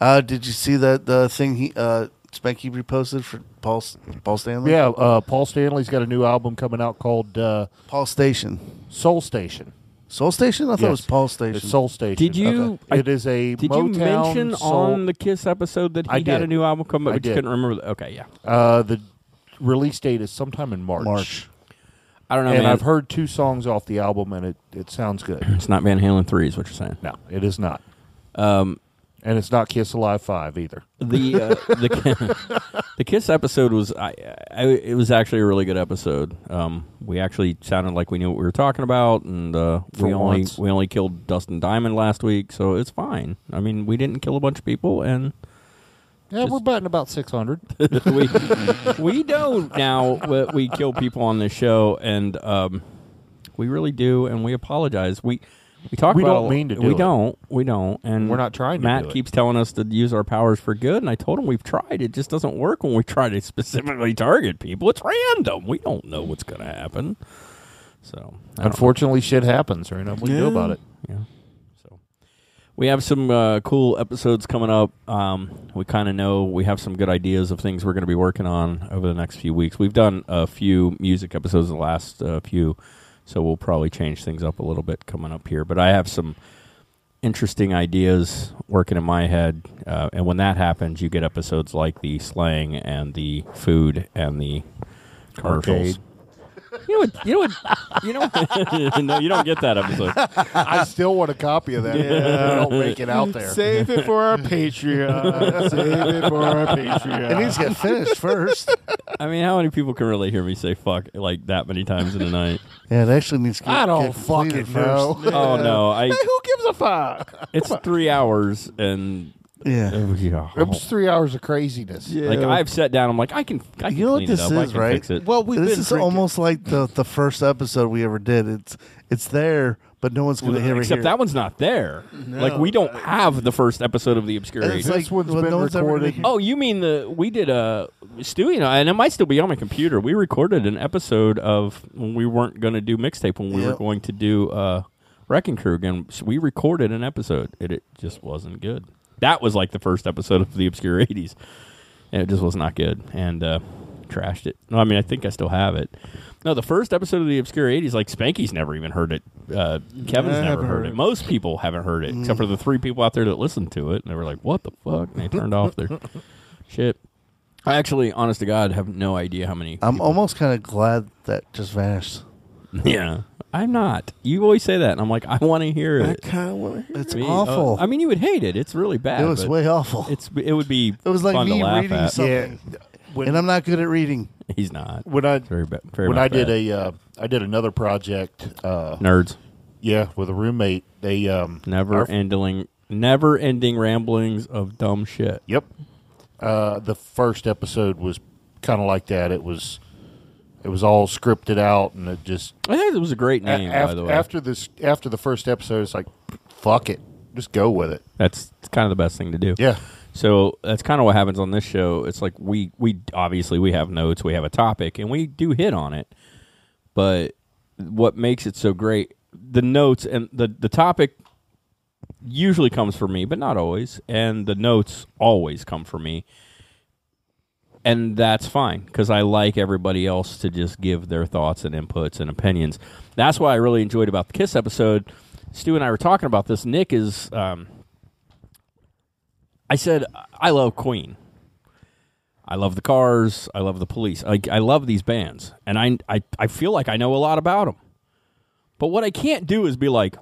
Uh, did you see that the thing he uh, Spanky reposted for Paul S- Paul Stanley? Yeah, uh, Paul Stanley's got a new album coming out called uh, Paul Station. Soul Station. Soul Station. I thought it was Oh, Paul Station. It's Soul Station. Did you? I- it is a Did Motown you mention soul- on the Kiss episode that he I got did. a new album coming? I But you did. couldn't remember. The, okay, yeah. Uh, the release date is sometime in March. March. I don't know. and man. I've heard two songs off the album, and it, it sounds good. It's not Van Halen three, is what you're saying. No, it is not. Um, and it's not Kiss Alive Five either. the uh, the the Kiss episode was I, I it was actually a really good episode. Um, we actually sounded like we knew what we were talking about, and uh, For we only once. we only killed Dustin Diamond last week, so it's fine. I mean, we didn't kill a bunch of people, and Yeah, Just- we're batting about six hundred. we we don't now. We, we kill people on this show, and um, we really do, and we apologize. We we talk We about don't a- mean to do we it. don't we don't, and We're not trying to Matt do it. keeps telling us to use our powers for good, and I told him we've tried. It just doesn't work when we try to specifically target people. It's random. We don't know what's going to happen. So I don't know. Unfortunately, shit happens. Right? What do you do Yeah. about it? Yeah. So we have some uh, cool episodes coming up. Um, we kind of know we have some good ideas of things we're going to be working on over the next few weeks. We've done a few music episodes the last uh, few, so we'll probably change things up a little bit coming up here. But I have some interesting ideas working in my head, uh, and when that happens, you get episodes like the slang and the food and the commercials. Arcade. You know what? You know what? You know. what- no, you don't get that episode. I still want a copy of that. Yeah. Don't make it out there. Save it for our Patreon. Save it for our Patreon. It needs to get finished first. I mean, how many people can really hear me say fuck like that many times in a night? yeah, it actually needs to get I don't get completed fucking first. know. Oh no, I Hey, who gives a fuck? it's three hours and Yeah. Oh, yeah. It was three hours of craziness. Like Yeah. I've sat down, I'm like, I can, I can You know what clean this it up, I is, can right? fix it. Well, we've this been is drinking. almost like the the first episode we ever did. It's it's there, but no one's going to hear Except it. that one's not there. like we don't have the first episode of the Obscure It's Age. like, This one's well, been no one's ever gonna recorded. hear- Oh, you mean the we did a Stewie and I, and it might still be on my computer. We recorded an episode of when we weren't going to do mixtape when we were Yep. going to do uh, Wrecking Crew again. So we recorded an episode. It, it just wasn't good. That was like the first episode of the obscure eighties, and it just was not good and uh, trashed it. No, I mean I think I still have it. No, the first episode of the obscure eighties, like Spanky's never even heard it. Uh, Kevin's I never haven't heard heard it. it. Most people haven't heard it, except for the three people out there that listened to it, and they were like, "What the fuck?" And they turned off their shit. I actually, honest to God, have no idea how many. I'm almost kind of glad that just vanished. yeah, I'm not. You always say that, and I'm like, I want to hear I it. kind of want to hear. It's I mean, awful. uh, I mean, you would hate it. It's really bad. it was but way awful. It's it would be. It was like fun me to laugh reading at. something, When- and I'm not good at reading. He's not. When I Very bad. Very when much I did bad. a uh, I did another project. Uh, nerds Yeah, with a roommate. They um, never our- ending never ending ramblings of dumb shit. Yep. Uh, the first episode was kind of like that. It was it was all scripted out, and it just I think it was a great a- name, af- by the way. after this after the first episode, it's like fuck it. Just go with it. That's kind of the best thing to do. Yeah. So that's kind of what happens on this show. It's like we we obviously we have notes, we have a topic, and we do hit on it. But what makes it so great, the notes and the the topic usually comes from me, but not always, and the notes always come from me. And that's fine because I like everybody else to just give their thoughts and inputs and opinions. That's why I really enjoyed about the Kiss episode. Stu and I were talking about this. Nick is um, I said, I love Queen. I love the Cars. I love the Police. I, I love these bands, and I, I I feel like I know a lot about them. But what I can't do is be like,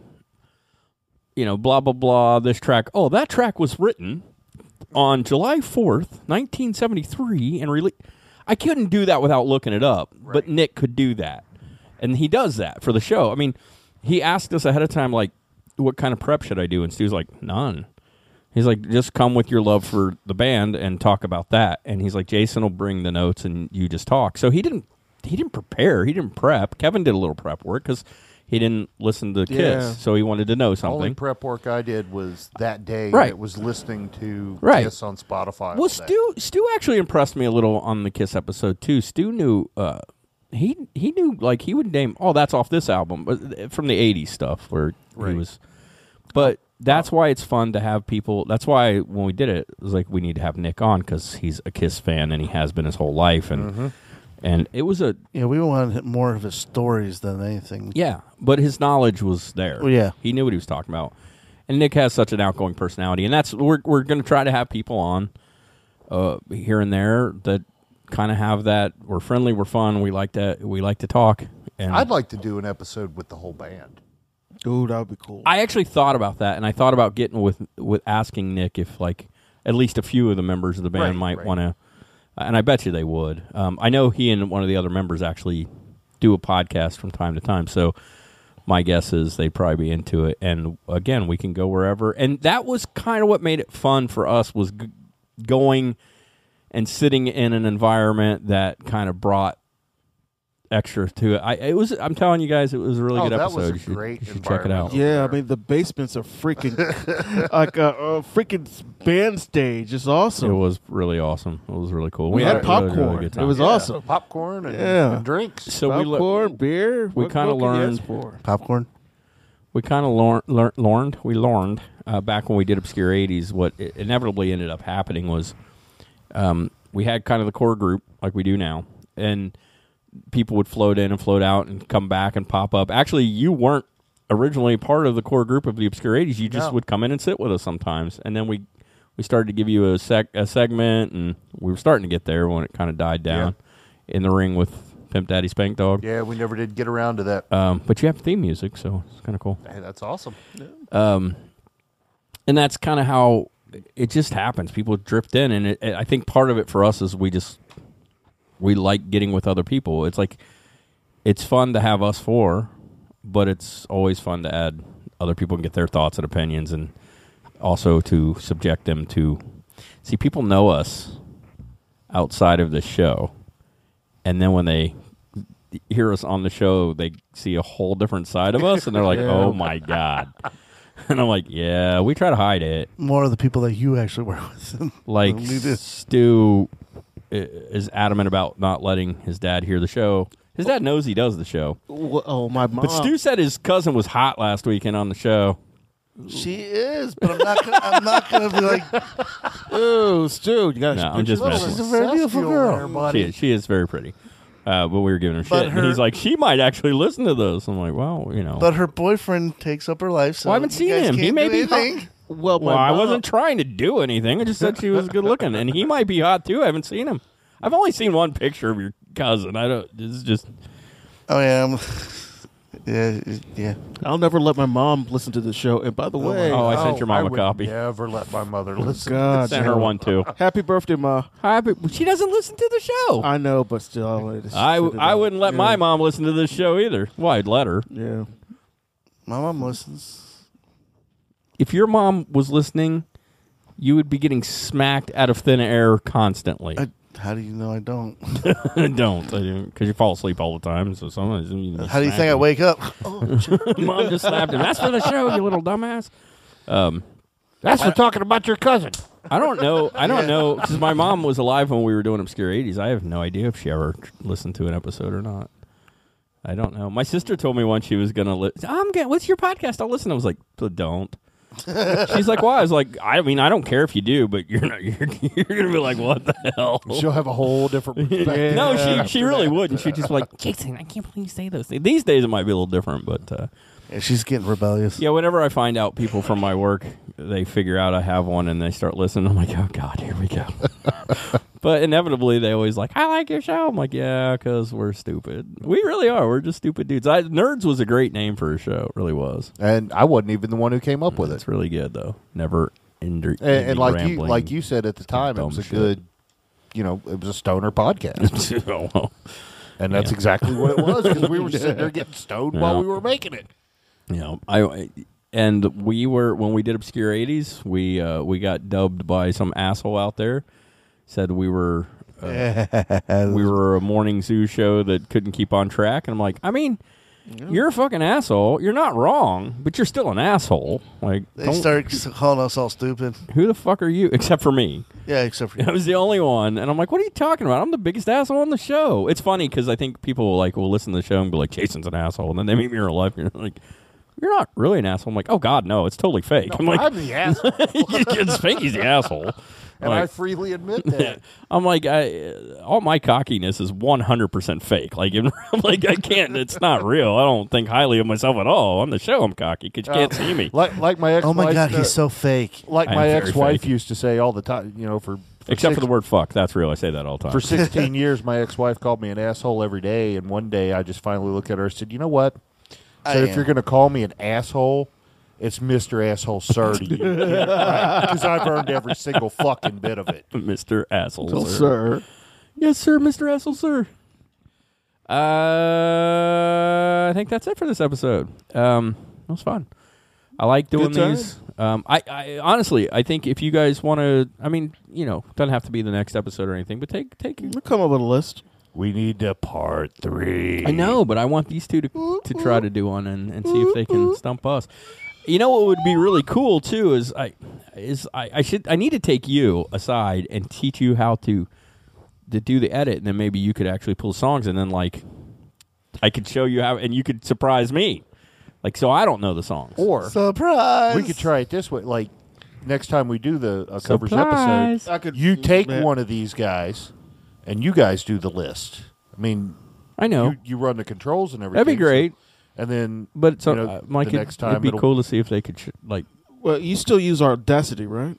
you know, blah blah blah. This track. Oh, that track was written on July fourth, nineteen seventy three, and released. I couldn't do that without looking it up, but Nick could do that, and he does that for the show. I mean, he asked us ahead of time, like, what kind of prep should I do? And Stu's like, none. He's like, just come with your love for the band and talk about that. And he's like, Jason will bring the notes and you just talk. So he didn't he didn't prepare. He didn't prep. Kevin did a little prep work because he didn't listen to Kiss, Yeah. so he wanted to know Only something. prep work I did was that day. Right. It was listening to Right. Kiss on Spotify. all Well, day. Stu Stu actually impressed me a little on the Kiss episode too. Stu knew uh, he he knew like he would name oh that's off this album but uh, from the '80s stuff where he was, but that's why it's fun to have people. That's why when we did it, it was like we need to have Nick on because he's a Kiss fan and he has been his whole life and Mhm. and it was a Yeah, we wanted more of his stories than anything. yeah, but his knowledge was there. Oh, yeah. he knew what he was talking about. And Nick has such an outgoing personality, and that's we're we're going to try to have people on uh, here and there that kind of have that. We're friendly, we're fun, we like to we like to talk. And I'd like to do an episode with the whole band. Dude, that would be cool. I actually thought about that, and I thought about getting with with asking Nick if like at least a few of the members of the band Right, might right. want to, and I bet you they would. Um, I know he and one of the other members actually do a podcast from time to time, so my guess is they'd probably be into it. And again, we can go wherever, and that was kind of what made it fun for us was g- going and sitting in an environment that kind of brought extra to it. I it was I'm telling you guys it was a really Oh, good that episode. was a You should- great you should check it out. Yeah, I mean the basements are freaking like a, a freaking band stage. It's awesome. It was really awesome. It was really cool. We had a really, really popcorn. good It time. was Yeah. awesome. Popcorn and, Yeah. and drinks. So we le- Popcorn, beer. We What kind of more can you learned ask for? popcorn. We kind of learned, learned, we learned uh, back when we did obscure '80s. What i- inevitably ended up happening was um, we had kind of the core group like we do now, and people would float in and float out and come back and pop up. Actually, you weren't originally part of the core group of the obscure '80s. You just No. would come in and sit with us sometimes, and then we we started to give you a sec a segment, and we were starting to get there when it kind of died down in the ring with Pimp Daddy Spank Dog. Yeah, we never did get around to that. Um, but you have theme music, so it's kind of cool. Hey, that's awesome. Um, and that's kind of how it just happens. People drift in, and it, it- I think part of it for us is we just we like getting with other people. It's like it's fun to have us four, but it's always fun to add other people and get their thoughts and opinions, and also to subject them to see people know us outside of the show, and then when they hear us on the show, they see a whole different side of us, and they're like, Yeah. "Oh my god." And I'm like, yeah, we try to hide it. More of the people that you actually work with. Like We do. Stu i- is adamant about not letting his dad hear the show. His dad knows he does the show. Wha- oh my mom. But Stu said his cousin was hot last weekend on the show. She is, but I'm not. Gonna, I'm not going to be like. Ooh, Stu, you got. No, I'm just messing. She's a very beautiful girl. She is, she is very pretty. Uh, but we were giving her But shit. and he's her- like, she might actually listen to this. I'm like, well, you know. But her boyfriend takes up her life. So Well, I haven't you seen guys him. He can't may do be anything. hot. Well, well, I wasn't trying to do anything. I just said she was good looking, and he might be hot too. I haven't seen him. I've only seen one picture of your cousin. I don't. This is just. Oh yeah, I'm, yeah, yeah. I'll never let my mom listen to the show. And by the way, Oh, I sent your mom a a copy. Oh, Never let my mother listen. God, Sent her no. one too. Happy birthday, ma. Happy. She doesn't listen to the show. I know, but still, I'll let it I, sit it I out. wouldn't let Yeah. my mom listen to this show either. Well, I'd let her. Yeah. My mom listens. If your mom was listening, you would be getting smacked out of thin air constantly. Uh, I, How do you know I don't? don't because you fall asleep all the time. So sometimes How do you think I wake up? mom just slapped him. That's for the show, you little dumbass. Um, That's for talking about your cousin. I don't know. I don't know because my mom was alive when we were doing obscure '80s. I have no idea if she ever tr- listened to an episode or not. I don't know. My sister told me once she was gonna. Li- I'm gonna. What's your podcast? I'll listen. I was like, "P- don't. She's like, why? I was like, I mean, I don't care if you do, but you're not. You're, you're gonna be like, what the hell? She'll have a whole different perspective. no, she she after really that. wouldn't. She'd just be like, Jason, I can't believe you say those things. These days it might be a little different, but uh, yeah, she's getting rebellious. Yeah, whenever I find out people from my work, they figure out I have one and they start listening. I'm like, oh god, here we go. but inevitably, they always like, I like your show. I'm like, yeah, because we're stupid. We really are. We're just stupid dudes. I, Nerds was a great name for a show. It really was. And I wasn't even the one who came up with it. It's really good though. Never ender. And, and like you like you said at the time, it was a good, you know, it was a stoner podcast. and that's Yeah. exactly what it was because we were sitting there getting stoned Yeah. while we were making it. You know, I and we were when we did obscure '80s. We uh, we got dubbed by some asshole out there. Said we were uh, we were a morning zoo show that couldn't keep on track, and I'm like, I mean, you're a fucking asshole. You're not wrong, but you're still an asshole. Like They don't- start calling us all stupid. Who the fuck are you? Except for me. Yeah, except for I you. was the only one, and I'm like, "What are you talking about? I'm the biggest asshole on the show." It's funny because I think people like will listen to the show and be like, "Jason's an asshole," and then they meet me in real life, and you're like, "You're not really an asshole." I'm like, "Oh God, no, it's totally fake." I'm like, I'm the asshole. "You can think he's the asshole," and Like, I freely admit that. I'm like, I, all my cockiness is 100 percent fake. Like, I'm like I can't. It's not real. I don't think highly of myself at all. On the show, I'm cocky because you can't Uh, see me. Like like my ex. Oh my God, he's so fake. Like I'm my very ex-wife fake. used to say all the time. You know, for, for Except six- for the word "fuck," that's real. I say that all the time. For 16 years, my ex-wife called me an asshole every day, and one day I just finally looked at her and said, "You know what? I So if am. you're going to call me an asshole, it's Mister Asshole Sir to you, because I've earned every single fucking bit of it." Mr. Asshole. Well, sir. Yes, sir, Mr. Essel, sir. Uh, I think that's it for this episode. Um, it was fun. I like doing Good time. these. Um, I, I honestly, I think if you guys want to, I mean, you know, doesn't have to be the next episode or anything, but take take. We'll come up with a list. We need to part three. I know, but I want these two to to try to do one and, and see if they can stump us. You know what would be really cool too is I is I, I should I need to take you aside and teach you how to to do the edit and then maybe you could actually pull songs and then like I could show you how and you could surprise me. Like so I don't know the songs. Or surprise, we could try it this way. Like next time we do the uh, covers Surprise. episode, you take one of these guys, and you guys do the list. I mean, I know. you, you run the controls and everything. Oh. That'd be so- great. and then, But so you know, uh, Mike the it, next time it'd be it'll- cool to see if they could sh- like Well, you still use Audacity, right?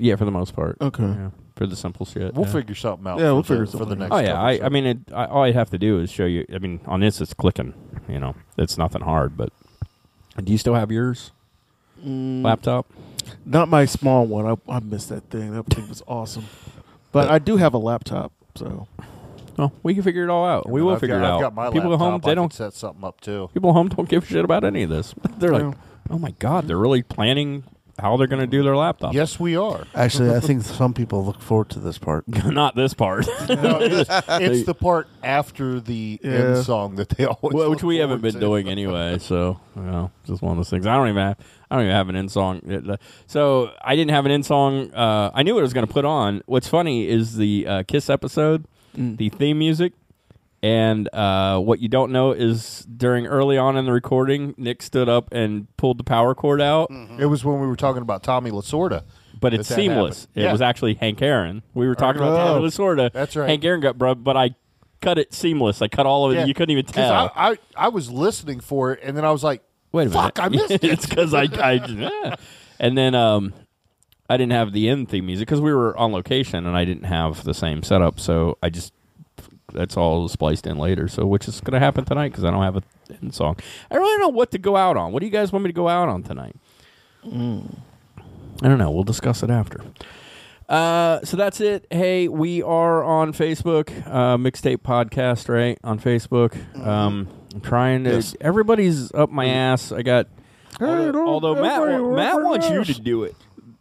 yeah for the most part. Okay. Yeah, for the simple shit. We'll yeah. figure something out. Yeah, for we'll the- figure for the something next. Oh yeah, I, episode. I mean, it, I, all I'd have to do is show you. I mean, on this it's clicking. You know, it's nothing hard. But do you still have yours? Mm. Laptop. Not my small one. I, I missed that thing. That thing was awesome. But I do have a laptop, so Well, we can figure it all out. We And will I've figure got- it out. I've got my people at home, laptop. I they can don't. set something up too. People at home don't give a shit about any of this. They're like, No. oh my god, they're really planning how they're going to do their laptop. Yes, we are. Actually, I think some people look forward to this part. not this part. No, it's, it's the part after the end song that they always. Well, look which we haven't forward been to. doing anyway. So you know, just one of those things. I don't even have. I don't even have an end song. It, uh, So I didn't have an end song. Uh, I knew what I was going to put on. What's funny is the uh, Kiss episode, Mm. the theme music, and uh, what you don't know is during early on in the recording, Nick stood up and pulled the power cord out. It was when we were talking about Tommy Lasorda. But it's Mm-hmm. that that happened. seamless. It Yeah. was actually Hank Aaron. We were talking about Oh. Tommy Lasorda. That's right. Hank Aaron got bro, but I cut it seamless. I cut all of it. Yeah. You couldn't even 'Cause tell. I, I, I was listening for it, and then I was like, Wait a Fuck, I minute. missed it. it's because I, I yeah. and then um, I didn't have the end theme music because we were on location and I didn't have the same setup, so I just that's all spliced in later. So which is going to happen tonight because I don't have a end song. I really don't know what to go out on. What do you guys want me to go out on tonight? Mm. I don't know. We'll discuss it after. Uh, so that's it. Hey, we are on Facebook, uh, mixtape podcast, right? On Facebook. Mm-hmm. Um, I'm trying to. Yes. Everybody's up my ass. I got. although although Matt, everybody wa- work Matt for wants you us. to do it.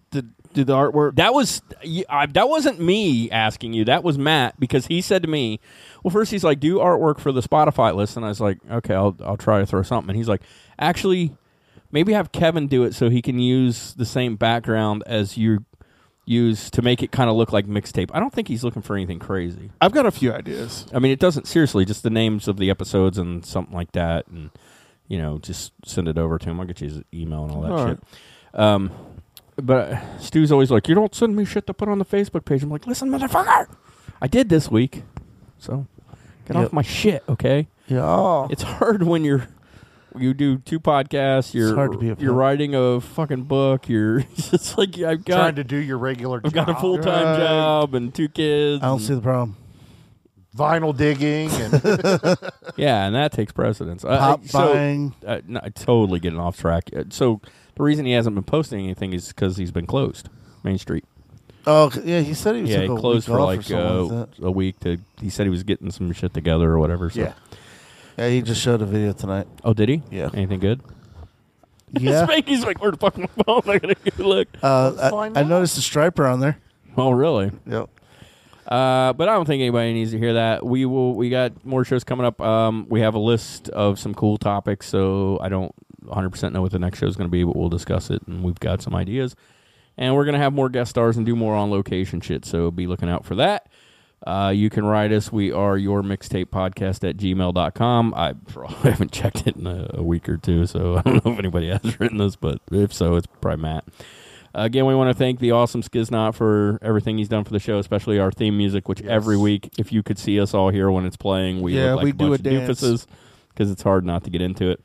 Did did the artwork? That was you- I, that wasn't me asking you. That was Matt because he said to me, "Well, first he's like, do artwork for the Spotify list," and I was like, "Okay, I'll I'll try to throw something." And he's like, "Actually, Maybe have Kevin do it so he can use the same background as you use to make it kind of look like mixtape. I don't think he's looking for anything crazy. I've got a few ideas. I mean, it doesn't seriously just the names of the episodes and something like that, and you know, just send it over to him. I'll get you his email and all that All shit. Um, but uh, Stu's always like, "You don't send me shit to put on the Facebook page." I'm like, "Listen, motherfucker, I did this week, so get Yep. off my shit, okay?" Yeah. it's hard when you're you do two podcasts. You're hard to be a you're punk. writing a fucking book. You're it's like I've got Trying to do your regular I've got a job. full time Right. job and two kids. I don't and- see the problem. Vinyl digging and yeah, and that takes precedence. Uh, Pop so- buying. uh, no, I'm totally getting off track. Uh, So the reason he hasn't been posting anything is because he's been closed, Main Street. Oh okay, yeah, he said he was yeah, took he a closed week for off like, or something like uh, a week. To he said he was getting some shit together or whatever. So. Yeah. Yeah, he just showed a video tonight. Oh, did he? Yeah. Anything good? Yeah. Spanky's like, where the fuck my phone? I gotta go look. Uh, I, I noticed a striper on there. Oh, really? Yep. Uh, but I don't think anybody needs to hear that. We will. We got more shows coming up. Um, we have a list of some cool topics. So I don't 100 percent know what the next show is going to be, but we'll discuss it, and we've got some ideas. And we're going to have more guest stars and do more on location shit. So be looking out for that. Uh, you can write us. We are your mixtape podcast at gmail.com. I probably haven't checked it in a, a week or two, so I don't know if anybody has written this, but if so, it's probably Matt. Uh, Again, we want to thank the awesome Skiznot for everything he's done for the show, especially our theme music, which every week, if you could see us all here when it's playing, we Yeah, look like we a do bunch a of dance. doofuses because it's hard not to get into it.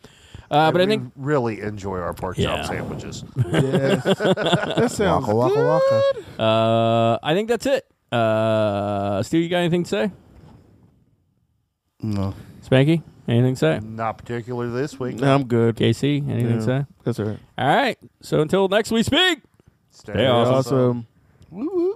Uh, but I think really enjoy our pork Yeah. chop sandwiches. Yes. that sounds Waka, waka, waka. uh, I think that's it. Uh, Stu, you got anything to say? No. Spanky, anything to say? Not particularly this week. No, I'm good. KC, anything to Yeah, say? That's all right. All right. So until next we speak. Stay awesome. awesome. Woo woo.